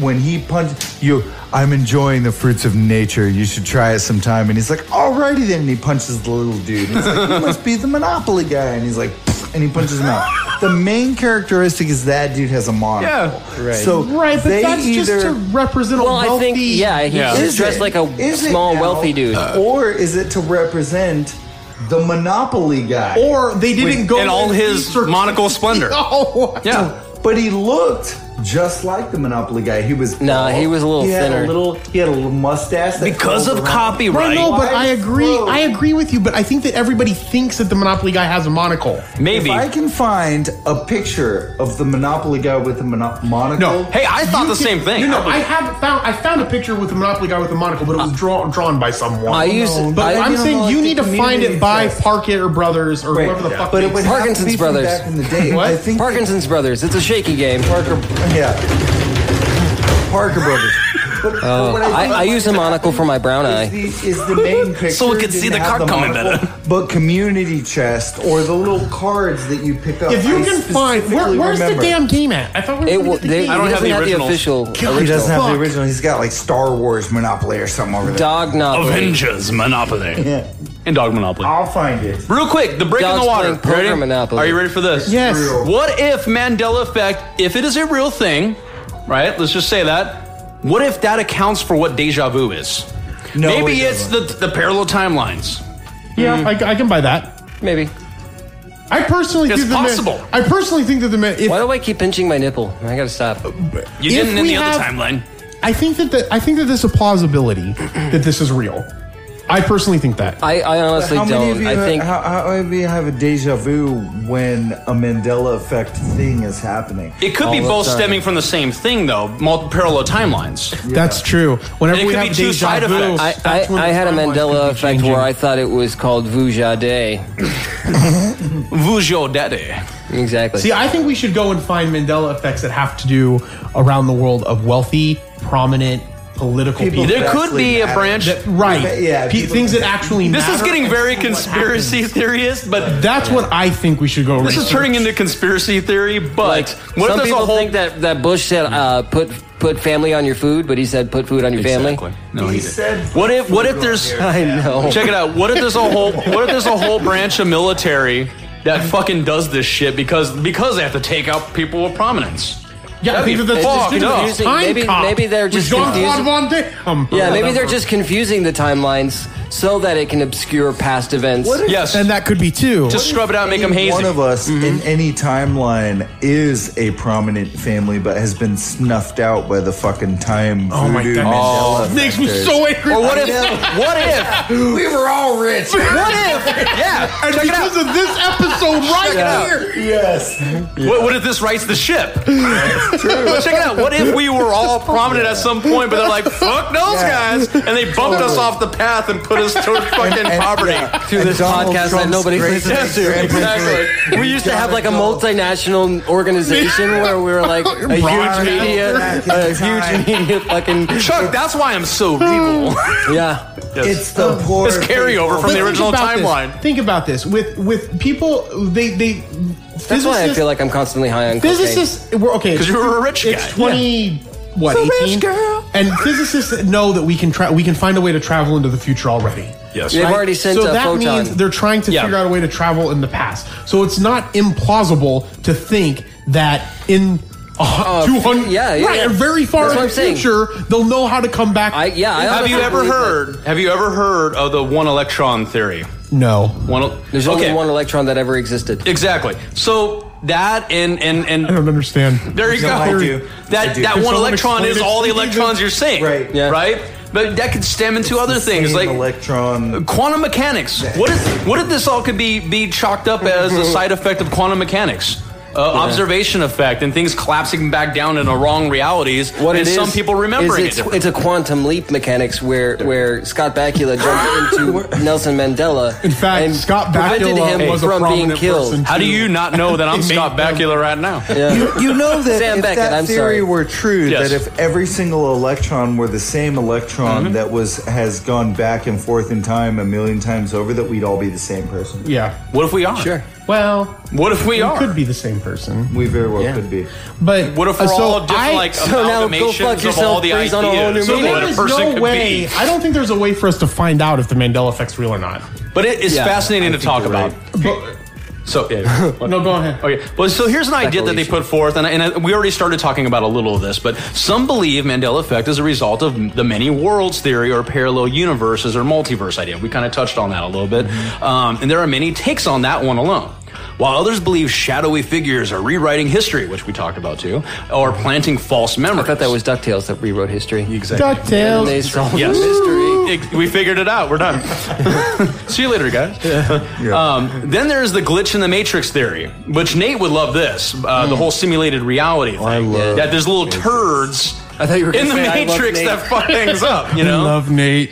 D: when he punched you. I'm enjoying the fruits of nature. You should try it sometime. And he's like, alrighty then. And he punches the little dude. And he's like, you must be the Monopoly guy. And he's like, "Pfft," and he punches him out. The main characteristic is that dude has a monocle.
B: Yeah.
D: Right. So
C: right, but
D: they
C: that's
D: either,
C: just to represent
A: Well,
C: a wealthy.
A: I think yeah, he
B: Yeah.
A: was
D: Is
A: dressed
D: it?
A: like a
D: Is it
A: small
D: now? Uh,
A: wealthy dude.
D: or is it to represent the Monopoly guy?
C: Or they didn't go
B: in all
C: with
B: his
C: Easter-
B: monocle splendor.
C: No.
B: Yeah.
D: but he looked just like the Monopoly guy. He was
A: Nah,
D: bald.
A: he was a little
D: he Had
A: thinner.
D: a little, he had a little mustache that
B: Because
D: curled
B: of
D: around.
B: copyright,
C: Right, no, but
D: Why
C: I
D: is
C: agree.
D: Flo-
C: I agree with you, but I think that everybody thinks that the Monopoly guy has a monocle.
D: If
B: maybe.
D: I can find a picture of the Monopoly guy with the mono- monocle,
C: No.
B: Hey, I thought the same thing.
C: You know, I have found I found a picture with the Monopoly guy with the monocle, but it
B: Ah.
C: was drawn drawn by someone.
A: I
D: Oh,
A: used-
C: but
A: I-
C: I, am
A: you know,
C: saying you
D: like
C: need
D: the
C: to find it
D: community
C: by
D: fest.
C: Parkett or Brothers or whoever the fuck.
D: but it
C: makes
D: would
C: it.
D: have to
A: Parkinson's
D: be from
A: Brothers.
D: back in the day.
C: What?
D: I think
A: Parkinson's Brothers. It's a shaky game.
D: Parker, yeah, Parker Brothers. But, but what
A: I,
D: think
A: Oh. I use a monocle for my brown
D: is
A: eye.
D: the, is the main picture.
B: So we could see the
D: didn't have
B: card coming
D: monocle,
B: better.
D: But community chest or the little cards that you pick up.
C: if you
D: I
C: can find where,
D: specifically
C: where's
D: remember.
C: the damn game at? I thought we
A: It,
C: were
A: w-
C: going to
A: they,
C: the
A: he
C: game.
B: I don't have
A: doesn't
B: the
A: have the
B: original.
A: official.
D: He
A: original.
D: doesn't have
C: Fuck.
D: the original. He's got like Star Wars Monopoly or something over there.
A: Dog Monopoly.
G: Avengers Monopoly.
D: Yeah,
B: and Dog Monopoly.
D: I'll find it.
B: Real quick, the break in
A: Dog's
B: the water.
A: playing poker
B: Ready?
A: Monopoly.
B: Are you ready for this?
C: Yes.
D: Real.
B: What if Mandela effect, if it is a real thing, right? Let's just say that. What if that accounts for what deja vu is?
D: No,
B: Maybe
D: it
B: it's the, the parallel timelines.
C: Yeah, I, I can buy that.
A: Maybe.
C: I personally
B: It's
C: think that the man-
B: possible.
C: I personally think that the man. If,
A: Why do I keep pinching my nipple? I gotta stop.
B: You
C: If
B: didn't in
C: we
B: the other
C: have-
B: timeline.
C: I think that the, I think that there's a plausibility that this is real. I personally think that.
A: I, I honestly
D: How many of
A: don't.
D: you?
A: I
D: ha-
A: think
D: how, how many of you have a deja vu when a Mandela effect thing is happening?
B: It could be
A: All the
B: both
A: time.
B: stemming from the same thing, though, multiple parallel timelines.
C: That's true. Whenever
B: And it
C: we
B: could
C: have
B: be two
C: deja
B: side
C: vu,
B: effects.
A: I, I,
C: that's when
A: I
C: the
A: had a
C: timelines could
A: Mandela
C: be
A: effect
C: changing.
A: where I thought it was called Vujade.
B: Vujo Daddy.
A: Exactly.
C: See, I think we should go and find Mandela effects that have to do around the world of wealthy, prominent, political people.
D: People
B: There
D: that
B: could
D: actually
B: be a
D: matter.
B: branch.
C: That- right.
D: Yeah,
C: Pe-
D: people-
C: things that actually
B: This is
C: matter
B: getting
C: and
B: very
C: see what
B: conspiracy theory-ist, but
C: happens. That's what I think we should go.
B: this is turning into conspiracy theory. But
A: like,
B: what if
A: some
B: there's a
A: people
B: whole
A: think that, that Bush said uh, put put family on your food, but he said put food on your
B: Exactly.
A: family.
B: No, he,
D: He
B: didn't.
D: said-
B: What if? What if there's?
A: I know.
B: Check it out. What if there's a whole? What if there's a whole branch of military that fucking does this shit because because they have to take out people with prominence?
C: Yeah, I
B: That'd
C: think
B: be
C: that that's
B: fucked
C: just
B: up.
C: confusing. time
A: Maybe-
C: cop
A: maybe they're
C: with
A: just
C: Jean-Claude
A: confusing-
C: Van Damme.
A: Yeah, maybe they're just confusing the timelines so that it can obscure past events.
B: Yes.
H: And that could be two.
B: Just scrub it out, make them
D: Any
B: hazy. Mm-hmm.
D: One of us in any timeline is a prominent family, but has been snuffed out by the fucking time. Oh
C: my
D: voodoo
C: goodness.
D: Mandela
C: Makes me
D: factors.
C: so angry.
B: or what if? What if?
E: We were all rich.
B: What if? Yeah.
C: and
B: check it
C: because
B: out.
C: of this episode right
B: out.
C: here,
D: Yes.
B: What, what if this rights the ship? Well, check it out. What if we were all prominent at some point, but they're like, "Fuck those guys," and they bumped us off the path and put us toward fucking poverty.
D: yeah.
A: Through
D: And
A: this
D: Donald
A: podcast that
D: Trump's
A: nobody
D: great
A: listens
D: great
A: to.
D: grandparents were like,
B: Exactly.
A: We used to have like a multinational organization where we were like a huge
D: Broadcast
A: media,
D: back in
A: a
D: time.
A: huge media fucking
B: Chuck, that's why I'm so regal.
A: yeah.
D: It's the poor.
B: It's carryover from
C: But
B: the
C: think
B: original
C: about this.
B: timeline.
C: Think about this with with people. They they.
A: That's why I feel like I'm constantly high on cocaine.
C: physicists. We're, okay,
B: 'Cause you were a rich
C: It's
B: guy.
C: twenty. What
D: a rich
C: eighteen?
D: girl.
C: And physicists know that we can tra- we can find a way to travel into the future already.
B: Yes.
A: They've already sent
C: so
A: a
C: that
A: photon.
C: means they're trying to
B: Yeah.
C: figure out a way to travel in the past. So it's not implausible to think that in uh,
A: Uh,
C: 200,
A: yeah, yeah,
C: right,
A: yeah.
C: a very far
A: That's what
C: in the
A: I'm saying.
C: future, they'll know how to come back.
A: I, yeah, I
B: Have
A: honestly
B: you ever
A: believe that.
B: heard? Have you ever heard of the one electron theory?
C: no,
B: One.
A: There's only one electron that ever existed.
B: Exactly. So that and and and
C: I don't understand.
B: There you
D: No,
B: go.
D: I do. I
B: That
D: do.
B: that
D: Can
B: one
C: someone
B: electron
C: explain
B: is
C: it
B: all the
C: to me?
B: electrons you're saying.
D: Right.
A: Yeah.
B: Right. But that could stem into other things
D: Same
B: like
D: electron.
B: quantum mechanics. What if what if this all could be be chalked up as a side effect of quantum mechanics? Uh, Observation effect and things collapsing back down into wrong realities,
A: What
B: and
A: it is,
B: some people remembering
A: is
B: it.
A: it's, it's a quantum leap mechanics where where Scott Bakula jumped into Nelson Mandela. In
C: fact, Scott
A: prevented
C: Bakula
A: him
C: was a
A: from being
C: prominent
A: killed.
C: person.
B: How do you not know that I'm
C: It made
B: Scott
C: them-
B: Bakula right now?
D: You, you know that
A: Sam
D: if
A: Beckett,
D: that
A: I'm
D: theory
A: sorry.
D: were true,
B: Yes.
D: that if every single electron were the same electron
C: Mm-hmm.
D: that was has gone back and forth in time a million times over, that we'd all be the same person.
C: Yeah.
B: What if we are?
A: Sure.
C: Well,
B: What if we
C: you
B: are?
C: could be the same person,
D: We very well could be.
C: but
B: What if we're
C: uh, so
B: all different,
C: I-
B: like
A: so now go
B: amalgamations
A: fuck
B: of all
A: yourself,
B: the ideas?
A: freeze on a whole new
B: So
A: meaning.
B: what
C: there
B: a
C: is
B: person
C: no
B: could
C: way.
B: be.
C: I don't think there's a way for us to find out if the Mandela effect's real or not.
B: But it is
A: Yeah,
B: fascinating to talk about.
C: But,
B: So yeah.
C: no, go ahead.
B: Okay, well, so here's an idea that they put forth, and, and I, we already started talking about a little of this, but some believe Mandela effect is a result of the many worlds theory or parallel universes or multiverse idea. We kind of touched on that a little bit,
A: Mm-hmm.
B: um, and there are many takes on that one alone. While others believe shadowy figures are rewriting history, which we talked about too, or planting false memories.
A: I thought that was Ducktales that rewrote history. And they
C: Ducktales.
A: solved
B: Yes.
A: the mystery.
B: Ex- we figured it out. We're done. See you later, guys. Um, then there's the glitch in the matrix theory, which Nate would love. This uh,
A: Mm.
B: the whole simulated reality thing.
D: I love
B: that there's little turds.
A: I thought you were
B: in the
A: gonna say, "I love
B: matrix
A: Nate."
B: that fuck things up. You know,
C: Love Nate.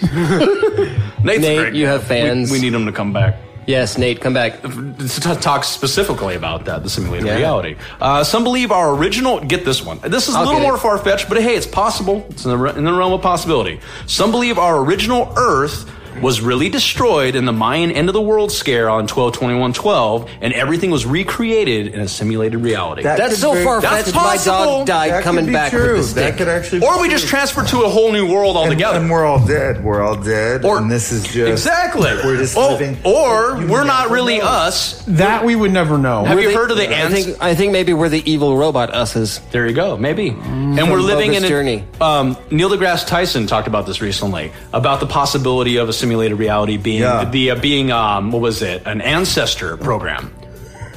B: Nate's
A: Nate,
B: great.
A: you have fans.
B: We, we need him to come back
A: Yes, Nate, come back.
B: to t- talk specifically about that, the simulated
A: Yeah.
B: reality. Uh, some believe our original, get this one. This is a
A: I'll
B: little
A: get it.
B: more far fetched, but hey, it's possible. It's in the, re- in the realm of possibility. Some believe our original Earth was really destroyed in the Mayan end of the world scare on 12 12, and everything was recreated in a simulated reality.
D: That
A: That's
D: could
A: so
D: very-
A: far
B: That's
A: fetched. My
B: possible.
A: dog died
D: That could
A: coming
D: be
A: back
D: true.
A: with a stick.
D: That could actually.
B: or
D: be
B: we just
D: true.
B: transfer to a whole new world
D: and,
B: altogether.
D: and we're all dead. We're all dead.
B: Or-
D: and this is just
B: exactly.
D: We're just
B: Oh,
D: living.
B: Or
D: You
B: we're not
D: never
B: really
D: know.
B: us.
C: That we would never know.
B: Have
A: Were
B: you
A: they-
B: heard of the
A: I
B: ants?
A: think, I think maybe we're the evil robot us's.
B: There you go, maybe.
D: Mm.
B: And we're living in a
A: Bogus journey.
B: Um, Neil deGrasse Tyson talked about this recently about the possibility of a simulated reality being
D: Yeah.
B: the uh, being um, what was it an ancestor program,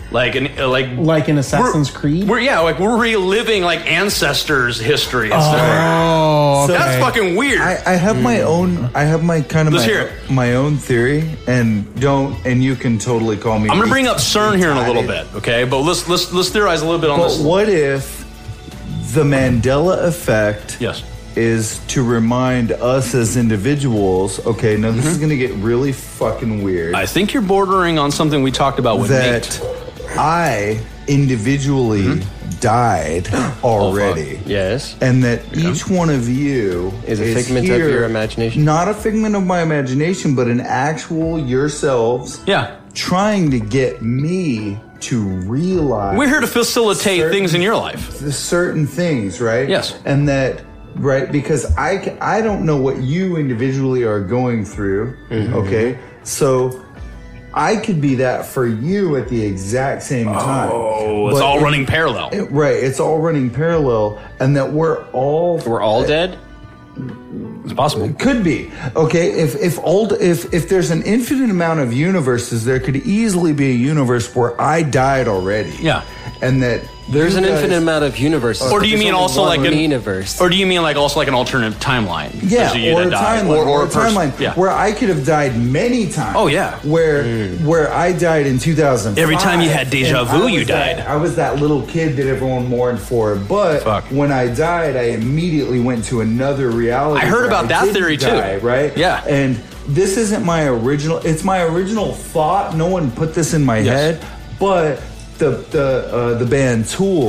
B: like an uh, like
C: Like in Assassin's
B: we're,
C: Creed?
B: We're yeah, like we're reliving like ancestors' history. And stuff.
C: Oh,
D: So-
B: That's fucking weird.
D: I, I have my own. I have my kind of
B: Hmm. Let's
D: my,
B: hear it.
D: my own theory, and don't. And you can totally call me.
B: I'm gonna bring up CERN here in a little bit, okay? But let's let's let's theorize a little bit on
D: But
B: this.
D: what if the Mandela effect?
B: Yes.
D: Is to remind us as individuals. Okay, now this is gonna get really fucking weird.
B: Mm-hmm. I think you're bordering on something we talked about with Nate.
D: that
B: Mm-hmm.
D: I individually died
B: Oh,
D: already.
A: Yes.
D: and that each one of you
A: Is a figment of
D: here,
A: your imagination?
D: Not a figment of my imagination, but an actual yourselves
B: Yeah,
D: trying to get me to realize
B: we're here to facilitate
D: Certain-
B: things in your life.
D: the certain things, right?
B: Yes.
D: And that right because I ca- I don't know what you individually are going through,
B: Mm-hmm.
D: okay? So I could be that for you at the exact same time.
B: Oh, it's
D: But
B: all
D: it-
B: running parallel.
D: Right, it's all running parallel, and that we're all
A: We're all dead?
B: It's possible.
D: Could be okay if if old if if there's an infinite amount of universes, there could easily be a universe where I died already.
B: Yeah.
D: and that
A: There's
D: you
A: an
D: guys-
A: infinite amount of universes.
B: Or
A: but
B: do you
A: there's
B: mean
A: only
B: also
A: one
B: like an
A: universe?
B: Or do you mean like also like an alternative timeline?
D: Yeah,
B: There's you
D: or
B: that
D: a
B: died. or,
D: timeline,
B: or a person.
D: timeline
B: Yeah.
D: where I could have died many times.
B: Oh, yeah. Mm.
D: where where I died in 2000.
B: Every time you had déjà vu, you died.
D: I was that little kid that everyone mourned for, but
B: Fuck.
D: when I died, I immediately went to another reality.
B: I heard
D: where
B: about that
D: didn't
B: theory, too.
D: die, Right?
B: Yeah.
D: and this isn't my original. It's my original thought. No one put this in my
B: Yes.
D: head, but the the uh, the band Tool,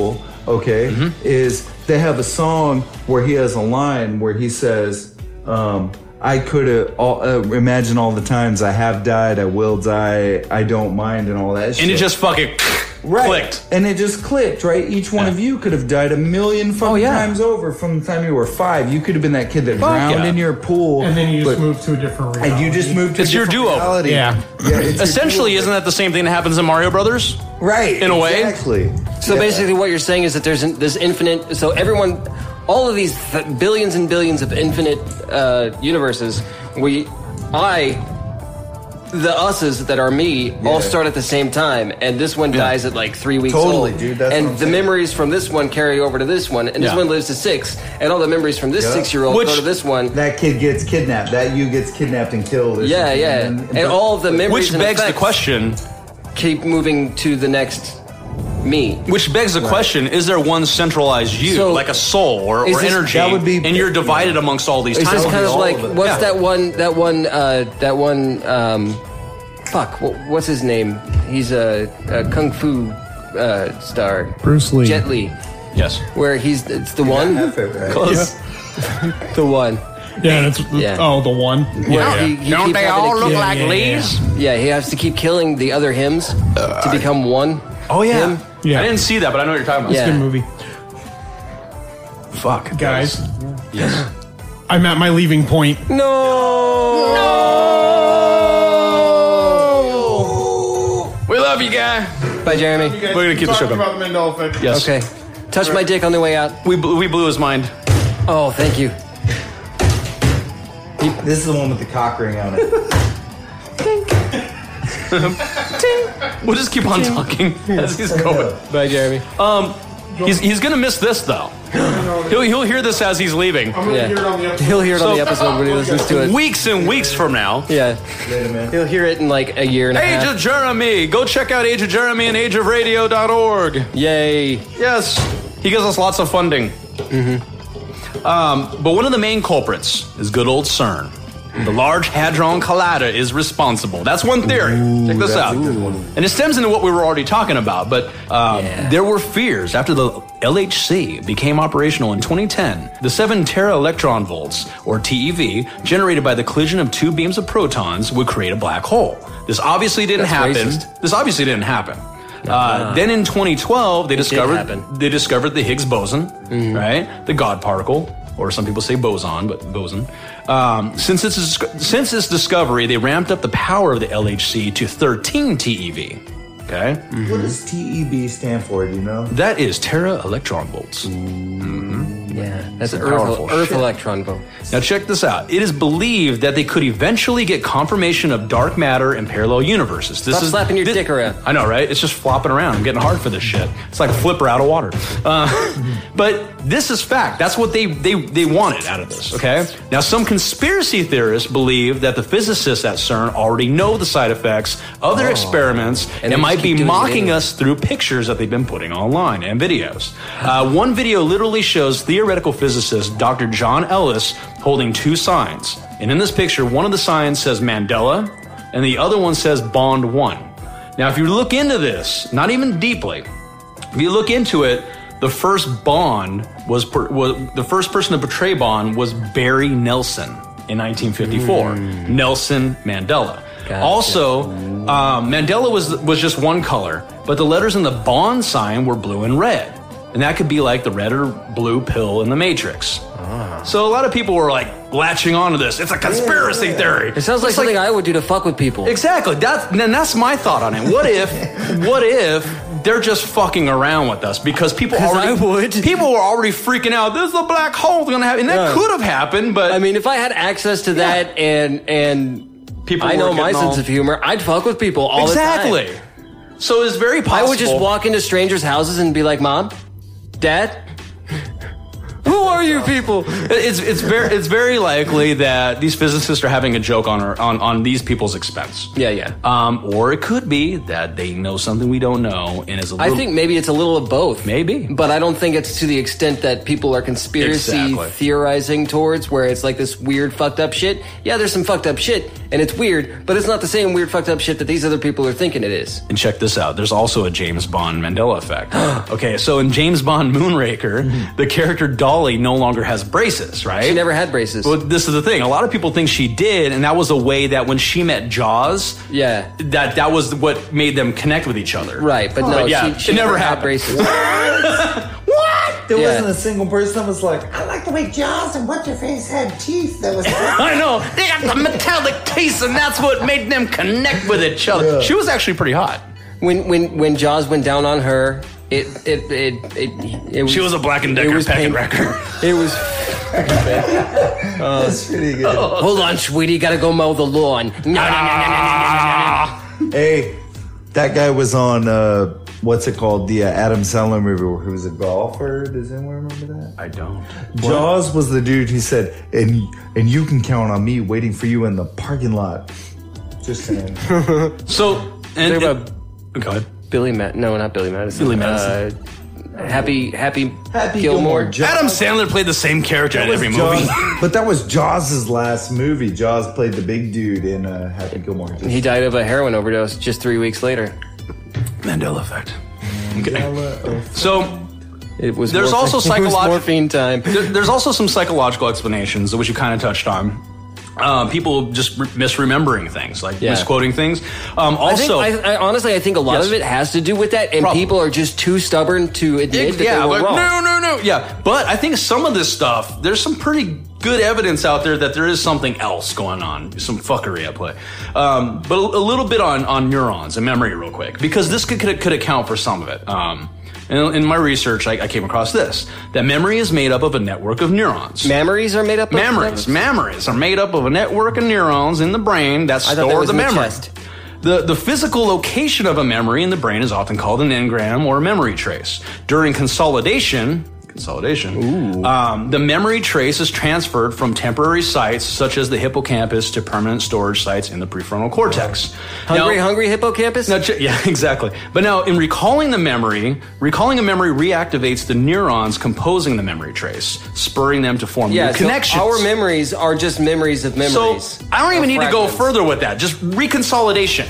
D: okay,
B: Mm-hmm.
D: is they have a song where he has a line where he says, um, "I could have uh, imagine all the times I have died, I will die, I don't mind, and all that."
B: and it just fucking
D: Right.
B: clicked.
D: And it just clicked, right? Each one of you could have died a million fucking
B: Oh, yeah.
D: times over from the time you were five. You could have been that kid that drowned
B: yeah.
D: in your pool.
C: And then you just
D: but-
C: move to a different reality.
D: And you just moved to
B: It's
D: a
B: your
D: different
B: do-over.
D: reality.
C: Yeah.
D: yeah it's your
B: Essentially,
D: do-over.
B: isn't that the same thing that happens in Mario Brothers?
D: Right.
B: in a way?
D: Exactly.
A: So basically, what you're saying is that there's in, this infinite. So everyone, all of these th- billions and billions of infinite uh, universes, we, I, the us's that are me, all start at the same time, and this one dies at like three weeks
D: Totally,
A: old.
D: dude, that's
A: and
D: what I'm
A: the
D: saying.
A: memories from this one carry over to this one, and this
B: Yeah.
A: one lives to six, and all the memories from this
D: Yeah.
A: six-year-old
B: Which-
A: go to this one.
D: That kid gets kidnapped. That you gets kidnapped and killed. or
A: yeah,
D: something,
A: yeah, and,
D: but-
A: all the memories
B: Which
A: and
B: begs the
A: effects
B: question.
A: keep moving to the next me.
B: Which begs the question: Is there one centralized you,
A: So,
B: like a soul or,
A: is
B: or
A: this-
B: energy,
D: that would be-
B: and you're divided amongst all these?
A: It's
B: timelines?
A: just kind of
D: all
A: like
D: of it.
A: what's
B: Yeah.
A: that one? That one? Uh, that one? Um, fuck! What, what's his name? He's a, a kung fu uh, star.
C: Bruce Lee.
A: Jet Li.
B: Yes.
A: Where he's it's the one,
D: Half it, right?
B: Close.
A: the one.
C: Yeah, that's
A: Yeah.
C: oh the one.
A: Well,
C: Yeah,
A: he-
C: yeah.
A: he keep having to kill-
C: like yeah, yeah.
F: Lees?
A: Yeah, he has to keep killing the other hymns to become one.
B: Oh yeah.
A: Him.
C: Yeah.
B: I didn't see that, but I know what you're talking about.
A: Yeah.
C: Good movie,
B: Fuck,
C: guys.
B: Yes.
C: I'm at my leaving point.
A: No.
B: We love you, guy.
A: Bye, Jeremy.
B: We're gonna keep the show going.
C: the Mandela effect.
B: Yes.
A: Okay. Touch my dick on the way out.
B: We blew, we blew his mind.
A: Oh, thank you.
D: This is the one with the cock ring on it.
B: We'll just keep on talking as he's going.
A: Bye, Jeremy.
B: Um, he's he's gonna miss this though. He'll he'll hear this as he's leaving.
A: Yeah. He'll hear it on the episode when he listens to it.
B: Weeks and weeks from now.
A: Yeah.
D: Later, man.
A: He'll hear it in like a year and a
B: Age of
A: half.
B: Jeremy. Go check out Age of Jeremy and ageofradio.org.
A: Yay.
B: Yes, he gives us lots of funding.
A: Mm-hmm.
B: Um, but one of the main culprits is good old CERN. The Large Hadron Collider is responsible. That's one theory. Check this out. And it stems into what we were already talking about, but um, there were fears after the LHC became operational in 2010. The 7 tera electron volts, or TeV, generated by the collision of two beams of protons would create a black hole. This obviously didn't
A: That's
B: happen.
A: racist.
B: This obviously didn't happen. Uh, then in 2012, they
A: happen.
B: discovered they discovered the Higgs boson, right? The God particle, or some people say boson, but boson. Um, since its disco- since this discovery, they ramped up the power of the LHC to 13 TeV. Okay,
A: Mm-hmm.
D: What does TEB stand for? Do you know?
B: That is tera electron volts.
A: Yeah, that's
B: Some
A: Earth,
B: powerful
A: Earth
B: shit.
A: electron vote.
B: Now, check this out. It is believed that they could eventually get confirmation of dark matter in parallel universes. This
A: Stop
B: is
A: slapping your
B: thi-
A: dick around.
B: I know, right? It's just flopping around. I'm getting hard for this shit. It's like a flipper out of water. Uh, but this is fact. That's what they, they, they wanted out of this, okay? Now, some conspiracy theorists believe that the physicists at CERN already know the side effects of their experiments
A: Oh.
B: and,
A: And they just
B: might
A: keep
B: be
A: doing it
B: mocking
A: anyway.
B: us us through pictures that they've been putting online and videos. Uh, one video literally shows theoretical physicist Dr. John Ellis holding two signs. And in this picture, one of the signs says Mandela and the other one says Bond 1. Now, if you look into this, not even deeply, if you look into it, the first Bond was, per, was the first person to portray Bond was Barry Nelson in 1954. Nelson Mandela. Also, um, Mandela was was just one color, but the letters in the Bond sign were blue and red, and that could be like the red or blue pill in the Matrix. So a lot of people were like latching onto this. It's a conspiracy theory.
A: It sounds like something I would do to fuck with people.
B: Exactly. That's and that's my thought on it. What if? what if They're just fucking around with us because people
A: 'Cause
B: already
A: I would.
B: people were already freaking out. There's a black hole going to happen. And that
A: Yeah.
B: could have happened, but
A: I mean, if I had access to that and and
B: People
A: I
B: were
A: know my
B: getting all-
A: sense of humor, I'd fuck with people all the time.
B: exactly. So it's very
A: I
B: possible.
A: would just walk into strangers' houses and be like, "Mom, Dad, who are you people?"
B: It's it's very it's very likely that these physicists are having a joke on our, on on these people's expense.
A: Yeah, yeah.
B: Um, or it could be that they know something we don't know and is a
A: I
B: little.
A: think maybe it's a little of both.
B: Maybe.
A: But I don't think it's to the extent that people are conspiracy
B: Exactly.
A: theorizing towards, where it's like this weird fucked up shit. Yeah, there's some fucked up shit, and it's weird, but it's not the same weird fucked up shit that these other people are thinking it is.
B: And check this out. There's also a James Bond Mandela effect. okay, so in James Bond Moonraker, the character Dolly no longer has braces, right?
A: Mm-hmm. She never had braces.
B: Well, this is the thing. A lot of people think she did, and that was a way that when she met Jaws,
A: Yeah.
B: that that was what made them connect with each other.
A: right, but no,
B: But yeah,
A: she, she
B: it never
A: had
B: happened.
A: braces.
E: There
A: Yeah.
E: wasn't a single person that was like, I like the way Jaws and What's Your Face had teeth. That was.
B: I know they have the metallic taste, and that's what made them connect with each other. She was actually pretty hot.
A: when when when Jaws went down on her, it it it it, it was,
B: She was a Black and
A: it
B: Decker
A: was
B: pack and
A: pain-
B: wrecker.
A: It was.
D: That's pretty good.
B: Oh.
A: Hold on, sweetie, gotta go mow the lawn. No, no, no, no, no, no, no, no, no.
D: Hey, that guy was on uh, what's it called? The uh, Adam Sandler movie where he was a golfer. Does anyone remember that?
B: I don't.
D: Jaws was the dude who said, "And and you can count on me waiting for you in the parking lot." Just saying.
B: So and,
A: Think
B: and
A: about-
B: go ahead.
A: Billy Matt, no, not Billy Madison.
B: Billy
A: Madison.
B: Madison.
A: Uh, happy, happy,
D: Happy
A: Gilmore.
D: Gilmore. Jaws-
B: Adam Sandler played the same character in every movie.
D: Jaws, but that was Jaws' last movie. Jaws played the big dude in uh, Happy Gilmore.
A: He died of a heroin overdose just three weeks later.
B: Mandela effect. So
A: It was.
B: There's also
A: it was
B: psychologi-
A: morphine time.
B: there, there's also some psychological explanations, which you kind of touched on. Uh, people just re- misremembering things, like
A: Yeah.
B: misquoting things. Um,
A: I think,
B: also,
A: I, I, honestly, I think a lot
B: Yes.
A: of it has to do with that, and
B: Probably.
A: people are just too stubborn to admit that
B: yeah,
A: they were
B: like,
A: wrong.
B: no, no, no, yeah. But I think some of this stuff, there's some pretty good evidence out there that there is something else going on, some fuckery at play. Um, but a, a little bit on on neurons and memory, real quick, because this could could, could account for some of it. Um, in, in my research, I, I came across this that memory is made up of a network of neurons.
A: Mammaries are made up. of
B: Memories. Memories are made up of a network of neurons in the brain that
A: I thought that
B: store
A: was
B: the
A: in the
B: memory.
A: chest.
B: The, the physical location of a memory in the brain is often called an engram or memory trace. During consolidation, consolidation, um, the memory trace is transferred from temporary sites such as the hippocampus to permanent storage sites in the prefrontal cortex.
A: Hungry,
B: Now-
A: hungry hippocampus.
B: now, ch- yeah, exactly. But now, in recalling the memory, recalling a memory reactivates the neurons composing the memory trace, spurring them to form
A: yeah,
B: new
A: so
B: connections.
A: our memories are just memories of memories.
B: So I don't
A: of
B: even need to go
A: fragments.
B: further with that. Just reconsolidation.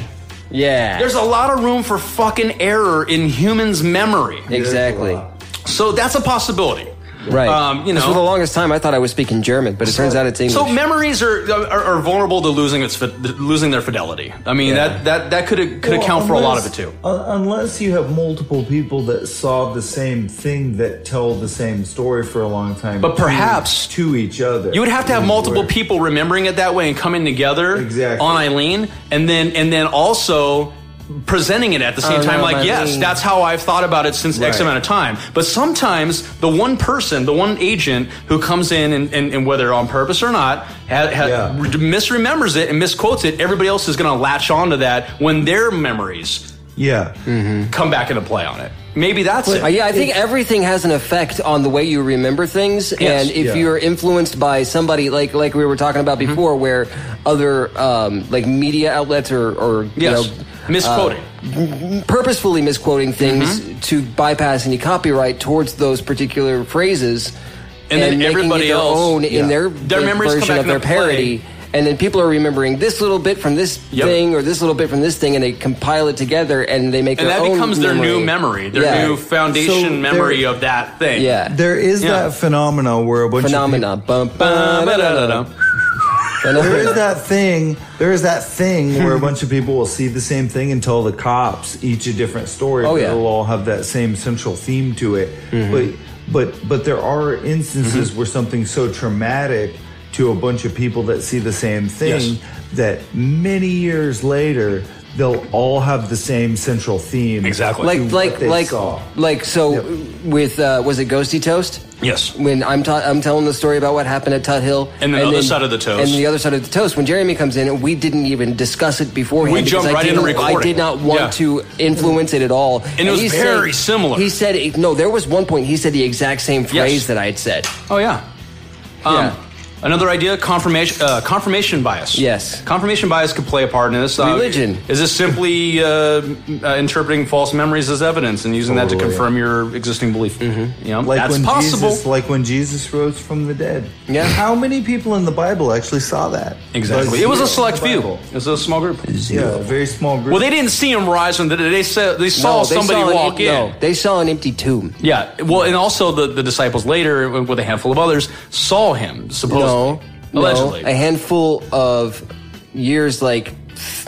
A: Yeah,
B: There's a lot of room for fucking error in humans' memory.
A: exactly
B: So that's a possibility.
A: right.
B: Um, you know.
A: Because for the longest time, I thought I was speaking German, but it turns out it's English.
B: So memories are, are are vulnerable to losing its fi- losing their fidelity. I mean that that that could could account for a lot of it too.
D: Un- unless you have multiple people that saw the same thing that tell the same story for a long time,
B: But
D: to-
B: perhaps-
D: to, each other,
B: You would have to have
D: Or-
B: multiple people remembering it that way and coming together
D: Exactly.
B: on Eileen, and then and then also presenting it at the same
A: Oh,
B: time.
A: no,
B: like, yes,
A: Eileen.
B: that's how I've thought about it since X
D: Right.
B: amount of time. But sometimes the one person, the one agent who comes in and, and, and whether on purpose or not, ha, ha,
D: Yeah.
B: misremembers it and misquotes it. Everybody else is going to latch onto that when their memories
D: Yeah,
B: come back into play on it. Maybe that's
A: Uh,
B: it.
A: yeah, I think everything has an effect on the way you remember things, and if
D: Yeah.
A: you're influenced by somebody like like we were talking about
B: Mm-hmm.
A: before, where other um, like media outlets or or
B: Yes,
A: you know, uh,
B: misquoting. Mm-hmm.
A: purposefully misquoting things to bypass any copyright towards those particular phrases,
B: And then
A: making it
B: everybody
A: their
B: else-
A: own in their,
B: Their memories come
A: version
B: back
A: of their
B: into play.
A: parody. And then people are remembering this little bit from this
B: Yep.
A: thing or this little bit from this thing, and they compile it together and they make
B: and
A: their
B: that
A: own
B: becomes their new memory, their
A: Yeah.
B: new foundation
D: So
B: memory
D: there-
B: of that thing.
A: Yeah.
D: there is
B: Yeah.
D: that phenomena where a bunch
A: phenomena.
D: of
A: Bum, bum, da, da, da.
B: Ba-da-da-da.
D: people, there is that thing there is that thing where a bunch of people will see the same thing and tell the cops each a different story.
A: Oh,
D: but
A: yeah.
D: it'll all have that same central theme to it.
B: Mm-hmm.
D: But but but there are instances where something so traumatic to a bunch of people that see the same thing
B: Yes.
D: that many years later they'll all have the same central theme.
B: Exactly.
D: to
A: like
D: what
A: like
D: they
A: like
D: saw.
A: like so with uh, was it Ghosty Toast?
B: Yes.
A: When I'm ta- I'm telling the story about what happened at Tut Hill
B: And the other side of the toast.
A: and the other side of the toast. When Jeremy comes in, we didn't even discuss it beforehand.
B: We
A: because
B: jumped
A: I
B: right into
A: didn't- I
B: recording.
A: did not want
B: Yeah.
A: to influence it at all. And,
B: it was
A: he
B: very
A: said-
B: similar.
A: He said it- no. There was one point he said the exact same phrase that I had said.
B: Oh yeah. Um,
A: Yeah.
B: Another idea: confirmation, uh, confirmation bias.
A: Yes.
B: confirmation bias could play a part in this. Uh,
A: Religion.
B: is this simply uh, uh, interpreting false memories as evidence and using
A: Oh,
B: that to
D: Totally.
B: confirm your existing belief?
A: Mm-hmm.
B: You know,
D: Like
B: that's
D: when
B: possible.
D: Jesus, like when Jesus rose from the dead.
A: Yeah.
D: How many people in the Bible actually saw that?
B: exactly.
D: Like,
B: It was a
D: zero
B: select
D: in the
B: few.
D: Bible.
B: It was a small group.
D: Yeah, a very small group.
B: Well, they didn't see him rise from the dead. They saw they saw
A: No, they
B: somebody
A: saw an
B: walk
A: em-
B: in.
A: No, they saw an empty tomb.
B: Yeah. Well, and also the, the disciples later, with a handful of others, saw him
A: No,
B: supposedly,
A: no,
B: allegedly.
A: a handful of years, like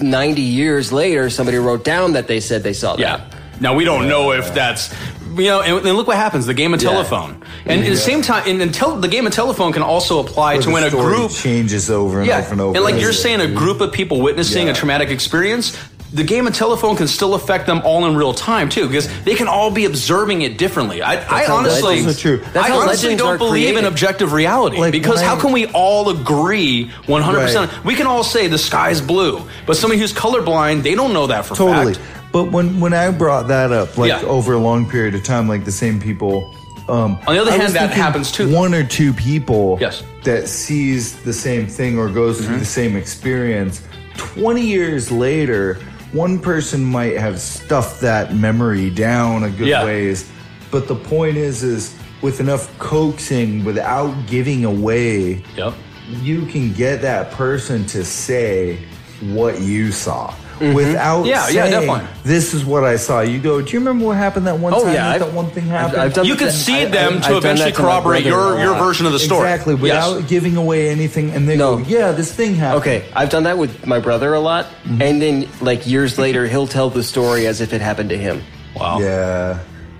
A: ninety years later, somebody wrote down that they said they saw that.
B: Yeah. Now we don't know if that's you know, and, and look what happens—the game of
A: Yeah.
B: telephone. And at the same time, and, and tel- the game of telephone can also apply
D: Where
B: to
D: the
B: when a
D: story
B: group,
D: changes over and
B: yeah,
D: over and over.
B: like
D: again.
B: you're saying, a group of people witnessing
D: Yeah.
B: a traumatic experience. The game of telephone can still affect them all in real time too, because they can all be observing it differently. I, I
A: how
B: honestly,
A: legends-
D: That's true.
A: That's
B: I
A: how
B: honestly
A: legends
B: don't
A: are
B: believe in
A: created.
B: objective reality
D: Like,
B: because
D: when
B: how
D: I-
B: can we all agree 100? percent
D: Right.
B: We can all say the sky's blue, but somebody who's colorblind, they don't know that for
D: totally.
B: fact.
D: But when when I brought that up, like
B: Yeah.
D: over a long period of time, like the same people. Um,
B: On the other
D: I
B: hand,
D: was
B: that
D: thinking
B: happens too.
D: One or two people
B: Yes. Mm-hmm.
D: that sees the same thing or goes through the same experience. Twenty years later, one person might have stuffed that memory down a good
B: Yeah.
D: ways. But the point is, is with enough coaxing, without giving away
B: Yep.
D: you can get that person to say what you saw without
B: Mm-hmm. Yeah, yeah,
D: saying,
B: definitely.
D: this is what I saw. You go, do you remember what happened that one
A: Oh,
D: time
A: yeah,
D: that,
A: I've-
D: that one thing
A: I've-
D: happened?
A: I've done-
B: you
A: I-
B: could
A: I-
B: see them
A: I've
B: to
A: done
B: eventually
A: that to my
B: corroborate your,
A: brother-in-law.
B: your version of the story.
D: Exactly, without
B: Yes.
D: giving away anything. And they
A: No.
D: go, yeah, this thing happened.
A: Okay, I've done that with my brother a lot,
B: Mm-hmm.
A: and then like years later, he'll tell the story as if it happened to him.
B: Wow.
D: Yeah.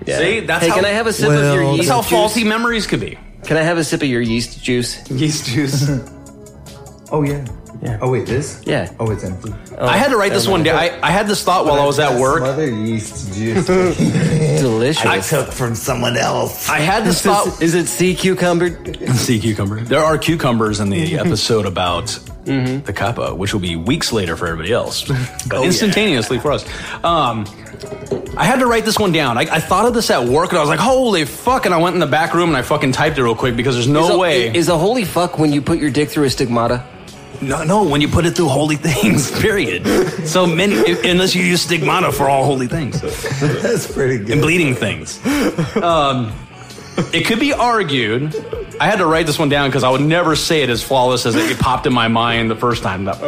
A: Yeah.
B: See, that's
A: hey,
B: how,
A: can I have a sip of your
D: Well,
B: that's
A: yeast?
B: how
A: juice?
B: faulty memories could be.
A: Can I have a sip of your yeast juice?
B: Yeast juice.
D: Oh, yeah.
A: Yeah.
D: Oh, wait, this?
A: Yeah.
D: Oh, it's empty.
B: I had to write this one down. I, I had this thought while I was at work.
D: Mother yeast juice.
A: Delicious.
I: Took from someone else.
B: I had this thought.
A: Is it sea cucumber?
B: Sea cucumber. There are cucumbers in the episode about
A: Mm-hmm.
B: the kappa, which will be weeks later for everybody else,
A: Oh,
B: but instantaneously for us. Um, I had to write this one down. I, I thought of this at work, and I was like, "Holy fuck!" And I went in the back room and I fucking typed it real quick because there's no
A: is a,
B: way.
A: Is a holy fuck when you put your dick through a stigmata?
B: No, no. When you put it through holy things, period. So many, unless you use stigmata for all holy things
D: That's pretty good.
B: and bleeding things. Um, it could be argued. I had to write this one down because I would never say it as flawless as it popped in my mind the first time. That,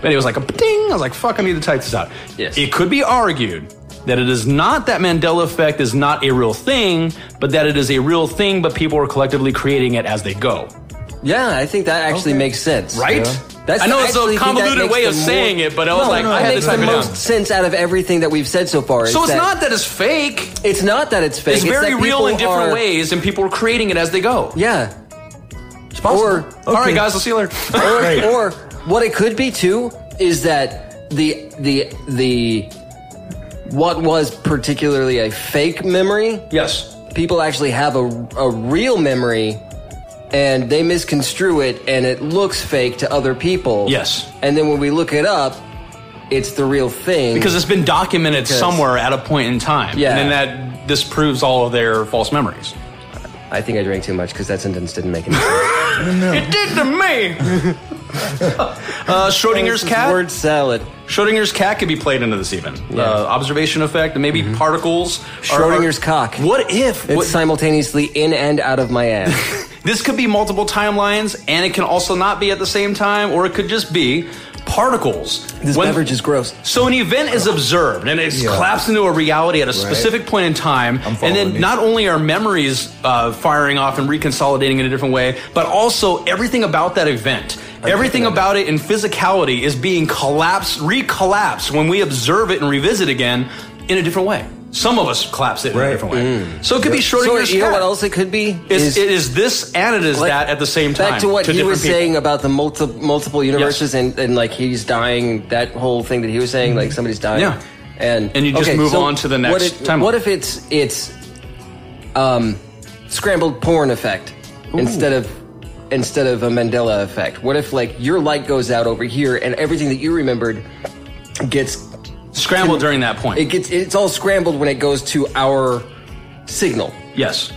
B: But it was like a ding. I was like, "Fuck! I need to type this out."
A: Yes.
B: It could be argued that it is not that Mandela effect is not a real thing, but that it is a real thing, but people are collectively creating it as they go.
A: Yeah, I think that actually makes sense.
B: Right?
A: That's,
B: I know
A: I
B: it's
A: actually
B: a
A: think that
B: convoluted
A: makes
B: way
A: the
B: of
A: more-
B: saying it, but I was
A: No,
B: like,
A: no,
B: I
A: it
B: had to
A: makes the
B: type it
A: most
B: down.
A: sense out of everything that we've said so far. is
B: So it's
A: that-
B: not that it's fake.
A: It's not that it's fake.
B: It's very
A: that
B: real in
A: people
B: different
A: are-
B: ways, and people are creating it as they go.
A: Yeah.
B: Or,
A: Or
B: all right, guys, I'll see you later.
A: or, or what it could be too is that the the the what was particularly a fake memory
B: yes.
A: people actually have a, a real memory and they misconstrue it and it looks fake to other people
B: Yes.
A: and then when we look it up it's the real thing
B: Because it's been documented
A: Because-
B: somewhere at a point in time.
A: Yeah.
B: And then that disproves all of their false memories.
A: i think i drank too much because that sentence didn't make any sense
B: It did to me! uh, Schrodinger's cat?
A: word salad
B: Schrodinger's cat could be played into this even.
A: Yeah. Mm-hmm.
B: Uh, observation effect, and maybe particles. are- are-
A: Schrodinger's cock.
B: What if?
A: it's
B: what-
A: simultaneously in and out of my ass
B: This could be multiple timelines, and it can also not be at the same time, or it could just be particles.
A: this beverage is gross
B: So an event is observed, and it collapses into a reality at a specific point in time,
D: I'm
B: and
D: following
B: then
D: you.
B: not only are memories uh, firing off and reconsolidating in a different way, but also everything about that event. Everything about it in physicality is being collapsed, recollapsed when we observe it and revisit again in a different way. Some of us collapse it in
D: Right.
B: a different way. So it could be
A: Mm. So
B: Schrodinger's
A: you know
B: cat.
A: what else it could be?
B: It's, it is this and it is
A: like,
B: that at the same time.
A: Back to what he
B: different
A: was
B: people.
A: saying about the multi- multiple universes and, and like he's dying. That whole thing that he was saying, like somebody's dying.
B: Yeah.
A: And
B: And you just
A: okay,
B: move
A: so
B: on to the next
A: what if,
B: timeline.
A: What if it's it's um scrambled porn effect instead of instead of a Mandela effect? What if like your light goes out over here and everything that you remembered gets
B: Scramble during that point.
A: it gets it's all scrambled when it goes to our signal
B: yes.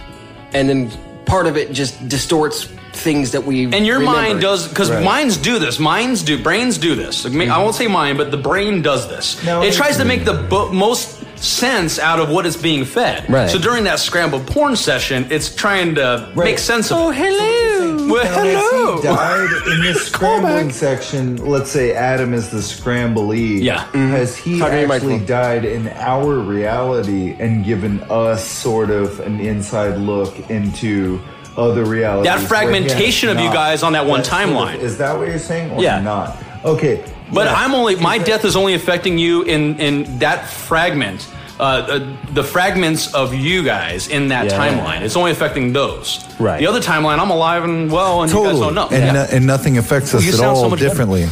A: and then part of it just distorts things that we
B: And your mind
A: remembered.
B: does because minds do this. Minds do. Brains do this. I, mean, I won't say mine, but the brain does this.
D: No,
B: it
D: it's-
B: tries to make the
D: Mm.
B: bo- most sense out of what is being fed.
A: Right.
B: So during that scrambled porn session, it's trying to make sense of. Oh, hello. Well,
D: Now, if he
B: hello.
D: died in the scrambling section. Let's say Adam is the scramblee. Mm-hmm.
B: Yeah.
D: Has he
A: Talking to your
D: actually
A: microphone.
D: died in our reality and given us sort of an inside look into other realities?
B: That fragmentation
D: where he
B: of you
D: has
B: guys on that one
D: sort of-
B: timeline.
D: is that what you're saying? Or
B: Yeah.
D: Not. Okay.
B: But
D: yeah.
B: I'm only my death is only affecting you in in that fragment, uh, uh, the fragments of you guys in that
D: Yeah.
B: timeline. It's only affecting those.
D: Right.
B: The other timeline, I'm alive and well, and you guys don't know.
D: And,
B: Yeah.
D: no- and nothing affects us
B: you
D: at
B: sound so
D: all
B: much better.
D: differently.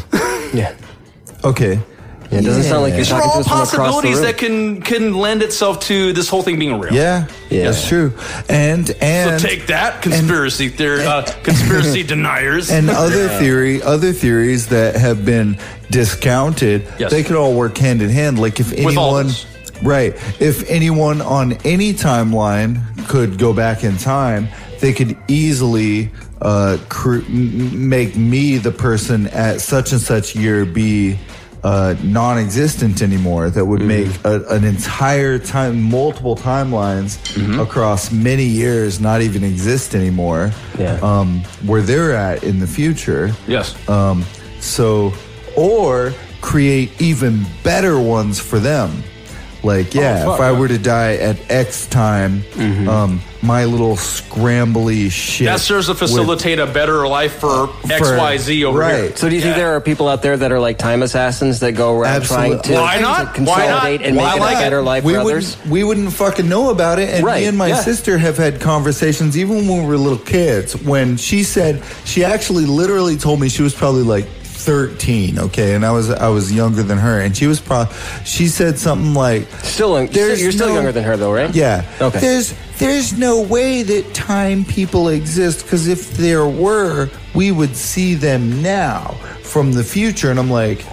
A: Yeah.
D: Okay.
A: Yeah, it doesn't sound like you're
D: These
B: These are
A: talking to
B: all
A: us from across the
B: possibilities
A: room.
B: that can can lend itself to this whole thing being real.
D: Yeah,
A: Yeah.
D: that's true. And
B: So
D: and
B: take that, conspiracy theory, uh, conspiracy deniers.
D: and other theory, other theories that have been discounted,
B: Yes.
D: they could all work hand in hand. Like if
B: With all
D: anyone,
B: of us.
D: right? If anyone on any timeline could go back in time, they could easily uh, cr- m- make me the person at such and such year be. Uh, non-existent anymore that would make a, an entire time multiple timelines across many years not even exist anymore
A: Yeah.
D: um, where they're at in the future.
B: yes.
D: Um, so, or create even better ones for them. Like, yeah,
B: Oh,
D: if I were to die at X time, um, my little scrambly shit.
B: Mm-hmm. that serves to
D: would-
B: facilitate a better life for
D: for-
B: XYZ over
D: right.
B: here.
A: So do you think there are people out there that are like time assassins that go around trying to,
D: Absolutely.
B: Why
A: to
B: not? Why
A: consolidate
B: not?
A: and
B: Why
A: make it
B: not?
A: a better life
D: we
A: for
D: wouldn't,
A: others?
D: We wouldn't fucking know about it. And
A: Right,
D: me and my
A: yeah.
D: sister have had conversations, even when we were little kids, when she said she actually literally told me she was probably like 13, okay, and I was I was younger than her, and she was probably she said something like,
A: Still, young- you're
D: There's
A: still, you're still
D: no-
A: younger than her, though, right?
D: yeah.
A: Okay.
D: There's there's no way that time people exist because if there were, we would see them now from the future. And I'm like,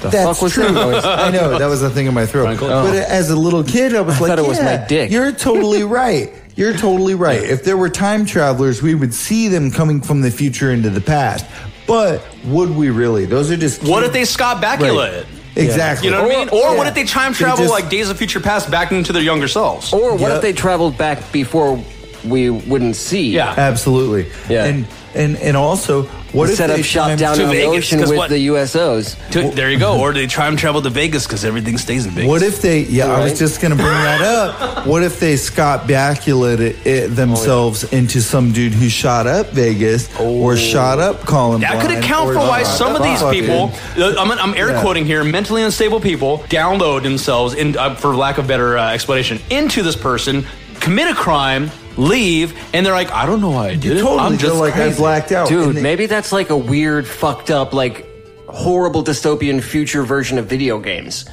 D: the that's
A: fuck was
D: true.
A: that noise?
D: I know that was the thing in my throat. But as a little kid, I was like,
A: thought it was my
D: "Yeah,
A: dick."
D: You're totally right. You're totally right. If there were time travelers, we would see them coming from the future into the past. But would we really? Those are just
B: What
D: kid-
B: if they Scott Bakula it?
D: Exactly.
B: You know what I mean? Or what if they time
D: They
B: travel
D: just-
B: like Days of Future Past back into their younger selves?
A: Or what if
D: Yep.
A: they traveled back before we wouldn't see?
B: Yeah.
D: Absolutely.
A: Yeah.
D: And and and also, what if
A: Set up
D: they
A: shop
D: time-
A: down
B: To
A: on the
B: Vegas,
A: ocean
B: 'cause
A: with
B: what-
A: the USOs.
B: To- there you go. Or they time travel to Vegas because everything stays in Vegas.
D: What if they? Yeah, I
A: Right.
D: was just gonna bring that up. What if they Scott Bakula it, it themselves into some dude who shot up Vegas or shot up Columbine?
B: Oh. That could account
D: or
B: for why
D: shot
B: some of
D: up
B: these
D: fucking-
B: people, uh, I'm, I'm air
D: Yeah.
B: quoting here, mentally unstable people download themselves, in, uh, for lack of better uh, explanation, into this person, commit a crime, leave, and they're like, I don't know why I did it.
D: Totally,
B: I'm just
D: they're like I
B: crazy."
D: blacked out,
A: Dude,
D: And they-
A: maybe that's like a weird, fucked up, like horrible dystopian future version of video games.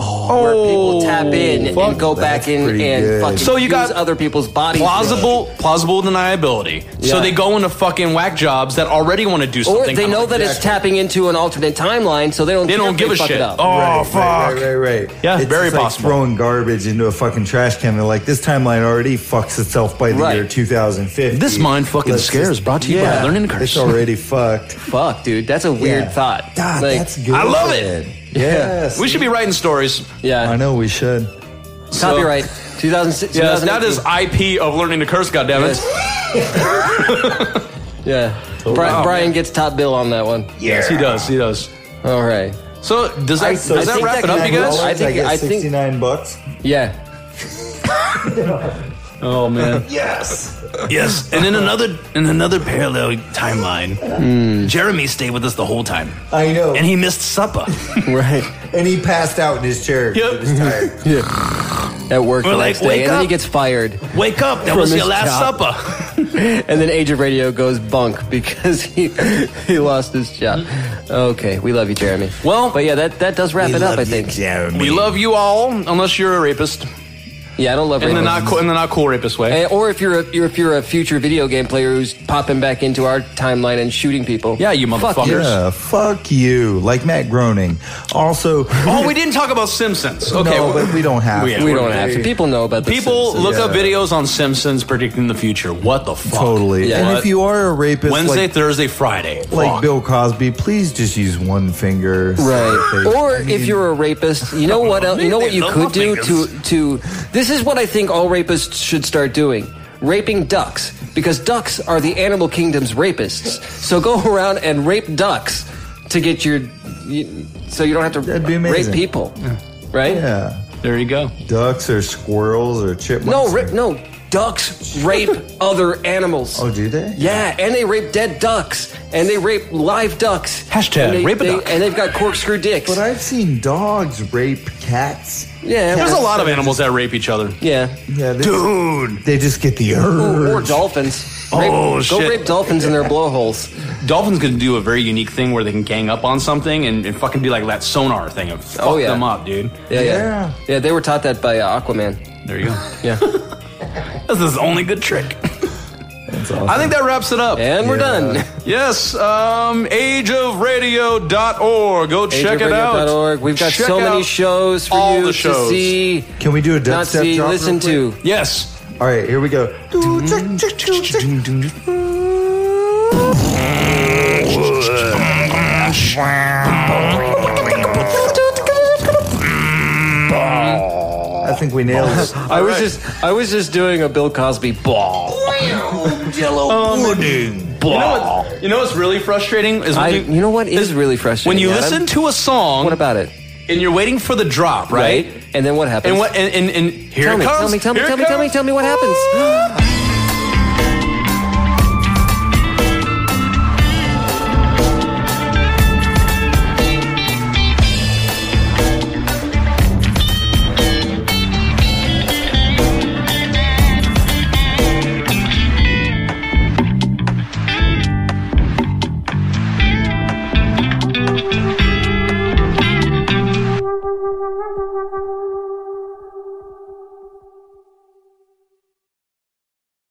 A: Oh, where people tap in
D: fuck,
A: and go
D: that's
A: back in
D: pretty
A: and
D: good.
A: fucking
B: So you
A: use
B: got
A: other people's bodies.
B: plausible plausible deniability. So
A: Yeah.
B: they go into fucking whack jobs that already want to do
A: Or
B: something.
A: they know that it's tapping into an alternate timeline, so they don't
B: They
A: care
B: don't
A: if
B: give a
A: fuck
B: shit.
A: It up.
B: Oh
D: Right,
B: fuck!
D: Right, right, right, right.
B: Yeah,
D: It's
B: very
D: just like
B: possible.
D: throwing garbage into a fucking trash can. They're like, this timeline already fucks itself by the
A: Right.
D: year 2050.
B: This mind fucking scares brought to you by Learning Curse.
D: It's already fucked.
A: Fuck, dude, that's a weird
D: Yeah.
A: thought.
D: God,
A: Like,
D: that's good.
B: I love it.
D: Yes.
B: We should be writing stories.
A: Yeah,
D: I know we should.
B: So-
A: copyright 2006.
B: Yeah, that is IP of learning to curse. Goddamn it!
A: Yeah, Bri-
B: Oh, wow.
A: Brian gets top bill on that one.
B: Yes, he does. He does.
A: All right.
B: So does that
A: I
B: does that
A: think
B: wrap
A: that
B: it up,
A: can
B: you guys?
A: roll. I
D: I
A: think-
D: think
A: I
D: I
A: think-
D: 69 bucks.
A: Yeah.
B: Oh man.
D: Yes.
B: yes. And in another in another parallel timeline, Jeremy stayed with us the whole time,
D: I know.
B: he missed supper.
A: Right.
D: And he passed out in his chair.
B: Yep.
D: He was tired.
A: at work
G: We're
A: the
G: like,
A: next day,
G: "Wake
A: and then he
G: up."
A: gets fired.
G: Wake up! That
A: From
G: was your
A: his
G: last
A: job.
G: supper.
A: and then Age of Radio goes bunk because he he lost his job. Okay, we love you, Jeremy.
B: Well-
A: but yeah, that that does wrap it up. I think.
B: We love you all, unless you're a rapist,
A: Yeah, I don't love
B: in the
A: rapists.
B: not cool, in the not cool rapist way.
A: Eh, Or if you're a you're, if you're a future video game player who's popping back into our timeline and shooting people.
B: Yeah, you
A: Fuck
B: motherfuckers.
H: Yeah, fuck you. Like Matt Groening. Also,
B: Oh, we didn't talk about Simpsons. Okay,
H: No,
B: well-
H: but we don't have to.
A: We don't have to. People know about the
B: People
A: Simpsons.
B: look up
H: Yeah.
B: videos on Simpsons predicting the future. What the fuck?
H: totally.
A: Yeah.
H: And
B: What?
H: if you are a rapist,
B: Wednesday,
H: like,
B: Thursday, Friday.
H: like
B: Fuck.
H: Bill Cosby, please just use one finger.
A: Right.
H: Like,
A: Or
H: I mean,
A: if you're a rapist, you know what? el- You know what you could do to to. This is what I think all rapists should start doing: raping ducks, because ducks are the animal kingdom's rapists. So go around and rape ducks to get your, you, so you don't have to
H: That'd be
A: rape
H: amazing.
A: people, right?
H: yeah,
B: There you go.
H: ducks or squirrels or chipmunks.
A: No,
H: or-
A: rip, no. Ducks rape other animals.
H: Oh, do they?
A: Yeah, and they rape dead ducks, and they rape live ducks.
B: Hashtag
A: and they,
B: rape a
A: they-
B: duck.
A: And they've got corkscrew dicks.
H: But I've seen dogs rape cats.
A: yeah,
B: There's a lot of animals that rape each other.
A: Yeah.
H: Yeah, they,
G: Dude.
H: they just get the urge.
A: Or dolphins. Rape,
G: Oh,
A: go
G: shit.
A: rape dolphins in their blowholes.
B: Dolphins can do a very unique thing where they can gang up on something and, and fucking do like that sonar thing and fuck
A: Oh, yeah.
B: them up, dude.
A: Yeah, yeah, yeah.
H: Yeah.
A: they were taught that by uh, Aquaman.
B: There you go.
A: Yeah.
B: That's his only good trick. I think that wraps it up.
A: And we're done.
B: Yes, um, ageofradio.org. Go check it out.
A: AgeofRadio.org. We've got
B: Check
A: so many
B: out
A: shows for
B: all
A: you
B: the shows.
A: to see,
H: Can we do a
A: not
H: dubstep
A: see,
H: drop?
A: listen to.
B: Yes.
H: All right, here we go. I think we nailed it.
A: I was just, I was just doing a Bill Cosby ball.
B: You know, what, you know what's really frustrating is when
A: I,
B: you,
A: you know what is really frustrating?
B: when you
A: Adam?
B: listen to a song
A: what about it?
B: and you're waiting for the drop, right?
A: And then what happens?
B: And what and and, and here
A: Tell
B: it
A: me,
B: comes.
A: tell me, tell me,
B: here
A: tell
B: it
A: me, tell me,
B: comes.
A: tell me what happens.